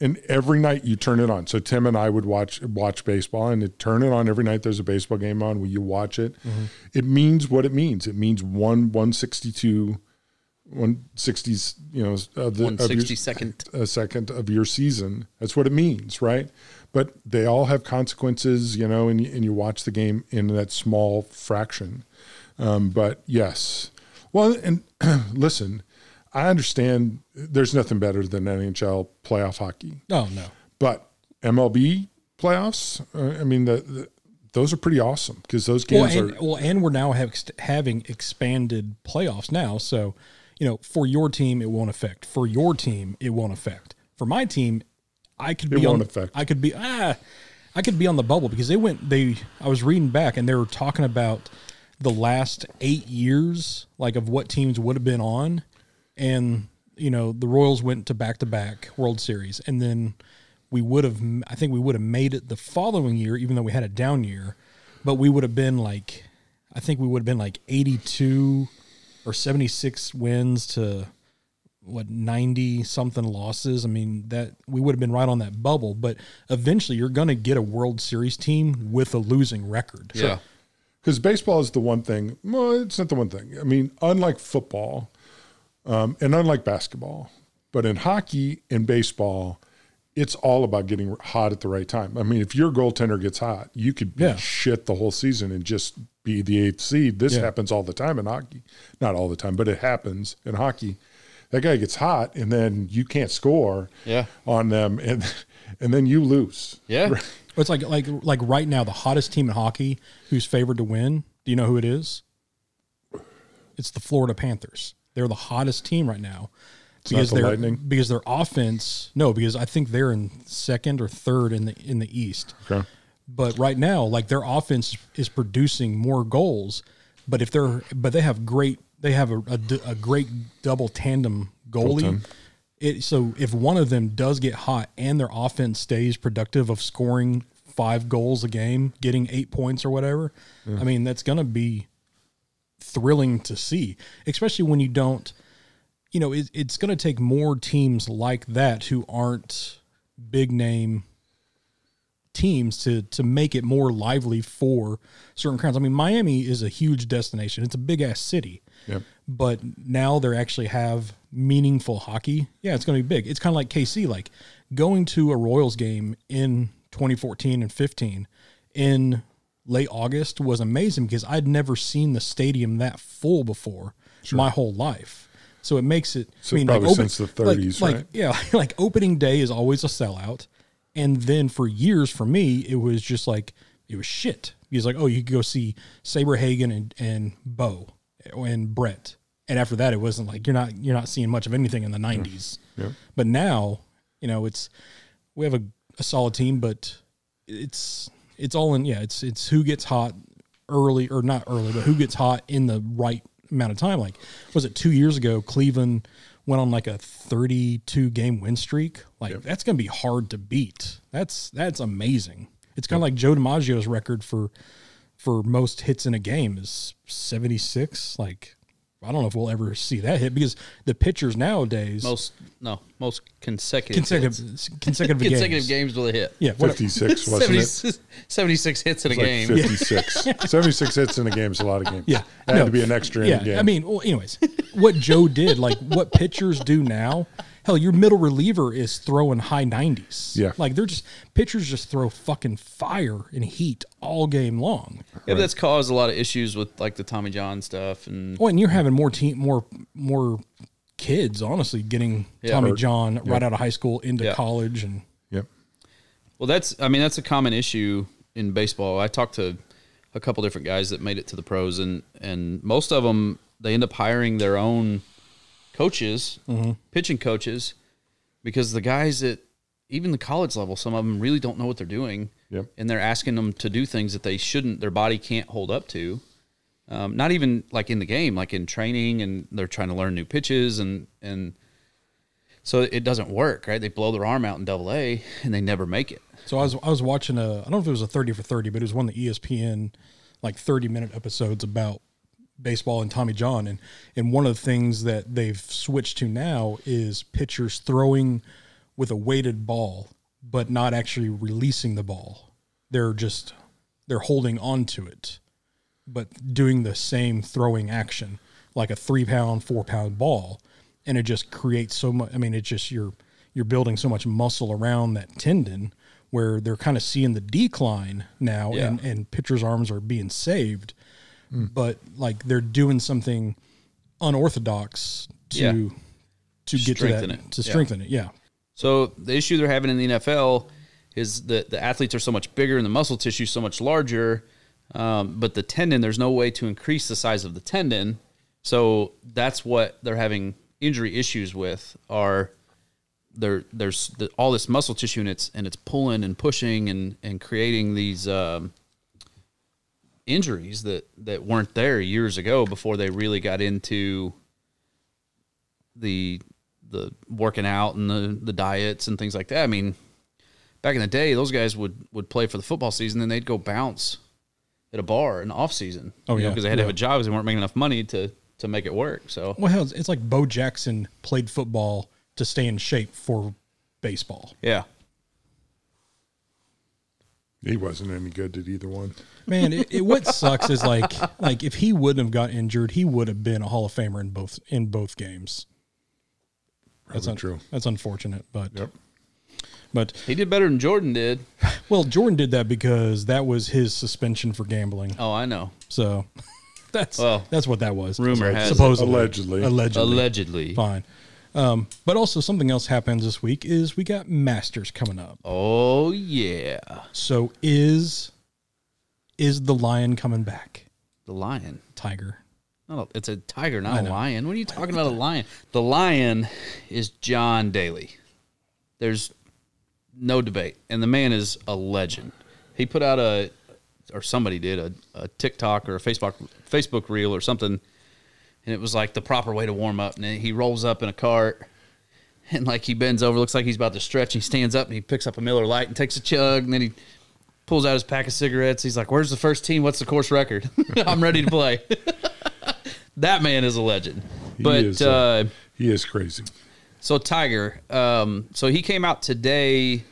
[SPEAKER 2] And every night you turn it on. So Tim and I would watch watch baseball and it turn it on every night there's a baseball game on where you watch it. It means what it means. It means one 162 160s, you know, of the,
[SPEAKER 3] One
[SPEAKER 2] of your-
[SPEAKER 3] sixty second.
[SPEAKER 2] a second of your season. That's what it means, right? But they all have consequences, you know, and, you- and you watch the game in that small fraction. Um, but yes. Well, and listen, I understand there's nothing better than NHL playoff hockey,
[SPEAKER 1] Oh no.
[SPEAKER 2] but MLB playoffs, uh, I mean, the, the, those are pretty awesome because those
[SPEAKER 1] Well
[SPEAKER 2] games
[SPEAKER 1] and,
[SPEAKER 2] are.
[SPEAKER 1] well, and we're now have, having expanded playoffs now. So, you know, for your team, it won't affect. For your team, it won't affect. For my team, I could
[SPEAKER 2] It
[SPEAKER 1] be
[SPEAKER 2] won't
[SPEAKER 1] on.
[SPEAKER 2] affect.
[SPEAKER 1] I could be ah, I could be on the bubble because they went. They I was reading back and they were talking about the last eight years, like of what teams would have been on, and you know the Royals went to back to back World Series, and then we would have. I think we would have made it the following year, even though we had a down year, but we would have been like, I think we would have been like eighty two or seventy six wins to what 90 something losses i mean that we would have been right on that bubble but eventually you're going to get a world series team with a losing record
[SPEAKER 3] Yeah.
[SPEAKER 2] Because baseball is the one thing, well, it's not the one thing. I mean, unlike football, um, and unlike basketball, but in hockey and baseball, it's all about getting hot at the right time. I mean, if your goaltender gets hot, you could be
[SPEAKER 1] Yeah.
[SPEAKER 2] shit the whole season and just be the eighth seed. This happens all the time in hockey. Not all the time, but it happens in hockey. That guy gets hot, and then you can't score
[SPEAKER 3] Yeah.
[SPEAKER 2] on them, and and then you lose.
[SPEAKER 3] Yeah.
[SPEAKER 1] it's like like like right now the hottest team in hockey who's favored to win do you know who it is it's the florida panthers they're the hottest team right now
[SPEAKER 2] not the
[SPEAKER 1] they're
[SPEAKER 2] Lightning?
[SPEAKER 1] because their offense no because i think they're in second or third in the in the east
[SPEAKER 2] Okay.
[SPEAKER 1] but right now like their offense is producing more goals but if they're but they have great they have a, a d- a great double tandem goalie it, so if one of them does get hot and their offense stays productive of scoring five goals a game getting eight points or whatever i mean that's going to be thrilling to see especially when you don't you know it, it's going to take more teams like that who aren't big name teams to to make it more lively for certain crowds. I mean, Miami is a huge destination. It's a big ass city.
[SPEAKER 2] Yep.
[SPEAKER 1] But now they actually have meaningful hockey. Yeah, it's going to be big. It's kind of like KC like going to a Royals game in 2014 and 15 in late August was amazing because I'd never seen the stadium that full before my whole life. So it makes it
[SPEAKER 2] So probably since the 30s,
[SPEAKER 1] like,
[SPEAKER 2] right?
[SPEAKER 1] yeah, like opening day is always a sellout. And then for years for me, it was just like it was shit. He's like, oh, you could go see Saber Hagen and, and Bo eh, and Brett. And after that it wasn't like you're not you're not seeing much of anything in the nineties. But now, you know, it's we have a, a solid team, but it's it's all in yeah, it's it's who gets hot early or not early, but who gets hot in the right amount of time. Like was it two years ago Cleveland went on like a thirty two game win streak? Like that's gonna be hard to beat. That's that's amazing. It's kind of like Joe DiMaggio's record for for most hits in a game is 76. Like I don't know if we'll ever see that hit because the pitchers nowadays
[SPEAKER 3] Most no most consecutive
[SPEAKER 1] consecutive
[SPEAKER 3] hits.
[SPEAKER 1] consecutive,
[SPEAKER 3] consecutive
[SPEAKER 1] games.
[SPEAKER 3] games with a hit.
[SPEAKER 1] Yeah, what,
[SPEAKER 2] 56, wasn't it?
[SPEAKER 3] 76, 76 hits in a
[SPEAKER 2] Like
[SPEAKER 3] game.
[SPEAKER 2] 56. 76 hits in a game is a lot of games.
[SPEAKER 1] Yeah.
[SPEAKER 2] Had
[SPEAKER 1] No.
[SPEAKER 2] to be an extra in
[SPEAKER 1] yeah.
[SPEAKER 2] a game.
[SPEAKER 1] I mean, well, anyways, what Joe did, like what pitchers do now, Hell, your middle reliever is throwing high 90s.
[SPEAKER 2] Yeah.
[SPEAKER 1] Like they're just, pitchers just throw fucking fire and heat all game long.
[SPEAKER 3] Yeah, but that's caused a lot of issues with like the Tommy John stuff and
[SPEAKER 1] Well, and you're having more team, more, more kids, honestly, getting
[SPEAKER 3] Yeah.
[SPEAKER 1] Tommy
[SPEAKER 2] Hurt.
[SPEAKER 1] John right out of high school into
[SPEAKER 3] Yeah.
[SPEAKER 1] college. And
[SPEAKER 2] Yep.
[SPEAKER 3] Well, that's I mean that's a common issue in baseball. I talked to a couple different guys that made it to the pros, and and most of them they end up hiring their own coaches, pitching coaches, because the guys at even the college level, some of them really don't know what they're doing,
[SPEAKER 2] Yep.
[SPEAKER 3] and they're asking them to do things that they shouldn't. Their body can't hold up to. Um, not even like in the game, like in training, and they're trying to learn new pitches, and and so it doesn't work, right? They blow their arm out in Double A, and they never make it.
[SPEAKER 1] so I was, I was watching a, I don't know if it was a 30 for 30, but it was one of the E ESPN like 30 minute episodes about baseball and Tommy John. And, and one of the things that they've switched to now is pitchers throwing with a weighted ball, but not actually releasing the ball. They're just, they're holding on to it, but doing the same throwing action, like a three pound, four pound ball. And it just creates so much. I mean, it's just you're, you're building so much muscle around that tendon where they're kind of seeing the decline now
[SPEAKER 3] Yeah. Hmm.
[SPEAKER 1] and, and pitchers' arms are being saved but like they're doing something unorthodox to
[SPEAKER 3] Yeah.
[SPEAKER 1] to get
[SPEAKER 3] Strengthen
[SPEAKER 1] to that
[SPEAKER 3] it.
[SPEAKER 1] to
[SPEAKER 3] Yeah.
[SPEAKER 1] strengthen it. Yeah,
[SPEAKER 3] So the issue they're having in the NFL is that the athletes are so much bigger and the muscle tissue so much larger, um, but the tendon there's no way to increase the size of the tendon. So that's what they're having injury issues with. Are there there's the, all this muscle tissue and it's and it's pulling and pushing and and creating these. Um, injuries that that weren't there years ago before they really got into the the working out and the the diets and things like that. I mean, back in the day, those guys would would play for the football season, then they'd go bounce at a bar in the off season.
[SPEAKER 1] Oh, yeah.
[SPEAKER 3] because they had to have
[SPEAKER 1] Yeah.
[SPEAKER 3] a job because they weren't making enough money to to make it work. So
[SPEAKER 1] well, hell, it's- it's like Bo Jackson played football to stay in shape for baseball.
[SPEAKER 3] yeah,
[SPEAKER 2] He wasn't any good at either one.
[SPEAKER 1] Man, it, it what sucks is like like if he wouldn't have got injured, he would have been a Hall of Famer in both in both games. That's
[SPEAKER 2] Probably
[SPEAKER 1] un-
[SPEAKER 2] true.
[SPEAKER 1] That's unfortunate, but
[SPEAKER 2] Yep.
[SPEAKER 1] but
[SPEAKER 3] he did better than Jordan did.
[SPEAKER 1] well, Jordan did that because that was his suspension for gambling.
[SPEAKER 3] Oh, I know.
[SPEAKER 1] So that's
[SPEAKER 3] Well,
[SPEAKER 1] that's what that was.
[SPEAKER 3] rumor has it.
[SPEAKER 1] supposedly
[SPEAKER 2] Allegedly.
[SPEAKER 1] allegedly
[SPEAKER 3] Allegedly.
[SPEAKER 1] fine. Um, but also something else happens this week is we got Masters coming up.
[SPEAKER 3] Oh yeah,
[SPEAKER 1] So is is the lion coming back?
[SPEAKER 3] the lion.
[SPEAKER 1] Tiger.
[SPEAKER 3] Not a, it's a tiger, not a lion. What are you talking about? A lion? The lion is John Daly. There's no debate, and the man is a legend. He put out a, or somebody did a, a TikTok or a Facebook Facebook reel or something, and it was like the proper way to warm up. And he rolls up in a cart, and like he bends over, looks like he's about to stretch. And he stands up and he picks up a Miller Light and takes a chug, and then he pulls out his pack of cigarettes. He's like, "Where's the first team? What's the course record? I'm ready to play." that man is a legend.
[SPEAKER 2] He
[SPEAKER 3] but
[SPEAKER 2] is,
[SPEAKER 3] uh,
[SPEAKER 2] uh, He is crazy.
[SPEAKER 3] so Tiger, um, so he came out today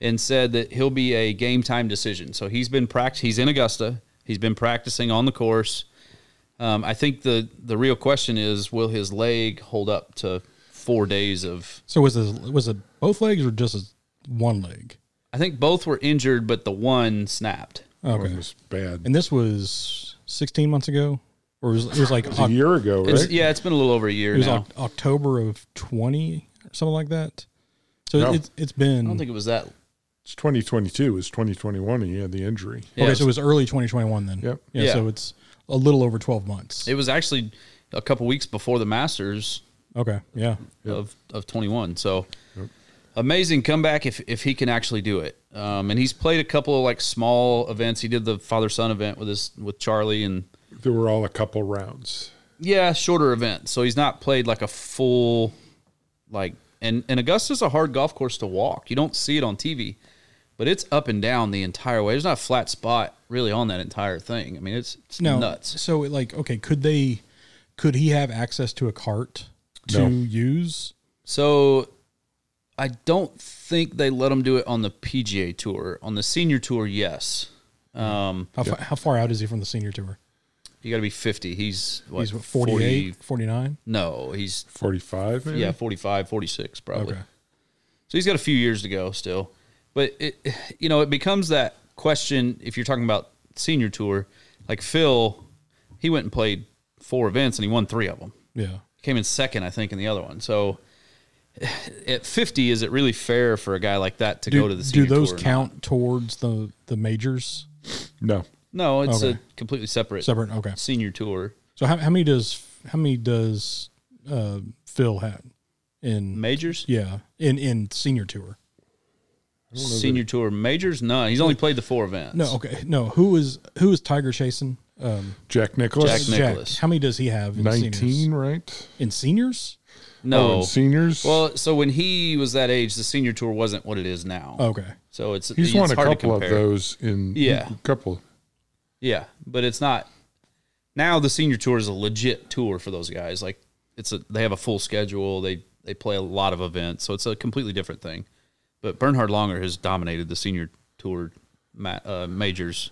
[SPEAKER 3] and said that he'll be a game time decision. So he's been practice. He's in Augusta. He's been practicing on the course. Um, I think the the real question is, will his leg hold up to four days of?
[SPEAKER 1] So was it was it both legs or just his one leg?
[SPEAKER 3] I think both were injured, but the one snapped.
[SPEAKER 1] Okay.
[SPEAKER 2] It was bad.
[SPEAKER 1] And this was 16 months ago, or it was, it was like
[SPEAKER 2] a
[SPEAKER 1] Oc-
[SPEAKER 2] year ago, right?
[SPEAKER 3] It's, Yeah, it's been a little over a year
[SPEAKER 1] it was
[SPEAKER 3] now.
[SPEAKER 1] Oc- October of 20 or something like that. So
[SPEAKER 2] No.
[SPEAKER 1] it's it's
[SPEAKER 3] I don't
[SPEAKER 1] been
[SPEAKER 3] think it was that.
[SPEAKER 2] It's 2022. It's 2021. He had the injury.
[SPEAKER 3] Yeah,
[SPEAKER 1] okay.
[SPEAKER 3] it
[SPEAKER 1] So it was early 2021 then.
[SPEAKER 2] Yep.
[SPEAKER 1] Yeah,
[SPEAKER 3] Yeah.
[SPEAKER 1] So it's a little over 12 months.
[SPEAKER 3] It was actually a couple weeks before the Masters
[SPEAKER 1] okay. Yeah.
[SPEAKER 3] of of 21. So amazing comeback if if he can actually do it. Um, and he's played a couple of like small events. He did the father son event with his with Charlie and
[SPEAKER 2] There were all a couple rounds.
[SPEAKER 3] yeah, shorter event. So he's not played like a full like and and Augusta's a hard golf course to walk. You don't see it on TV, but it's up and down the entire way. There's not a flat spot really on that entire thing. I mean, it's it's
[SPEAKER 1] No.
[SPEAKER 3] nuts.
[SPEAKER 1] So it, like, okay, could they? Could he have access to a cart to
[SPEAKER 2] No.
[SPEAKER 1] use?
[SPEAKER 3] So I don't think they let him do it on the PGA tour. On the senior tour, yes. Um,
[SPEAKER 1] How, fa- how far out is he from the senior tour?
[SPEAKER 3] You got to be 50. He's what,
[SPEAKER 1] He's what, 48, 49?
[SPEAKER 3] No, he's
[SPEAKER 2] 45, maybe?
[SPEAKER 3] yeah, 45, 46 probably.
[SPEAKER 1] Okay.
[SPEAKER 3] So he's got a few years to go still. But it you know, it becomes that question if you're talking about senior tour, like Phil, he went and played four events and he won 3 of them.
[SPEAKER 1] Yeah.
[SPEAKER 3] Came in second, I think, in the other one. So at 50 is it really fair for a guy like that to
[SPEAKER 1] Do,
[SPEAKER 3] go to the
[SPEAKER 1] do
[SPEAKER 3] senior
[SPEAKER 1] those
[SPEAKER 3] tour or not?
[SPEAKER 1] count towards the, the majors?
[SPEAKER 2] No.
[SPEAKER 3] No, it's
[SPEAKER 1] Okay.
[SPEAKER 3] a completely separate
[SPEAKER 1] Separate? Okay.
[SPEAKER 3] senior tour.
[SPEAKER 1] So how, how many does how many does uh, Phil have in
[SPEAKER 3] Majors?
[SPEAKER 1] yeah in in senior tour?
[SPEAKER 3] Senior tour majors? None. He's only played the four events.
[SPEAKER 1] No, okay, no. Who is who is Tiger chasing? Um,
[SPEAKER 2] Jack Nicholas,
[SPEAKER 3] Jack Nich- Nicholas.
[SPEAKER 1] How many does he have? In
[SPEAKER 2] 19,
[SPEAKER 1] Seniors?
[SPEAKER 2] right?
[SPEAKER 1] In seniors?
[SPEAKER 2] Oh,
[SPEAKER 3] No.
[SPEAKER 2] and seniors?
[SPEAKER 3] Well, so when he was that age, the senior tour wasn't what it is now.
[SPEAKER 1] Okay.
[SPEAKER 3] So it's
[SPEAKER 2] He's
[SPEAKER 3] it's
[SPEAKER 2] won a
[SPEAKER 3] hard to
[SPEAKER 2] couple of
[SPEAKER 3] compare.
[SPEAKER 2] those in
[SPEAKER 3] Yeah.
[SPEAKER 2] a couple.
[SPEAKER 3] Yeah, but it's not now. The senior tour is a legit tour for those guys. Like it's a they have a full schedule. They they play a lot of events, so it's a completely different thing. But Bernhard Longer has dominated the senior tour ma- uh, majors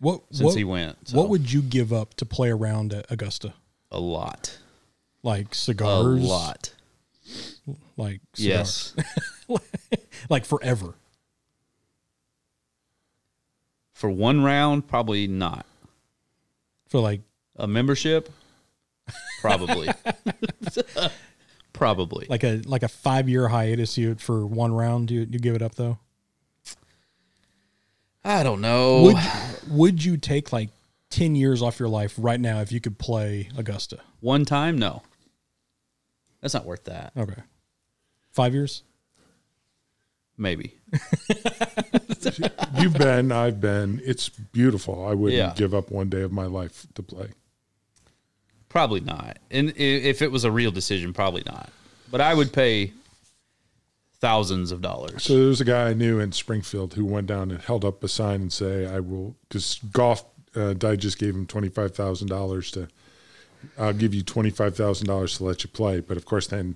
[SPEAKER 1] What
[SPEAKER 3] since
[SPEAKER 1] what,
[SPEAKER 3] he went. So
[SPEAKER 1] What would you give up to play around at Augusta?
[SPEAKER 3] a lot,
[SPEAKER 1] Like
[SPEAKER 3] a
[SPEAKER 1] cigars?
[SPEAKER 3] lot.
[SPEAKER 1] Like cigars.
[SPEAKER 3] Yes,
[SPEAKER 1] like forever.
[SPEAKER 3] for one round, probably not
[SPEAKER 1] For like
[SPEAKER 3] a membership. Probably, probably.
[SPEAKER 1] like a like a five year hiatus you for one round you you give it up though?
[SPEAKER 3] I don't know.
[SPEAKER 2] Oh.
[SPEAKER 1] Would would you take like ten years off your life right now if you could play Augusta?
[SPEAKER 3] One time, no. That's not worth that.
[SPEAKER 1] Okay. Five years?
[SPEAKER 3] Maybe.
[SPEAKER 2] You've been, I've been. It's beautiful. I wouldn't
[SPEAKER 3] Yeah.
[SPEAKER 2] give up one day of my life to play.
[SPEAKER 3] Probably not. And i- if it was a real decision, probably not. But I would pay thousands of dollars.
[SPEAKER 2] So there was a guy I knew in Springfield who went down and held up a sign and say, "I will," because Golf uh, Digest gave him twenty five thousand dollars to, "I'll give you twenty five thousand dollars to let you play." But of course, then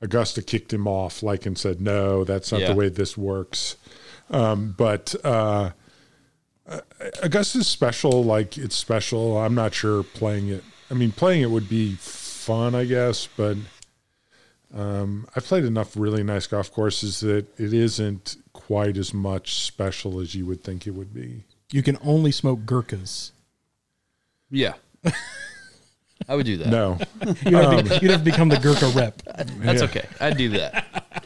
[SPEAKER 2] Augusta kicked him off, like and said, "No, that's not
[SPEAKER 3] Yeah.
[SPEAKER 2] the way this works." Um, but uh, uh, Augusta's special. Like it's special. I'm not sure playing it. I mean, playing it would be fun, I guess, but. I've played enough really nice golf courses that it isn't quite as much special as you would think it would be.
[SPEAKER 1] You can only smoke Gurkhas.
[SPEAKER 3] Yeah. I would do that.
[SPEAKER 2] No,
[SPEAKER 1] You'd have, to, you'd have to become the Gurkha rep.
[SPEAKER 3] That's okay. I'd do that.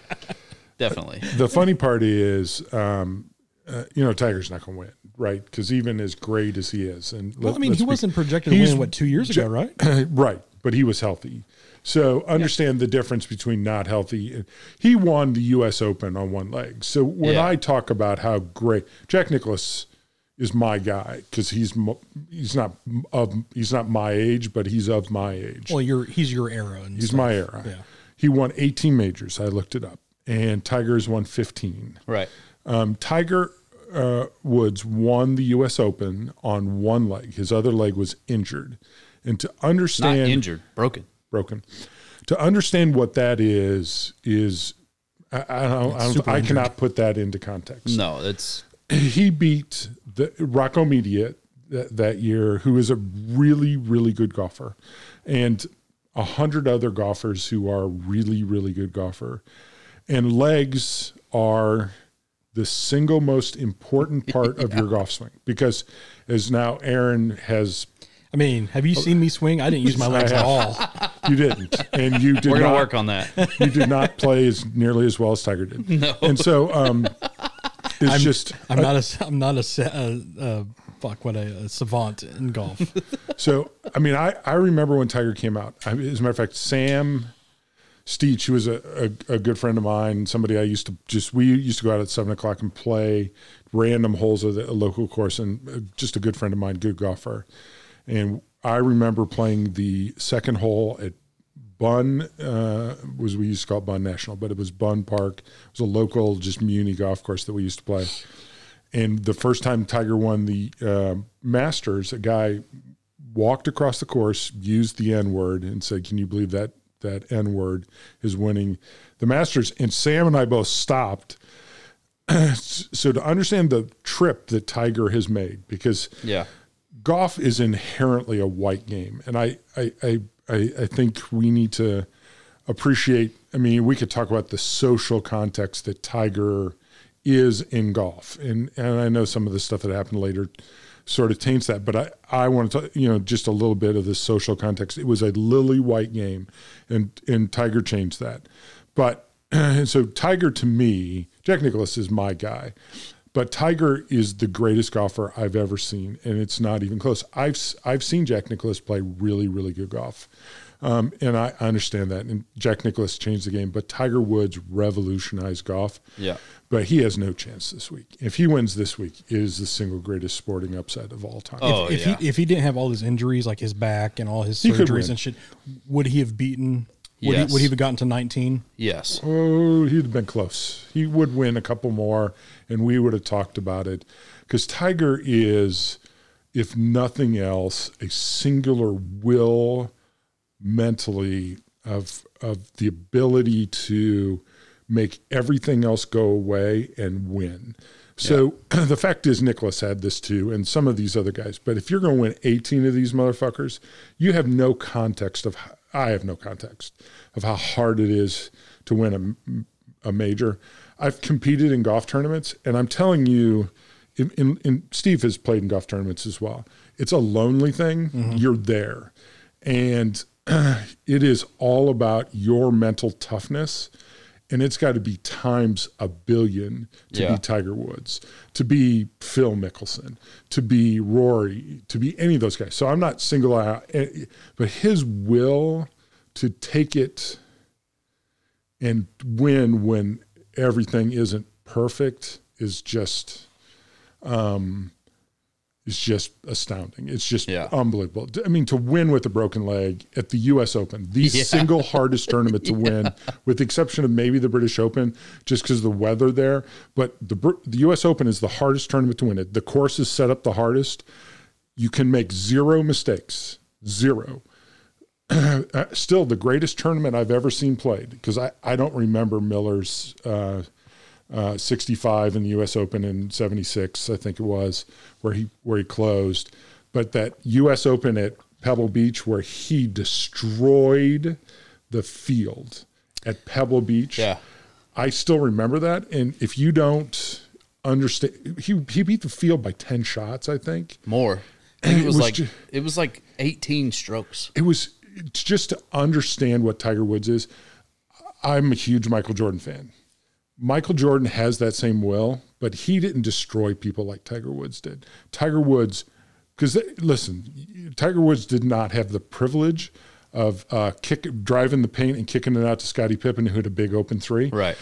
[SPEAKER 3] Definitely.
[SPEAKER 2] the funny part is, um, uh, you know, Tiger's not going to win, right? Because even as great as he is, and
[SPEAKER 1] Well,
[SPEAKER 2] let-
[SPEAKER 1] I mean,
[SPEAKER 2] let's
[SPEAKER 1] he
[SPEAKER 2] be-
[SPEAKER 1] wasn't projected to
[SPEAKER 2] he's- uh,
[SPEAKER 1] win what two years ago, right?
[SPEAKER 2] right, but he was healthy. So understand the difference between not healthy. and- He won the U.S. Open on one leg. So when
[SPEAKER 3] Yeah.
[SPEAKER 2] I talk about how great Jack Nicholas is, my guy because he's mo- he's not of he's not my age, but he's of my age.
[SPEAKER 1] Well, you're he's your era. And
[SPEAKER 2] He's
[SPEAKER 1] stuff.
[SPEAKER 2] my era.
[SPEAKER 1] Yeah.
[SPEAKER 2] He won 18 majors. I looked it up. And Tiger's won 15.
[SPEAKER 3] Right.
[SPEAKER 2] Um, Tiger uh, Woods won the U.S. Open on one leg. His other leg was injured. And to
[SPEAKER 3] Not
[SPEAKER 2] understand,
[SPEAKER 3] injured, broken.
[SPEAKER 2] broken. To understand what that is, is I, I, don't, I, don't,
[SPEAKER 1] super
[SPEAKER 2] I
[SPEAKER 1] injured.
[SPEAKER 2] cannot put that into context
[SPEAKER 3] No, that's
[SPEAKER 2] he beat the Rocco Media that, that year, who is a really, really good golfer, and a hundred other golfers who are really, really good golfer. And legs are the single most important part of your golf swing because, as now Aaron has,
[SPEAKER 1] I mean, have you seen me swing? I didn't use my legs at all.
[SPEAKER 2] you didn't, and you did
[SPEAKER 3] we're
[SPEAKER 2] not
[SPEAKER 3] gonna work on that.
[SPEAKER 2] you did not play as nearly as well as Tiger did. No, and so um, it's just
[SPEAKER 1] I'm not a I'm not a sa- uh, uh, fuck what a, a savant in golf.
[SPEAKER 2] So I mean, I, I remember when Tiger came out. I, as a matter of fact, Sam Steach, who was a, a, a good friend of mine, somebody I used to just we used to go out at seven o'clock and play random holes at a local course, and uh, just a good friend of mine, good golfer. And I remember playing the second hole at Bun uh, was we used to call it Bun National, but it was Bun Park. It was a local just Muni golf course that we used to play. And the first time Tiger won the uh, Masters, a guy walked across the course, used the N word, and said, "Can you believe that that N word is winning the Masters?" And Sam and I both stopped. so to understand the trip that Tiger has made, because
[SPEAKER 3] Yeah.
[SPEAKER 2] golf is inherently a white game, and I I I I, I think we need to appreciate. I mean, we could talk about the social context that Tiger is in golf, and and I know some of the stuff that happened later sort of taints that. But I, I want to, you know, just a little bit of the social context. It was a lily white game, and and Tiger changed that. But and so Tiger to me, Jack Nicholas is my guy, but Tiger is the greatest golfer I've ever seen, and it's not even close. I've s- I've seen Jack Nicholas play really really good golf. Um, and I I understand that. And Jack Nicholas changed the game, but Tiger Woods revolutionized golf.
[SPEAKER 3] Yeah.
[SPEAKER 2] But he has no chance this week. If he wins this week, it is the single greatest sporting upset of all time.
[SPEAKER 3] Oh,
[SPEAKER 1] if
[SPEAKER 3] yeah.
[SPEAKER 1] he if he didn't have all his injuries, like his back and all his
[SPEAKER 2] could
[SPEAKER 1] surgeries
[SPEAKER 2] win.
[SPEAKER 1] and shit, would he have beaten? Would,
[SPEAKER 3] Yes.
[SPEAKER 1] he, would he have gotten to nineteen?
[SPEAKER 3] Yes.
[SPEAKER 2] Oh, he'd have been close. He would win a couple more, and we would have talked about it. Because Tiger is, if nothing else, a singular will mentally of of the ability to make everything else go away and win. So the fact is Nicholas had this too and some of these other guys. But if you're going to win 18 of these motherfuckers, you have no context of h- I have no context of how hard it is to win a m- a major. I've competed in golf tournaments and I'm telling you in, in, in Steve has played in golf tournaments as well. It's a lonely thing. You're there and it is all about your mental toughness and it's got to be times a billion to
[SPEAKER 3] Yeah.
[SPEAKER 2] be Tiger Woods, to be Phil Mickelson, to be Rory, to be any of those guys. So I'm not single out, eh, but his will to take it and win when everything isn't perfect is just um, is just astounding. It's just
[SPEAKER 3] Yeah.
[SPEAKER 2] unbelievable. I mean, to win with a broken leg at the U.S. Open, the single hardest tournament to win, with the exception of maybe the British Open, just because of the weather there. But the Br- the U.S. Open is the hardest tournament to win. It the course is set up the hardest. You can make zero mistakes, zero. Uh, Still, the greatest tournament I've ever seen played because I, I don't remember Miller's. Uh, uh, 65 in the U.S. Open in 76, I think it was, where he where he closed. But that U.S. Open at Pebble Beach, where he destroyed the field at Pebble Beach.
[SPEAKER 3] Yeah.
[SPEAKER 2] I still remember that. And if you don't understand, he he beat the field by 10 shots, I think.
[SPEAKER 3] More. I think
[SPEAKER 2] It
[SPEAKER 3] it was
[SPEAKER 2] was
[SPEAKER 3] like
[SPEAKER 2] ju-
[SPEAKER 3] it was like 18 strokes.
[SPEAKER 2] it was it's just to understand what Tiger Woods is. I'm a huge Michael Jordan fan. Michael Jordan has that same will, but he didn't destroy people like Tiger Woods did. Tiger Woods, because listen, Tiger Woods did not have the privilege of uh, kick driving the paint and kicking it out to Scottie Pippen, who had a big open three
[SPEAKER 3] Right.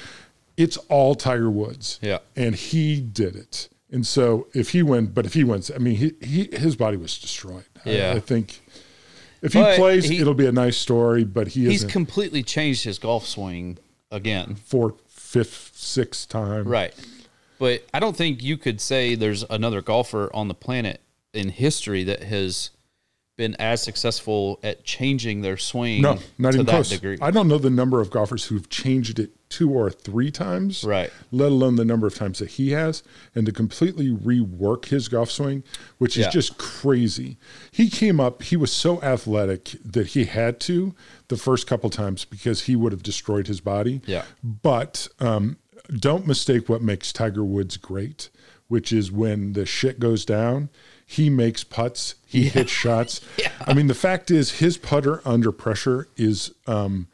[SPEAKER 2] it's all Tiger Woods.
[SPEAKER 3] Yeah.
[SPEAKER 2] And he did it. And so if he wins, but if he wins, I mean, he, he his body was destroyed. I-
[SPEAKER 3] Yeah.
[SPEAKER 2] I, think if
[SPEAKER 3] But
[SPEAKER 2] he plays,
[SPEAKER 3] he-
[SPEAKER 2] it'll be a nice story, but he
[SPEAKER 3] He's
[SPEAKER 2] isn't
[SPEAKER 3] completely changed his golf swing again.
[SPEAKER 2] fourth, fifth, sixth time.
[SPEAKER 3] Right. But I don't think you could say there's another golfer on the planet in history that has been as successful at changing their swing
[SPEAKER 2] No, not
[SPEAKER 3] to
[SPEAKER 2] even
[SPEAKER 3] that
[SPEAKER 2] close.
[SPEAKER 3] degree.
[SPEAKER 2] I don't know the number of golfers who've changed it two or three times.
[SPEAKER 3] Right.
[SPEAKER 2] Let alone the number of times that he has, and to completely rework his golf swing, which is
[SPEAKER 3] Yeah.
[SPEAKER 2] just crazy. He came up, he was so athletic that he had to the first couple times because he would have destroyed his body.
[SPEAKER 3] Yeah.
[SPEAKER 2] But um, don't mistake what makes Tiger Woods great, which is when the shit goes down, he makes putts, he hits shots. I mean, the fact is, his putter under pressure is um,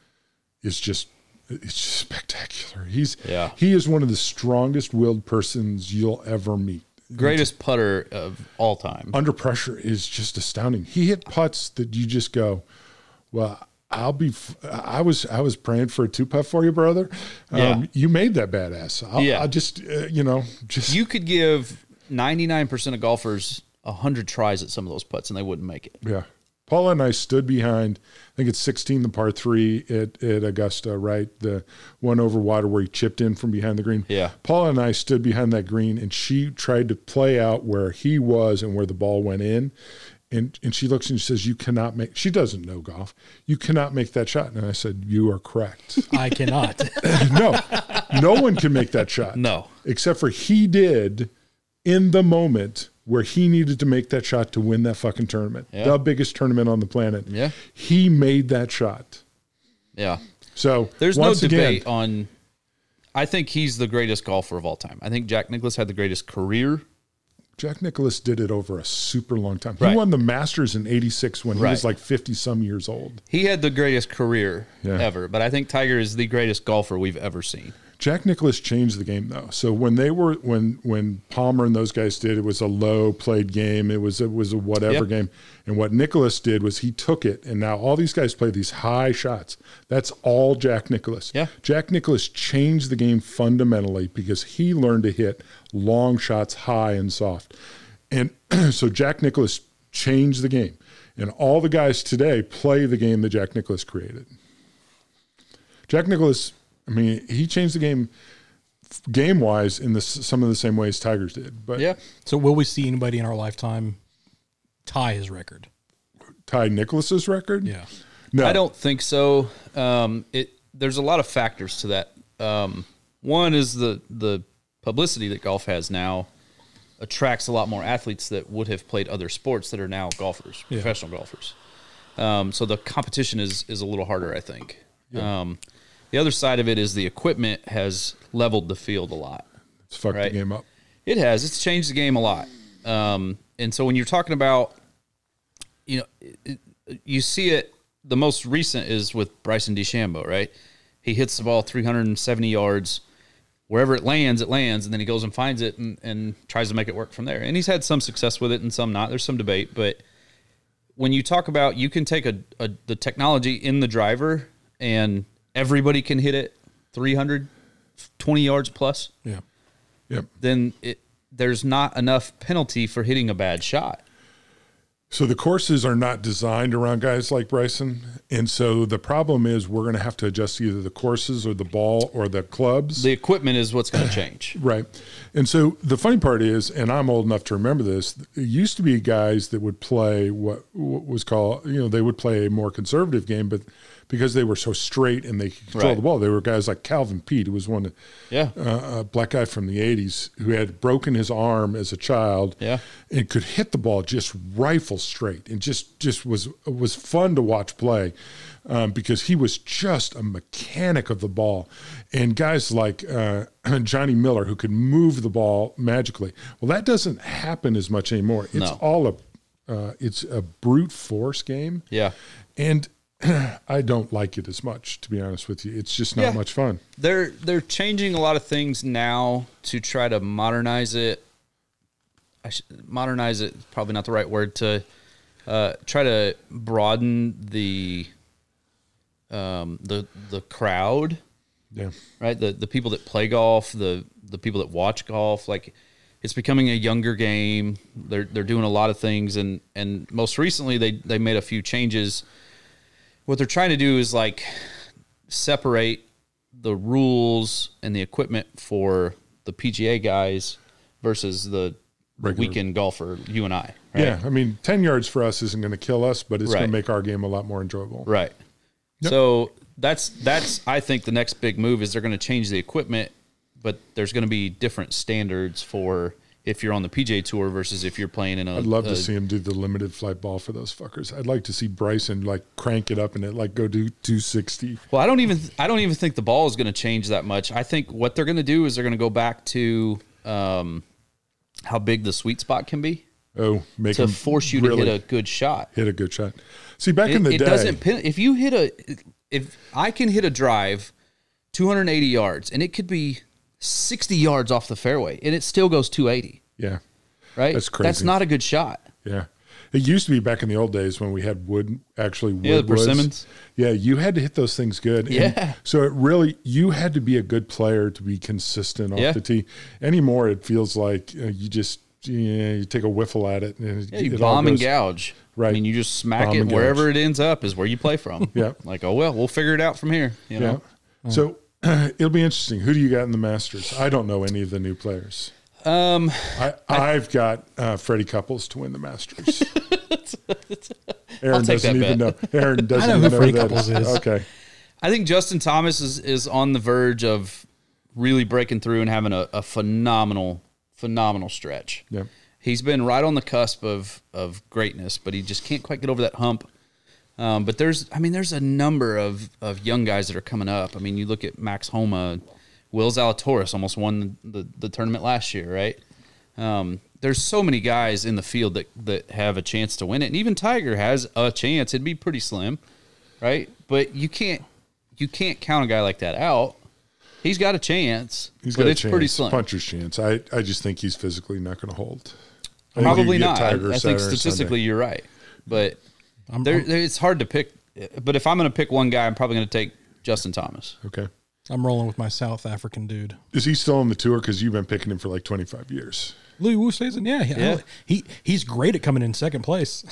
[SPEAKER 2] is just it's just spectacular. He's
[SPEAKER 3] Yeah.
[SPEAKER 2] he is one of the strongest willed persons you'll ever meet.
[SPEAKER 3] Greatest putter of all time.
[SPEAKER 2] Under pressure is just astounding. He hit putts that you just go, well. I'll be. f- I was. I was praying for a two putt for you, brother. Um,
[SPEAKER 3] Yeah.
[SPEAKER 2] You made that badass. I'll,
[SPEAKER 3] Yeah.
[SPEAKER 2] I'll just. Uh, you know. Just
[SPEAKER 3] You could give 99% of golfers 100 tries at some of those putts and they wouldn't make it.
[SPEAKER 2] Yeah. Paula and I stood behind, I think it's 16, the par three at, at Augusta, right? The one over water where he chipped in from behind the green.
[SPEAKER 3] Yeah.
[SPEAKER 2] Paula and I stood behind that green and she tried to play out where he was and where the ball went in. And, and she looks and she says, You cannot make, she doesn't know golf. You cannot make that shot. And I said, You are correct.
[SPEAKER 1] I cannot.
[SPEAKER 2] no, no one can make that shot
[SPEAKER 3] No.
[SPEAKER 2] except for he did in the moment where he needed to make that shot to win that fucking tournament,
[SPEAKER 3] Yeah.
[SPEAKER 2] the biggest tournament on the planet.
[SPEAKER 3] Yeah.
[SPEAKER 2] He made that shot.
[SPEAKER 3] Yeah.
[SPEAKER 2] So
[SPEAKER 3] There's
[SPEAKER 2] once
[SPEAKER 3] no
[SPEAKER 2] again,
[SPEAKER 3] debate on. I think he's the greatest golfer of all time. I think Jack Nicklaus had the greatest career.
[SPEAKER 2] Jack Nicholas did it over a super long time. He
[SPEAKER 3] Right.
[SPEAKER 2] won the Masters in 86 when he was
[SPEAKER 3] Right.
[SPEAKER 2] like 50 some years old.
[SPEAKER 3] He had the greatest career
[SPEAKER 2] Yeah.
[SPEAKER 3] ever, but I think Tiger is the greatest golfer we've ever seen.
[SPEAKER 2] Jack Nicholas changed the game though. So when they were when when Palmer and those guys did, it was a low played game. It was it was a whatever
[SPEAKER 3] Yep.
[SPEAKER 2] game. And what Nicholas did was he took it, and now all these guys play these high shots. That's all Jack Nicholas.
[SPEAKER 3] Yeah.
[SPEAKER 2] Jack Nicholas changed the game fundamentally because he learned to hit long shots high and soft. And so Jack Nicholas changed the game. And all the guys today play the game that Jack Nicholas created. Jack Nicholas, I mean, he changed the game game wise in the, s- some of the same ways Tigers did. But
[SPEAKER 3] Yeah.
[SPEAKER 1] So will we see anybody in our lifetime tie his record?
[SPEAKER 2] Ty Nicholas's record?
[SPEAKER 1] Yeah.
[SPEAKER 2] No.
[SPEAKER 3] I don't think so. Um, it there's a lot of factors to that. Um, one is the the publicity that golf has now attracts a lot more athletes that would have played other sports that are now golfers, professional golfers. Um, so the competition is is a little harder, I think. Um, the other side of it is the equipment has leveled the field a lot.
[SPEAKER 2] It's fucked
[SPEAKER 3] Right.
[SPEAKER 2] the game up.
[SPEAKER 3] It has. It's changed the game a lot. Um, and so when you're talking about, you know, it, it, you see it. The most recent is with Bryson DeChambeau, right? He hits the ball 370 yards. Wherever it lands, it lands, and then he goes and finds it and, and tries to make it work from there. And he's had some success with it and some not. There's some debate, but when you talk about you can take a, a the technology in the driver and everybody can hit it 320 yards plus
[SPEAKER 1] Yeah.
[SPEAKER 2] Yep.
[SPEAKER 3] then it, there's not enough penalty for hitting a bad shot.
[SPEAKER 2] So the courses are not designed around guys like Bryson. And so the problem is we're going to have to adjust either the courses or the ball or the clubs.
[SPEAKER 3] The equipment is what's going to change.
[SPEAKER 2] Right. And so the funny part is, and I'm old enough to remember this, it used to be guys that would play what, what was called, you know, they would play a more conservative game, but because they were so straight and they could control
[SPEAKER 3] Right.
[SPEAKER 2] the ball, they were guys like Calvin Pete, who was one of-
[SPEAKER 3] Yeah.
[SPEAKER 2] uh, a black guy from the 80s who had broken his arm as a child
[SPEAKER 3] Yeah.
[SPEAKER 2] and could hit the ball just rifle straight and just just was was fun to watch play um, because he was just a mechanic of the ball and guys like uh, Johnny Miller who could move the ball magically well that doesn't happen as much anymore it's
[SPEAKER 3] No.
[SPEAKER 2] all a uh, it's a brute force game
[SPEAKER 3] Yeah.
[SPEAKER 2] and I don't like it as much to be honest with you it's just not
[SPEAKER 3] Yeah.
[SPEAKER 2] much fun
[SPEAKER 3] They're they're changing a lot of things now to try to modernize it. I sh- modernize it is probably not the right word to uh, try to broaden the um, the the crowd.
[SPEAKER 2] yeah
[SPEAKER 3] right? The the people that play golf, the the people that watch golf, like it's becoming a younger game. They're they're doing a lot of things, and and most recently they they made a few changes. What they're trying to do is like separate the rules and the equipment for the PGA guys versus the
[SPEAKER 2] Regular.
[SPEAKER 3] weekend golfer, you and I. Right?
[SPEAKER 2] Yeah, I mean, ten yards for us isn't going to kill us, but it's going
[SPEAKER 3] Right.
[SPEAKER 2] to make our game a lot more enjoyable.
[SPEAKER 3] Right. So that's that's I think the next big move is they're going to change the equipment, but there's going to be different standards for if you're on the PJ Tour versus if you're playing in a.
[SPEAKER 2] I'd love
[SPEAKER 3] a-
[SPEAKER 2] to see him do the limited flight ball for those fuckers. I'd like to see Bryson like crank it up and it like go do two sixty.
[SPEAKER 3] Well, I don't even I don't even think the ball is going to change that much. I think what they're going to do is they're going to go back to um, how big the sweet spot can be
[SPEAKER 2] Oh, make
[SPEAKER 3] to
[SPEAKER 2] him
[SPEAKER 3] force you
[SPEAKER 2] really
[SPEAKER 3] to hit a good shot.
[SPEAKER 2] hit a good shot. See, back in
[SPEAKER 3] It,
[SPEAKER 2] the
[SPEAKER 3] it
[SPEAKER 2] day,
[SPEAKER 3] doesn't pin, if you hit a if I can hit a drive 280 yards and it could be 60 yards off the fairway and it still goes 280,
[SPEAKER 2] yeah,
[SPEAKER 3] right?
[SPEAKER 2] That's
[SPEAKER 3] That's
[SPEAKER 2] crazy.
[SPEAKER 3] not a good shot.
[SPEAKER 2] yeah. It used to be back in the old days when we had wood, actually wood
[SPEAKER 3] Yeah, the
[SPEAKER 2] woods.
[SPEAKER 3] persimmons.
[SPEAKER 2] Yeah, you had to hit those things good. And
[SPEAKER 3] Yeah.
[SPEAKER 2] so it really, you had to be a good player to be consistent off
[SPEAKER 3] Yeah.
[SPEAKER 2] the tee. Anymore, it feels like uh, you just yeah, you take a whiffle at it and it,
[SPEAKER 3] Yeah, you
[SPEAKER 2] it all
[SPEAKER 3] bomb and
[SPEAKER 2] goes-
[SPEAKER 3] gouge.
[SPEAKER 2] Right.
[SPEAKER 3] I mean, you just smack
[SPEAKER 2] Bomb
[SPEAKER 3] it
[SPEAKER 2] and
[SPEAKER 3] and wherever it ends up is where you play from.
[SPEAKER 2] Yeah.
[SPEAKER 3] Like, oh well, we'll figure it out from here, you know.
[SPEAKER 2] Yeah. So it'll be interesting. Who do you got in the Masters? I don't know any of the new players.
[SPEAKER 3] Um
[SPEAKER 2] I, I, have got uh, Freddie Couples to win the Masters. Aaron
[SPEAKER 3] take
[SPEAKER 2] doesn't
[SPEAKER 3] that
[SPEAKER 2] even know. Aaron doesn't
[SPEAKER 1] know who
[SPEAKER 2] even know
[SPEAKER 1] Freddie
[SPEAKER 2] that.
[SPEAKER 1] Couples is.
[SPEAKER 2] Okay.
[SPEAKER 3] I think Justin Thomas is is on the verge of really breaking through and having a, a phenomenal phenomenal stretch.
[SPEAKER 2] Yeah.
[SPEAKER 3] he's been right on the cusp of of greatness, but he just can't quite get over that hump. Um, but there's, I mean, there's a number of of young guys that are coming up. I mean, you look at Max Homa, Will Zalatoris almost won the, the, the tournament last year, right? Um, there's so many guys in the field that that have a chance to win it, and even Tiger has a chance. It'd be pretty slim, right? But you can't you can't count a guy like that out. He's got a chance,
[SPEAKER 2] He's
[SPEAKER 3] but
[SPEAKER 2] got
[SPEAKER 3] it's
[SPEAKER 2] a chance.
[SPEAKER 3] pretty slim.
[SPEAKER 2] Puncher's chance. I, I just think he's physically not going to hold. I think you
[SPEAKER 3] Probably
[SPEAKER 2] get
[SPEAKER 3] not. I,
[SPEAKER 2] Tiger Saturday
[SPEAKER 3] I think
[SPEAKER 2] or Sunday.
[SPEAKER 3] statistically you're right, but
[SPEAKER 1] I'm-
[SPEAKER 3] there,
[SPEAKER 1] I'm-
[SPEAKER 3] there, it's hard to pick. But if I'm going to pick one guy, I'm probably going to take Justin Thomas.
[SPEAKER 2] Okay.
[SPEAKER 1] I'm rolling with my South African dude.
[SPEAKER 2] Is he still on the tour? Because you've been picking him for like 25 years.
[SPEAKER 1] Louis Wu Saison, yeah, yeah.
[SPEAKER 3] Yeah.
[SPEAKER 1] He he's great at coming in second place.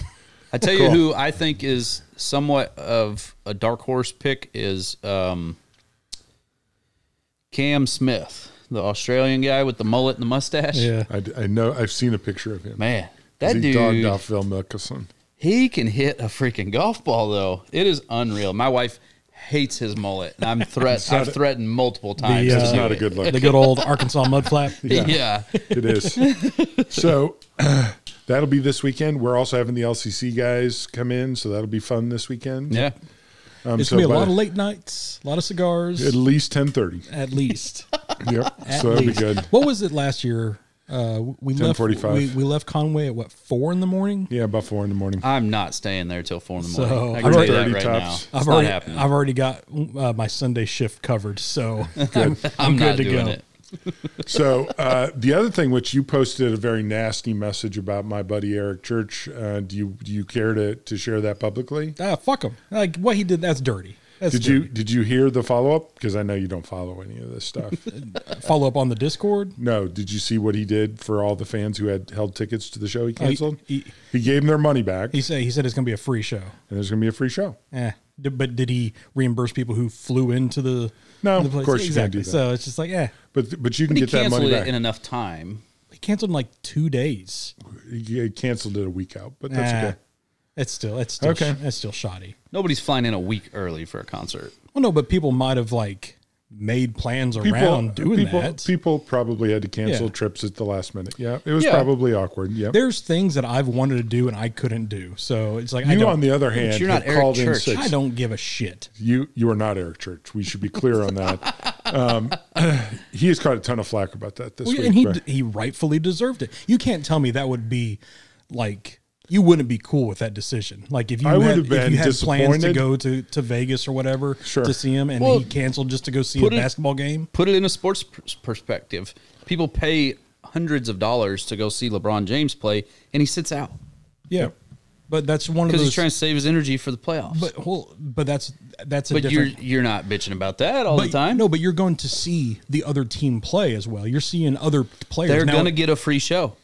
[SPEAKER 3] I tell
[SPEAKER 2] Cool.
[SPEAKER 3] you who I think is somewhat of a dark horse pick is um, Cam Smith, the Australian guy with the mullet and the mustache.
[SPEAKER 2] I, I know. I've seen a picture of him.
[SPEAKER 3] man,
[SPEAKER 2] Is
[SPEAKER 3] that
[SPEAKER 2] he dogged
[SPEAKER 3] dude.
[SPEAKER 2] off Phil Mickelson.
[SPEAKER 3] He can hit a freaking golf ball though. It is unreal. My wife hates his mullet, and I'm threat.
[SPEAKER 2] not
[SPEAKER 3] I've
[SPEAKER 2] a-
[SPEAKER 3] threatened multiple times.
[SPEAKER 1] uh,
[SPEAKER 3] to
[SPEAKER 2] It's
[SPEAKER 3] do
[SPEAKER 2] not a
[SPEAKER 3] it.
[SPEAKER 2] good look.
[SPEAKER 1] the good old Arkansas mud flap.
[SPEAKER 3] yeah.
[SPEAKER 2] It is. so that'll be this weekend. We're also having the LCC guys come in, so that'll be fun this weekend.
[SPEAKER 3] Yeah.
[SPEAKER 2] um,
[SPEAKER 1] It's
[SPEAKER 2] so
[SPEAKER 1] gonna be a
[SPEAKER 2] by-
[SPEAKER 1] lot of late nights, a lot of cigars,
[SPEAKER 2] at least ten thirty.
[SPEAKER 1] at least.
[SPEAKER 2] Yep.
[SPEAKER 1] At
[SPEAKER 2] so that'll
[SPEAKER 1] least.
[SPEAKER 2] be good.
[SPEAKER 1] What was it last year? Uh, we left.
[SPEAKER 2] 10:45.
[SPEAKER 1] We, we left Conway at what four in the morning?
[SPEAKER 2] Yeah, about four in the morning.
[SPEAKER 3] I'm not staying there till four in the
[SPEAKER 1] So,
[SPEAKER 3] morning. I
[SPEAKER 1] I've
[SPEAKER 3] can tell you that
[SPEAKER 2] already-
[SPEAKER 3] right now.
[SPEAKER 2] tops.
[SPEAKER 3] It's
[SPEAKER 1] I've
[SPEAKER 3] not
[SPEAKER 1] already,
[SPEAKER 3] happening.
[SPEAKER 1] I've already got uh, my Sunday shift covered, so I'm, I'm
[SPEAKER 3] I'm
[SPEAKER 1] good
[SPEAKER 3] not
[SPEAKER 1] to
[SPEAKER 3] doing
[SPEAKER 1] go.
[SPEAKER 3] it.
[SPEAKER 2] so uh, the other thing, which you posted a very nasty message about my buddy Eric Church. Uh, do you do you care to to share that publicly?
[SPEAKER 1] Ah, fuck him! Like what he did, that's dirty. That's
[SPEAKER 2] Did you did you hear the follow up? Because I know you don't follow any of this stuff.
[SPEAKER 1] you follow up on the Discord?
[SPEAKER 2] no, did you see what he did for all the fans who had held tickets to the show he
[SPEAKER 1] Oh, he-
[SPEAKER 2] canceled?
[SPEAKER 1] he-
[SPEAKER 2] he gave them their money back,
[SPEAKER 1] He
[SPEAKER 2] and
[SPEAKER 1] said he said it's gonna be a free show.
[SPEAKER 2] there's going to be a free show.
[SPEAKER 1] Eh. D- But did he reimburse people who flew into the
[SPEAKER 2] No,
[SPEAKER 1] the
[SPEAKER 2] of course you can't
[SPEAKER 1] exactly.
[SPEAKER 2] do that.
[SPEAKER 1] So it's just like eh, yeah,
[SPEAKER 2] But but you can
[SPEAKER 3] But he
[SPEAKER 2] get that
[SPEAKER 3] canceled
[SPEAKER 2] money
[SPEAKER 3] it
[SPEAKER 2] back.
[SPEAKER 3] in enough time.
[SPEAKER 1] he canceled in like two days.
[SPEAKER 2] he canceled it a week out, but that's
[SPEAKER 1] Ah,
[SPEAKER 2] okay.
[SPEAKER 1] It's still it's still
[SPEAKER 2] Okay.
[SPEAKER 1] okay. it's still shoddy.
[SPEAKER 3] Nobody's flying in a week early for a concert.
[SPEAKER 1] Well, no, but people might have like made plans around doing
[SPEAKER 2] people,
[SPEAKER 1] that.
[SPEAKER 2] people probably had to cancel
[SPEAKER 1] Yeah.
[SPEAKER 2] trips at the last minute. Yeah, it was
[SPEAKER 3] Yeah.
[SPEAKER 2] probably awkward. Yeah.
[SPEAKER 1] There's things that I've wanted to do and I couldn't do. So it's like I
[SPEAKER 2] You,
[SPEAKER 1] don't,
[SPEAKER 2] on the other hand,
[SPEAKER 3] you're not
[SPEAKER 2] have
[SPEAKER 3] Eric
[SPEAKER 2] called in
[SPEAKER 3] Church.
[SPEAKER 2] sick.
[SPEAKER 1] I don't give a shit.
[SPEAKER 2] You you are not Eric Church. We should be clear on that. um, he has caught a ton of flack about that this
[SPEAKER 1] Well, yeah,
[SPEAKER 2] week.
[SPEAKER 1] and he
[SPEAKER 2] but-
[SPEAKER 1] he rightfully deserved it. You can't tell me that would be like you wouldn't be cool with that decision. Like if you
[SPEAKER 2] I would
[SPEAKER 1] had,
[SPEAKER 2] have
[SPEAKER 1] if
[SPEAKER 2] been
[SPEAKER 1] you had plans to
[SPEAKER 2] disappointed.
[SPEAKER 1] go to, to Vegas or whatever
[SPEAKER 2] Sure.
[SPEAKER 1] to see him, and
[SPEAKER 3] Well,
[SPEAKER 1] he canceled just to go see a
[SPEAKER 3] put it-
[SPEAKER 1] basketball game.
[SPEAKER 3] Put it in a sports pr- perspective. People pay hundreds of dollars to go see LeBron James play, and he sits out
[SPEAKER 1] Yeah, but that's one of
[SPEAKER 3] because
[SPEAKER 1] those.
[SPEAKER 3] he's trying to save his energy for the playoffs. But,
[SPEAKER 1] but well, but that's that's a
[SPEAKER 3] you're
[SPEAKER 1] different.
[SPEAKER 3] you're not bitching about that all
[SPEAKER 1] but,
[SPEAKER 3] the time.
[SPEAKER 1] No, but you're going to see the other team play as well. You're seeing other players.
[SPEAKER 3] they're
[SPEAKER 1] Now,
[SPEAKER 3] gonna get a free show.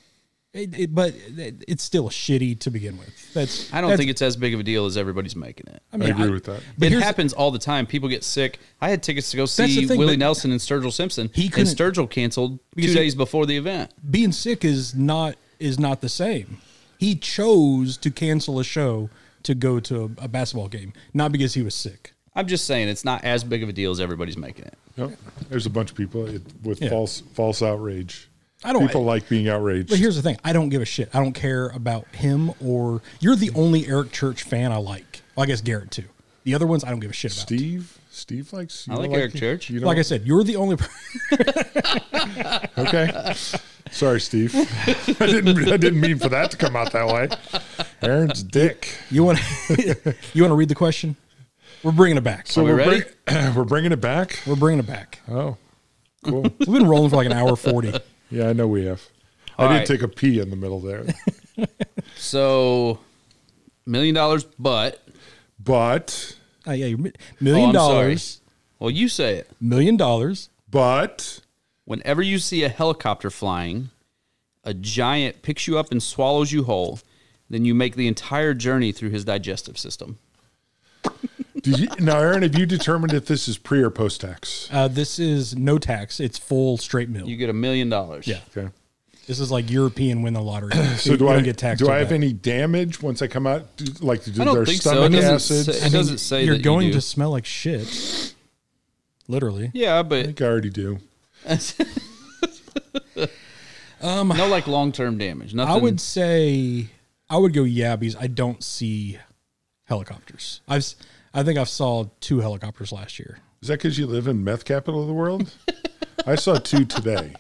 [SPEAKER 1] it, it- but it, it's still shitty to begin with. That's
[SPEAKER 3] I don't
[SPEAKER 1] that's-
[SPEAKER 3] think it's as big of a deal as everybody's making it.
[SPEAKER 2] I agree with that.
[SPEAKER 1] But
[SPEAKER 3] it
[SPEAKER 1] here's-
[SPEAKER 3] happens all the time. People get sick. I had tickets to go
[SPEAKER 1] the
[SPEAKER 3] see
[SPEAKER 1] thing,
[SPEAKER 3] Willie
[SPEAKER 1] but-
[SPEAKER 3] Nelson and Sturgill Simpson.
[SPEAKER 1] He
[SPEAKER 3] and
[SPEAKER 1] couldn't-
[SPEAKER 3] Sturgill canceled two
[SPEAKER 1] Because he-
[SPEAKER 3] days before the event.
[SPEAKER 1] being sick is not is not the same. He chose to cancel a show to go to a, a basketball game, not because he was sick.
[SPEAKER 3] I'm just saying it's not as big of a deal as everybody's making it.
[SPEAKER 2] Yep. There's a bunch of people it- with
[SPEAKER 1] Yeah.
[SPEAKER 2] false false outrage.
[SPEAKER 1] I don't-
[SPEAKER 2] People like being outraged.
[SPEAKER 1] But here's the thing: I don't give a shit. I don't care about him or you're the only Eric Church fan I like. Well, I guess Garrett too. The other ones I don't give a shit about.
[SPEAKER 2] Steve. Steve likes. You
[SPEAKER 3] I
[SPEAKER 2] don't
[SPEAKER 3] like Eric Church.
[SPEAKER 2] You
[SPEAKER 1] Like I
[SPEAKER 2] don't-
[SPEAKER 1] said, you're the only.
[SPEAKER 2] okay. Sorry, Steve. I didn't. I didn't mean for that to come out that way. Aaron's dick.
[SPEAKER 1] You want to you want to read the question? We're bringing it back.
[SPEAKER 2] So
[SPEAKER 3] we
[SPEAKER 2] are
[SPEAKER 3] ready?
[SPEAKER 2] we're bringing it back.
[SPEAKER 1] We're bringing it back.
[SPEAKER 2] Oh, cool.
[SPEAKER 1] We've been rolling for like an hour forty. Uh,
[SPEAKER 2] yeah, I know we have.
[SPEAKER 3] All
[SPEAKER 2] I did
[SPEAKER 3] right.
[SPEAKER 2] take a pee in the middle there,
[SPEAKER 3] So, million dollars, but
[SPEAKER 2] but
[SPEAKER 1] Uh, yeah, you're mi-
[SPEAKER 3] oh,
[SPEAKER 1] million
[SPEAKER 3] I'm sorry.
[SPEAKER 1] dollars,
[SPEAKER 3] Well, you say it.
[SPEAKER 1] million dollars.
[SPEAKER 2] but
[SPEAKER 3] Whenever you see a helicopter flying, a giant picks you up and swallows you whole. Then you make the entire journey through his digestive system.
[SPEAKER 2] did you, now, Aaron, have you determined if this is pre or post tax?
[SPEAKER 1] Uh, this is no tax. It's full straight meal.
[SPEAKER 3] You get a million dollars.
[SPEAKER 1] Yeah.
[SPEAKER 2] Okay.
[SPEAKER 1] This is like European win the lottery.
[SPEAKER 2] So
[SPEAKER 1] you
[SPEAKER 2] do
[SPEAKER 1] don't
[SPEAKER 2] I
[SPEAKER 1] get taxed?
[SPEAKER 2] do
[SPEAKER 1] on
[SPEAKER 2] I have
[SPEAKER 1] that.
[SPEAKER 2] any damage once I come out? Do, like, do
[SPEAKER 3] I don't
[SPEAKER 2] their
[SPEAKER 3] think so. It
[SPEAKER 2] stomach
[SPEAKER 3] doesn't
[SPEAKER 2] acids?
[SPEAKER 3] say-
[SPEAKER 2] I
[SPEAKER 3] it
[SPEAKER 2] think
[SPEAKER 3] doesn't say
[SPEAKER 1] You're
[SPEAKER 3] that you
[SPEAKER 1] going
[SPEAKER 3] do.
[SPEAKER 1] to smell like shit. Literally.
[SPEAKER 3] Yeah, but
[SPEAKER 2] I already do.
[SPEAKER 3] Um, no, like long term damage. Nothing.
[SPEAKER 1] I would say I would go yeah because I don't see helicopters. I've s- I think I saw two helicopters last year.
[SPEAKER 2] Is that because you live in meth capital of the world? I saw two today.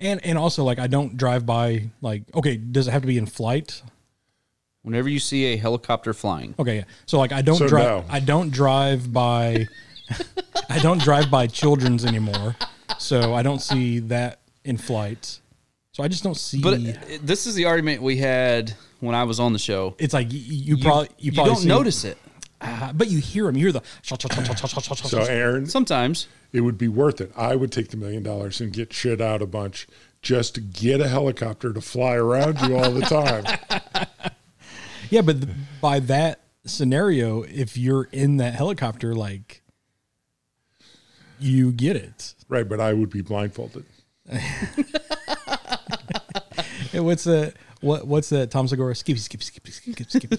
[SPEAKER 1] And and also like I don't drive by like okay, does it have to be in flight?
[SPEAKER 3] Whenever you see a helicopter flying,
[SPEAKER 1] Okay, yeah. So like I don't
[SPEAKER 2] So
[SPEAKER 1] drive
[SPEAKER 2] no.
[SPEAKER 1] I don't drive by I don't drive by children's anymore. So I don't see that in flight. So I just don't see
[SPEAKER 3] but uh, this is the argument we had when I was on the show.
[SPEAKER 1] it's like you, you, probably you
[SPEAKER 3] you
[SPEAKER 1] probably
[SPEAKER 3] don't
[SPEAKER 1] see-
[SPEAKER 3] notice it
[SPEAKER 1] Ah, but you hear them. You hear the shot, shot, shot, shot, shot, shot, shot,
[SPEAKER 2] So,
[SPEAKER 1] shot.
[SPEAKER 2] Aaron,
[SPEAKER 3] sometimes.
[SPEAKER 2] it would be worth it. I would take the million dollars and get shit out a bunch just to get a helicopter to fly around you all the time.
[SPEAKER 1] Yeah, but th- by that scenario, if you're in that helicopter, like you get it.
[SPEAKER 2] right, but I would be blindfolded.
[SPEAKER 1] Hey, What's that? What what's that? Tom Segura, skippy, skippy, skippy, skippy, skippy.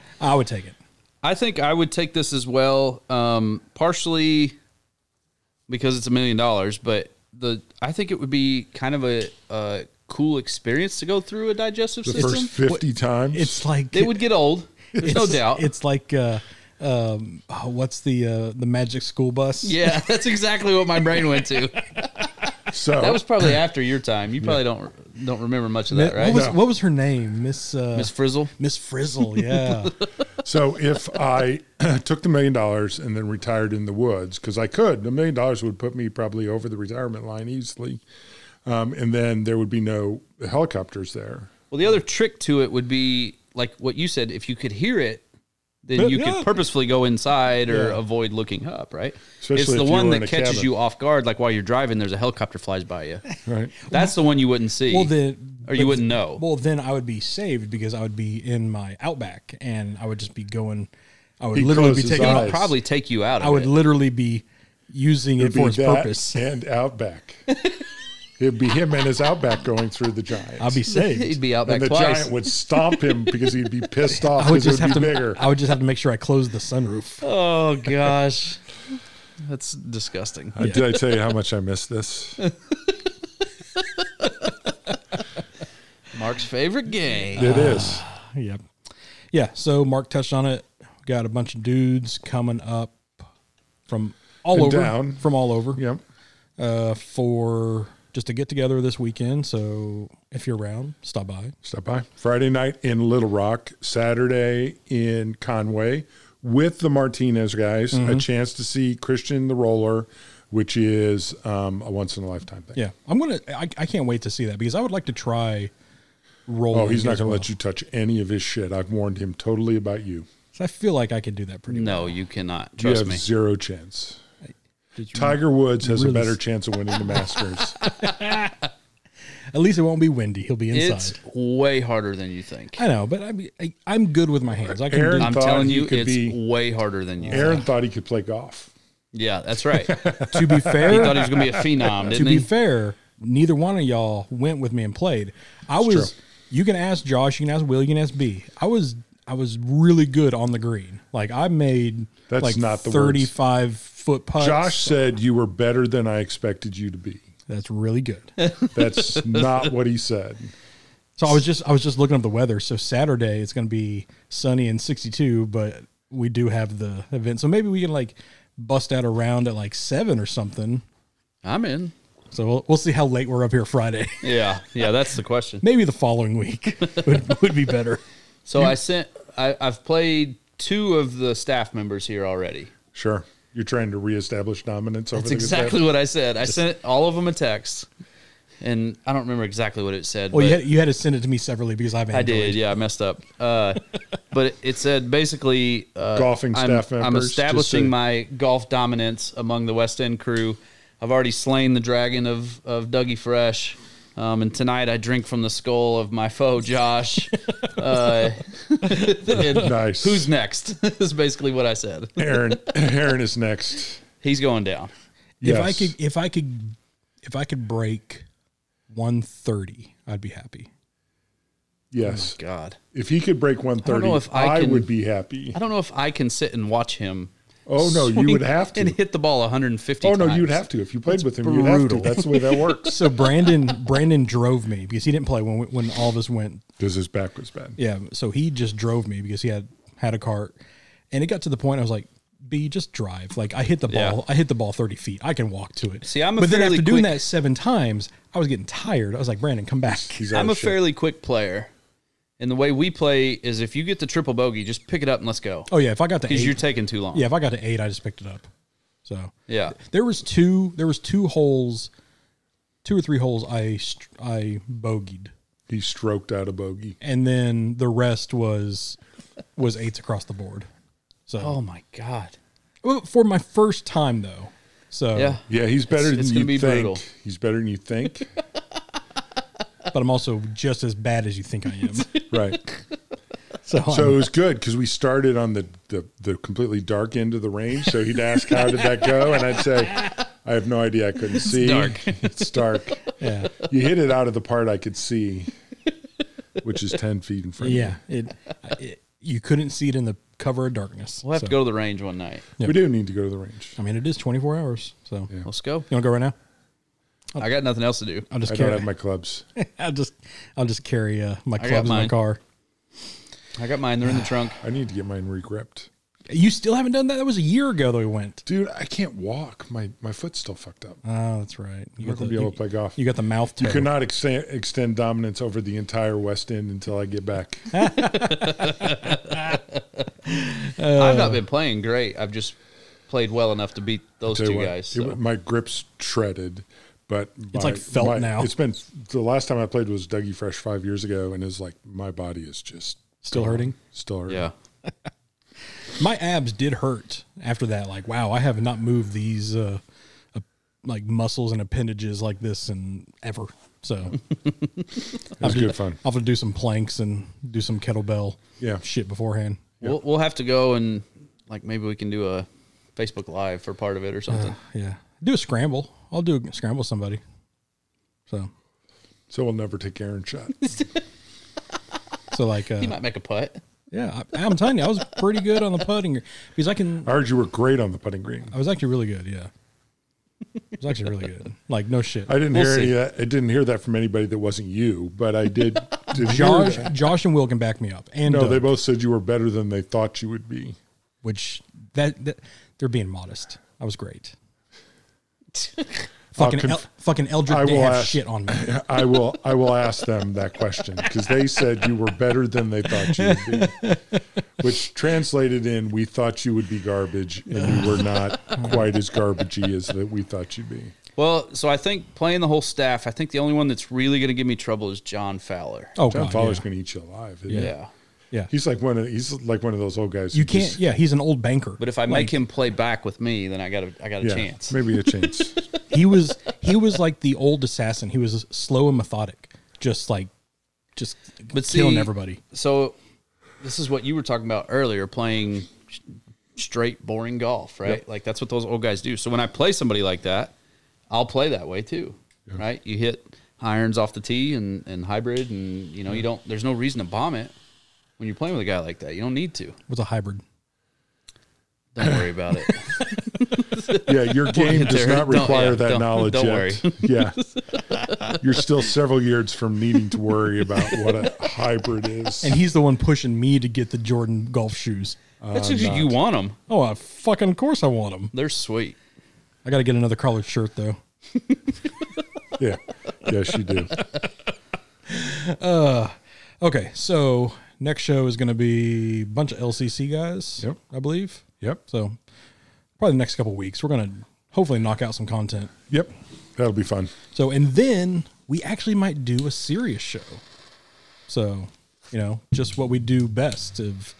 [SPEAKER 1] I would take it.
[SPEAKER 3] I think I would take this as well, um, partially because it's a million dollars, but the I think it would be kind of a, a cool experience to go through a digestive
[SPEAKER 2] The
[SPEAKER 3] system.
[SPEAKER 2] first 50 times.
[SPEAKER 1] It's like
[SPEAKER 3] they would get old. There's
[SPEAKER 1] it's,
[SPEAKER 3] no doubt.
[SPEAKER 1] It's like uh, um, oh, what's the uh, the Magic School Bus?
[SPEAKER 3] yeah, that's exactly what my brain went to.
[SPEAKER 2] so,
[SPEAKER 3] That was probably after your time. You probably don't don't remember much of that, right?
[SPEAKER 1] What was
[SPEAKER 2] No.
[SPEAKER 1] what was her name? Miss uh,
[SPEAKER 3] Miss Frizzle.
[SPEAKER 1] Miss Frizzle. Yeah.
[SPEAKER 2] so if I took the million dollars and then retired in the woods, because I could, the million dollars would put me probably over the retirement line easily. Um, and then there would be no helicopters there.
[SPEAKER 3] Well, the other trick to it would be like what you said. If you could hear it, then you
[SPEAKER 1] yeah.
[SPEAKER 3] could purposefully go inside or
[SPEAKER 2] Yeah.
[SPEAKER 3] avoid looking up. Right?
[SPEAKER 2] Especially
[SPEAKER 3] it's
[SPEAKER 2] if
[SPEAKER 3] the
[SPEAKER 2] you
[SPEAKER 3] one
[SPEAKER 2] were in
[SPEAKER 3] that
[SPEAKER 2] a
[SPEAKER 3] catches
[SPEAKER 2] cabin.
[SPEAKER 3] you off guard. Like while you're driving, there's a helicopter flies by you.
[SPEAKER 2] Right.
[SPEAKER 3] That's the one you wouldn't see.
[SPEAKER 1] Well, the
[SPEAKER 3] or you
[SPEAKER 1] but-
[SPEAKER 3] wouldn't know.
[SPEAKER 1] Well, then I would be saved because I would be in my Outback and I would just be going. I would
[SPEAKER 2] He
[SPEAKER 1] literally be
[SPEAKER 2] closed his
[SPEAKER 1] taking.
[SPEAKER 2] eyes.
[SPEAKER 3] probably take you out. Of
[SPEAKER 1] I would
[SPEAKER 3] It.
[SPEAKER 1] literally be using it
[SPEAKER 2] It'd
[SPEAKER 1] for
[SPEAKER 2] be
[SPEAKER 1] its
[SPEAKER 2] that
[SPEAKER 1] purpose.
[SPEAKER 2] and Outback. It'd be him and his Outback going through the Giants.
[SPEAKER 1] I'd be
[SPEAKER 3] He'd
[SPEAKER 1] saved.
[SPEAKER 3] be out back
[SPEAKER 2] and the
[SPEAKER 3] twice.
[SPEAKER 2] giant would stomp him because he'd be pissed off
[SPEAKER 1] I would
[SPEAKER 2] because it
[SPEAKER 1] just have
[SPEAKER 2] would be
[SPEAKER 1] to.
[SPEAKER 2] bigger.
[SPEAKER 1] I would just have to make sure I close the sunroof.
[SPEAKER 3] oh gosh, that's disgusting.
[SPEAKER 2] Uh, Did I tell you how much I miss this?
[SPEAKER 3] Mark's favorite game.
[SPEAKER 2] It is.
[SPEAKER 1] Yep. Yeah. So Mark touched on it. Got a bunch of dudes coming up from all
[SPEAKER 2] And
[SPEAKER 1] over,
[SPEAKER 2] down.
[SPEAKER 1] from all over,
[SPEAKER 2] Yep.
[SPEAKER 1] uh, for just to get together this weekend. So if you're around, stop by.
[SPEAKER 2] Stop by. Friday night in Little Rock, Saturday in Conway with the Martinez guys.
[SPEAKER 1] Mm-hmm.
[SPEAKER 2] A chance to see Christian the Roller, which is um, a once in a lifetime thing.
[SPEAKER 1] Yeah, I'm gonna. I, I can't wait to see that because I would like to try. Rolling
[SPEAKER 2] Oh, he's not
[SPEAKER 1] as
[SPEAKER 2] going to
[SPEAKER 1] well.
[SPEAKER 2] let you touch any of his shit. I've warned him totally about you.
[SPEAKER 1] So I feel like I could do that pretty. well.
[SPEAKER 3] No, you cannot.
[SPEAKER 2] You
[SPEAKER 3] Trust
[SPEAKER 2] have
[SPEAKER 3] me.
[SPEAKER 2] zero chance.
[SPEAKER 1] Did you-
[SPEAKER 2] Tiger Woods has
[SPEAKER 1] Really
[SPEAKER 2] a better
[SPEAKER 1] s-
[SPEAKER 2] chance of winning the Masters.
[SPEAKER 1] At least it won't be windy. He'll be inside.
[SPEAKER 3] It's way harder than you think.
[SPEAKER 1] I know, but I, mean, I I'm good with my hands. I can.
[SPEAKER 2] Aaron-
[SPEAKER 1] do
[SPEAKER 3] I'm
[SPEAKER 2] thought
[SPEAKER 3] telling
[SPEAKER 2] he
[SPEAKER 3] you,
[SPEAKER 2] could
[SPEAKER 3] it's
[SPEAKER 2] be-
[SPEAKER 3] way harder than you.
[SPEAKER 2] Aaron thought he could play golf.
[SPEAKER 3] Yeah, that's right.
[SPEAKER 1] to
[SPEAKER 3] he
[SPEAKER 1] be
[SPEAKER 3] thought
[SPEAKER 1] fair,
[SPEAKER 3] he was gonna be a phenom,
[SPEAKER 1] to
[SPEAKER 3] didn't
[SPEAKER 1] be
[SPEAKER 3] he?
[SPEAKER 1] fair, neither one of y'all went with me and played. I was. You can ask Josh. You can ask Will. You can ask B. I was. I was really good on the green. Like I made
[SPEAKER 2] That's
[SPEAKER 1] like
[SPEAKER 2] not the words.
[SPEAKER 1] 35 foot putts.
[SPEAKER 2] Josh said you were better than I expected you to be.
[SPEAKER 1] that's really good.
[SPEAKER 2] That's not what he said.
[SPEAKER 1] So I was just I was just looking up the weather. So Saturday it's going to be sunny and 62, but we do have the event. So maybe we can like bust out a round at like 7 or something.
[SPEAKER 3] I'm in.
[SPEAKER 1] So we'll, we'll see how late we're up here Friday.
[SPEAKER 3] Yeah, yeah, that's the question.
[SPEAKER 1] maybe the following week would, would be better.
[SPEAKER 3] So I sent. I, I've played two of the staff members here already.
[SPEAKER 2] Sure. You're trying to reestablish dominance over
[SPEAKER 3] That's
[SPEAKER 2] the
[SPEAKER 3] exactly what I said. I sent all of them a text, and I don't remember exactly what it said.
[SPEAKER 1] Well,
[SPEAKER 3] but
[SPEAKER 1] you had, you had to send it to me separately because I've
[SPEAKER 3] I did. Yeah, I messed up. Uh, but it said basically uh,
[SPEAKER 2] Golfing
[SPEAKER 3] I'm,
[SPEAKER 2] staff
[SPEAKER 3] I'm
[SPEAKER 2] members, just
[SPEAKER 3] establishing
[SPEAKER 2] to-
[SPEAKER 3] my golf dominance among the West End crew. I've already slain the dragon of of Dougie Fresh. Um, and tonight I drink from the skull of my foe Josh. Uh, and
[SPEAKER 2] Nice.
[SPEAKER 3] Who's next? is basically what I said.
[SPEAKER 2] Aaron Aaron is next.
[SPEAKER 3] He's going down.
[SPEAKER 1] If I
[SPEAKER 2] Yes.
[SPEAKER 1] could if I could if I could break 130, I'd be happy.
[SPEAKER 2] Yes.
[SPEAKER 3] Oh God,
[SPEAKER 2] if he could break 130,
[SPEAKER 3] know if I
[SPEAKER 2] I,
[SPEAKER 3] can-
[SPEAKER 2] would be happy.
[SPEAKER 3] I don't know if I can sit and watch him
[SPEAKER 2] Oh, no, you
[SPEAKER 3] swing
[SPEAKER 2] would have to.
[SPEAKER 3] and hit the ball 150.
[SPEAKER 2] Oh no, you'd
[SPEAKER 3] times.
[SPEAKER 2] have to if you played with him. You'd have to.
[SPEAKER 3] brutal.
[SPEAKER 2] That's the way that works.
[SPEAKER 1] So Brandon Brandon drove me because he didn't play when we- when all of us went.
[SPEAKER 2] Because his back was bad.
[SPEAKER 1] Yeah, so he just drove me because he had had a cart, and it got to the point I was like, "B, just drive." Like I hit the ball,
[SPEAKER 3] Yeah.
[SPEAKER 1] I hit the ball thirty feet. I can walk to it.
[SPEAKER 3] See, I'm a
[SPEAKER 1] but then
[SPEAKER 3] fairly
[SPEAKER 1] after doing
[SPEAKER 3] quick-
[SPEAKER 1] that seven times, I was getting tired. I was like, "Brandon, come back."
[SPEAKER 2] He's out
[SPEAKER 3] I'm a
[SPEAKER 2] of shape.
[SPEAKER 3] fairly quick player, and the way we play is if you get the triple bogey, just pick it up and let's go.
[SPEAKER 1] Oh yeah, if I got to
[SPEAKER 3] Because you're
[SPEAKER 1] eight,
[SPEAKER 3] taking too long.
[SPEAKER 1] yeah, if I got to eight, I just picked it up. So
[SPEAKER 3] Yeah.
[SPEAKER 1] there was two there was two holes, two or three holes I str- I bogeyed,
[SPEAKER 2] He stroked out a bogey.
[SPEAKER 1] and then the rest was was eights across the board. So
[SPEAKER 3] Oh my god.
[SPEAKER 1] Well, for my first time though. So,
[SPEAKER 3] Yeah.
[SPEAKER 2] Oh, Yeah, he's better
[SPEAKER 3] it's
[SPEAKER 2] than
[SPEAKER 3] gonna
[SPEAKER 2] you
[SPEAKER 3] be
[SPEAKER 2] think.
[SPEAKER 3] brutal.
[SPEAKER 2] He's better than you think.
[SPEAKER 1] but I'm also just as bad as you think I am.
[SPEAKER 2] right.
[SPEAKER 1] So,
[SPEAKER 2] So
[SPEAKER 1] I'm-
[SPEAKER 2] it was good because we started on the, the the completely dark end of the range. So he'd ask, "How did that go?" And I'd say, "I have no idea. I couldn't see.
[SPEAKER 3] dark.
[SPEAKER 2] It's dark.
[SPEAKER 1] yeah,
[SPEAKER 2] You hit it out of the part I could see, which is ten feet in front.
[SPEAKER 1] yeah, it, it you couldn't see it in the cover of darkness.
[SPEAKER 3] We'll have
[SPEAKER 1] So,
[SPEAKER 3] to go to the range one night.
[SPEAKER 2] of you. We do need to go to the range.
[SPEAKER 1] I mean, it is 24 hours. So you
[SPEAKER 3] Let's go.
[SPEAKER 1] want to go right now?
[SPEAKER 3] I got nothing else to do.
[SPEAKER 1] I'll just
[SPEAKER 2] I don't
[SPEAKER 1] carry.
[SPEAKER 2] have my clubs.
[SPEAKER 1] I'll just I'll just carry uh, my
[SPEAKER 3] got
[SPEAKER 1] clubs in my
[SPEAKER 3] mine.
[SPEAKER 1] car.
[SPEAKER 3] I got mine. They're in the trunk.
[SPEAKER 2] I need to get mine regripped.
[SPEAKER 1] You still haven't done that? That was a year ago that we went.
[SPEAKER 2] Dude, I can't walk. My my foot's still fucked up.
[SPEAKER 1] Oh, that's right. You
[SPEAKER 2] not
[SPEAKER 1] got the,
[SPEAKER 2] gonna be able
[SPEAKER 1] you,
[SPEAKER 2] to play golf.
[SPEAKER 1] you got the mouth toe.
[SPEAKER 2] You could not extend, extend dominance over the entire West End until I get back.
[SPEAKER 3] I've not been playing great. I've just played well enough to beat those
[SPEAKER 2] Uh, Tell you
[SPEAKER 3] two
[SPEAKER 2] what,
[SPEAKER 3] guys.
[SPEAKER 2] it-
[SPEAKER 3] so.
[SPEAKER 2] my grips shredded, but
[SPEAKER 1] It's
[SPEAKER 2] my-
[SPEAKER 1] like felt
[SPEAKER 2] my-
[SPEAKER 1] now.
[SPEAKER 2] It's been the last time I played was Dougie Fresh five years ago, and it's like my body is just
[SPEAKER 1] Still hurting?
[SPEAKER 2] Still hurting.
[SPEAKER 3] Yeah.
[SPEAKER 1] my abs did hurt after that. Like, wow, I have not moved these uh, uh, like muscles and appendages like this in ever. So
[SPEAKER 2] it was good fun.
[SPEAKER 1] I'll have to do some planks and do some kettlebell
[SPEAKER 2] Yeah.
[SPEAKER 1] shit beforehand.
[SPEAKER 3] We'll, we'll have to go and like maybe we can do a Facebook Live for part of it or
[SPEAKER 2] Uh,
[SPEAKER 3] something.
[SPEAKER 1] Yeah, do a scramble. I'll do a scramble with somebody. So
[SPEAKER 2] So we'll never take Aaron shot.
[SPEAKER 1] so like
[SPEAKER 3] he
[SPEAKER 1] uh,
[SPEAKER 3] might make a putt.
[SPEAKER 1] yeah, I, I'm telling you, I was pretty good on the putting because I can.
[SPEAKER 2] I heard you were great on the putting green.
[SPEAKER 1] I was actually really good. Yeah, I was actually really good. Like no shit.
[SPEAKER 2] I didn't
[SPEAKER 3] We'll
[SPEAKER 2] hear
[SPEAKER 3] see.
[SPEAKER 2] any of that. I didn't hear that from anybody that wasn't you, but I did. did hear
[SPEAKER 1] Josh,
[SPEAKER 2] that.
[SPEAKER 1] Josh and Will can back me up. And
[SPEAKER 2] No,
[SPEAKER 1] Doug.
[SPEAKER 2] they both said you were better than they thought you would be.
[SPEAKER 1] which that, that they're being modest. I was great. fucking
[SPEAKER 2] Uh, conf-
[SPEAKER 1] El, fucking Eldrick
[SPEAKER 2] I
[SPEAKER 1] didn't
[SPEAKER 2] will
[SPEAKER 1] have
[SPEAKER 2] ask-
[SPEAKER 1] shit on me.
[SPEAKER 2] I will. I will ask them that question because they said you were better than they thought you would be, which translated in we thought you would be garbage and you were not quite as garbagey as that we thought you'd be.
[SPEAKER 3] Well, so I think playing the whole staff, I think the only one that's really going to give me trouble is John Fowler.
[SPEAKER 1] Oh
[SPEAKER 2] John
[SPEAKER 1] god,
[SPEAKER 2] Fowler's
[SPEAKER 1] yeah.
[SPEAKER 2] going to eat you alive. isn't
[SPEAKER 3] yeah.
[SPEAKER 2] he?
[SPEAKER 1] yeah.
[SPEAKER 2] he's like one of he's like one of those old guys.
[SPEAKER 1] you
[SPEAKER 2] who
[SPEAKER 1] can't.
[SPEAKER 2] just-
[SPEAKER 1] yeah, he's an old banker.
[SPEAKER 3] But if I make him play back with me, then I got a I got a
[SPEAKER 2] yeah,
[SPEAKER 3] chance.
[SPEAKER 2] maybe a chance.
[SPEAKER 1] he was he was like the old assassin. He was slow and methodic, just like just
[SPEAKER 3] But
[SPEAKER 1] killing
[SPEAKER 3] see-
[SPEAKER 1] everybody.
[SPEAKER 3] So this is what you were talking about earlier, playing s- straight boring golf, right? Like that's what those old guys do. So when I play somebody like that, I'll play that way too, right? You hit irons off the tee and and hybrid, and you know you don't. There's no reason to bomb it when you're playing with a guy like that. You don't need to.
[SPEAKER 1] Was a hybrid.
[SPEAKER 3] Don't worry about it.
[SPEAKER 2] Yeah, your game does
[SPEAKER 3] there.
[SPEAKER 2] not
[SPEAKER 3] Don't-
[SPEAKER 2] require
[SPEAKER 3] yeah,
[SPEAKER 2] that
[SPEAKER 3] don't-
[SPEAKER 2] knowledge yet.
[SPEAKER 3] don't
[SPEAKER 2] Yeah, you're still several years from needing to worry about what a hybrid is.
[SPEAKER 1] And he's the one pushing me to get the Jordan golf shoes.
[SPEAKER 3] That's just you want them.
[SPEAKER 1] Oh, I fucking course I want them.
[SPEAKER 3] They're sweet.
[SPEAKER 1] I got to get another collared shirt though.
[SPEAKER 2] yeah, yes, you do.
[SPEAKER 1] Okay, so next show is going to be a bunch of LCC guys.
[SPEAKER 2] Yep.
[SPEAKER 1] I believe.
[SPEAKER 2] Yep.
[SPEAKER 1] So probably the next couple weeks, we're going to hopefully knock out some content.
[SPEAKER 2] Yep. That'll be fun.
[SPEAKER 1] So, and then we actually might do a serious show. So, you know, just what we do best of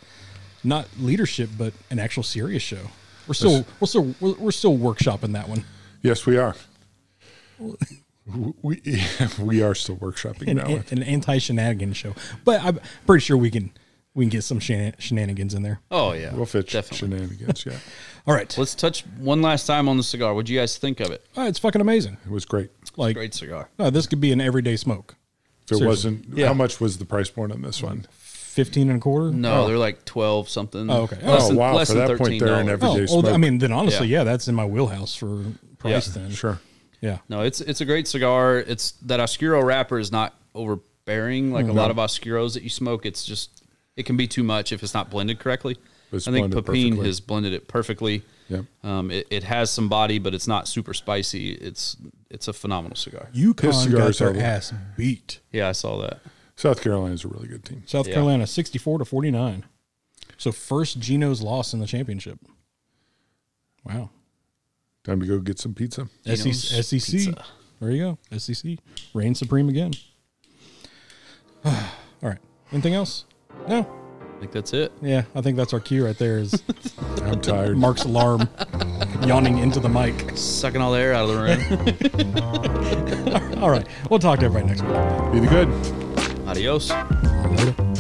[SPEAKER 1] not leadership, but an actual serious show. We're still, we're still, we're, we're still workshopping that one.
[SPEAKER 2] Yes, we are. We we are still workshopping
[SPEAKER 1] An,
[SPEAKER 2] that one.
[SPEAKER 1] an anti shenanigan show, but I'm pretty sure we can, we can get some shenan- shenanigans in there.
[SPEAKER 3] Oh yeah,
[SPEAKER 2] We'll fit
[SPEAKER 3] definitely.
[SPEAKER 2] shenanigans. Yeah,
[SPEAKER 1] All right.
[SPEAKER 3] Let's touch one last time on the cigar. What'd you guys think of it?
[SPEAKER 1] Oh, it's fucking amazing.
[SPEAKER 2] it was great.
[SPEAKER 1] Like,
[SPEAKER 3] Great cigar.
[SPEAKER 1] no, this could be an everyday smoke.
[SPEAKER 2] If it
[SPEAKER 1] Seriously.
[SPEAKER 2] wasn't,
[SPEAKER 1] Yeah.
[SPEAKER 2] how much was the price point on this one?
[SPEAKER 1] fifteen and a quarter?
[SPEAKER 3] No, they're like twelve something.
[SPEAKER 1] Oh, okay.
[SPEAKER 2] Oh, wow, for that point, they're in
[SPEAKER 3] $13.
[SPEAKER 2] every-
[SPEAKER 1] Oh,
[SPEAKER 2] Everyday
[SPEAKER 1] well, I
[SPEAKER 2] smoke.
[SPEAKER 1] mean, then honestly,
[SPEAKER 3] Yeah.
[SPEAKER 1] yeah, that's in my wheelhouse for price.
[SPEAKER 3] Yeah.
[SPEAKER 1] Then,
[SPEAKER 2] Sure.
[SPEAKER 1] yeah,
[SPEAKER 3] No, it's it's a great cigar. It's that Oscuro wrapper is not overbearing
[SPEAKER 2] Hmm,
[SPEAKER 3] like a lot of Oscuros that you smoke. It's just it can be too much if it's not blended correctly.
[SPEAKER 2] It's
[SPEAKER 3] I think
[SPEAKER 2] blended
[SPEAKER 3] Pepin
[SPEAKER 2] perfectly.
[SPEAKER 3] has blended it perfectly.
[SPEAKER 2] Yep.
[SPEAKER 3] Um, it, it has some body, but it's not super spicy. It's it's a phenomenal cigar.
[SPEAKER 1] UConn got
[SPEAKER 2] cigars
[SPEAKER 1] their
[SPEAKER 2] are-
[SPEAKER 1] ass beat.
[SPEAKER 3] Yeah, I saw that.
[SPEAKER 2] South Carolina's a really good team.
[SPEAKER 1] South
[SPEAKER 3] Yeah.
[SPEAKER 1] Carolina, sixty-four to forty-nine. So first Geno's loss in the championship. Wow. E
[SPEAKER 2] Time to go get some pizza.
[SPEAKER 1] SEC,
[SPEAKER 3] Geno's
[SPEAKER 1] SEC.
[SPEAKER 3] Pizza.
[SPEAKER 1] There you go. SEC reign supreme again. All right. Anything else? No.
[SPEAKER 3] I think that's it.
[SPEAKER 1] Yeah, I think that's our cue right there. Is
[SPEAKER 2] I'm tired.
[SPEAKER 1] Mark's alarm yawning into the mic.
[SPEAKER 3] Sucking all the air out of the room.
[SPEAKER 1] All right. We'll talk to everybody next week.
[SPEAKER 2] Be the good.
[SPEAKER 3] Adios.
[SPEAKER 1] Later.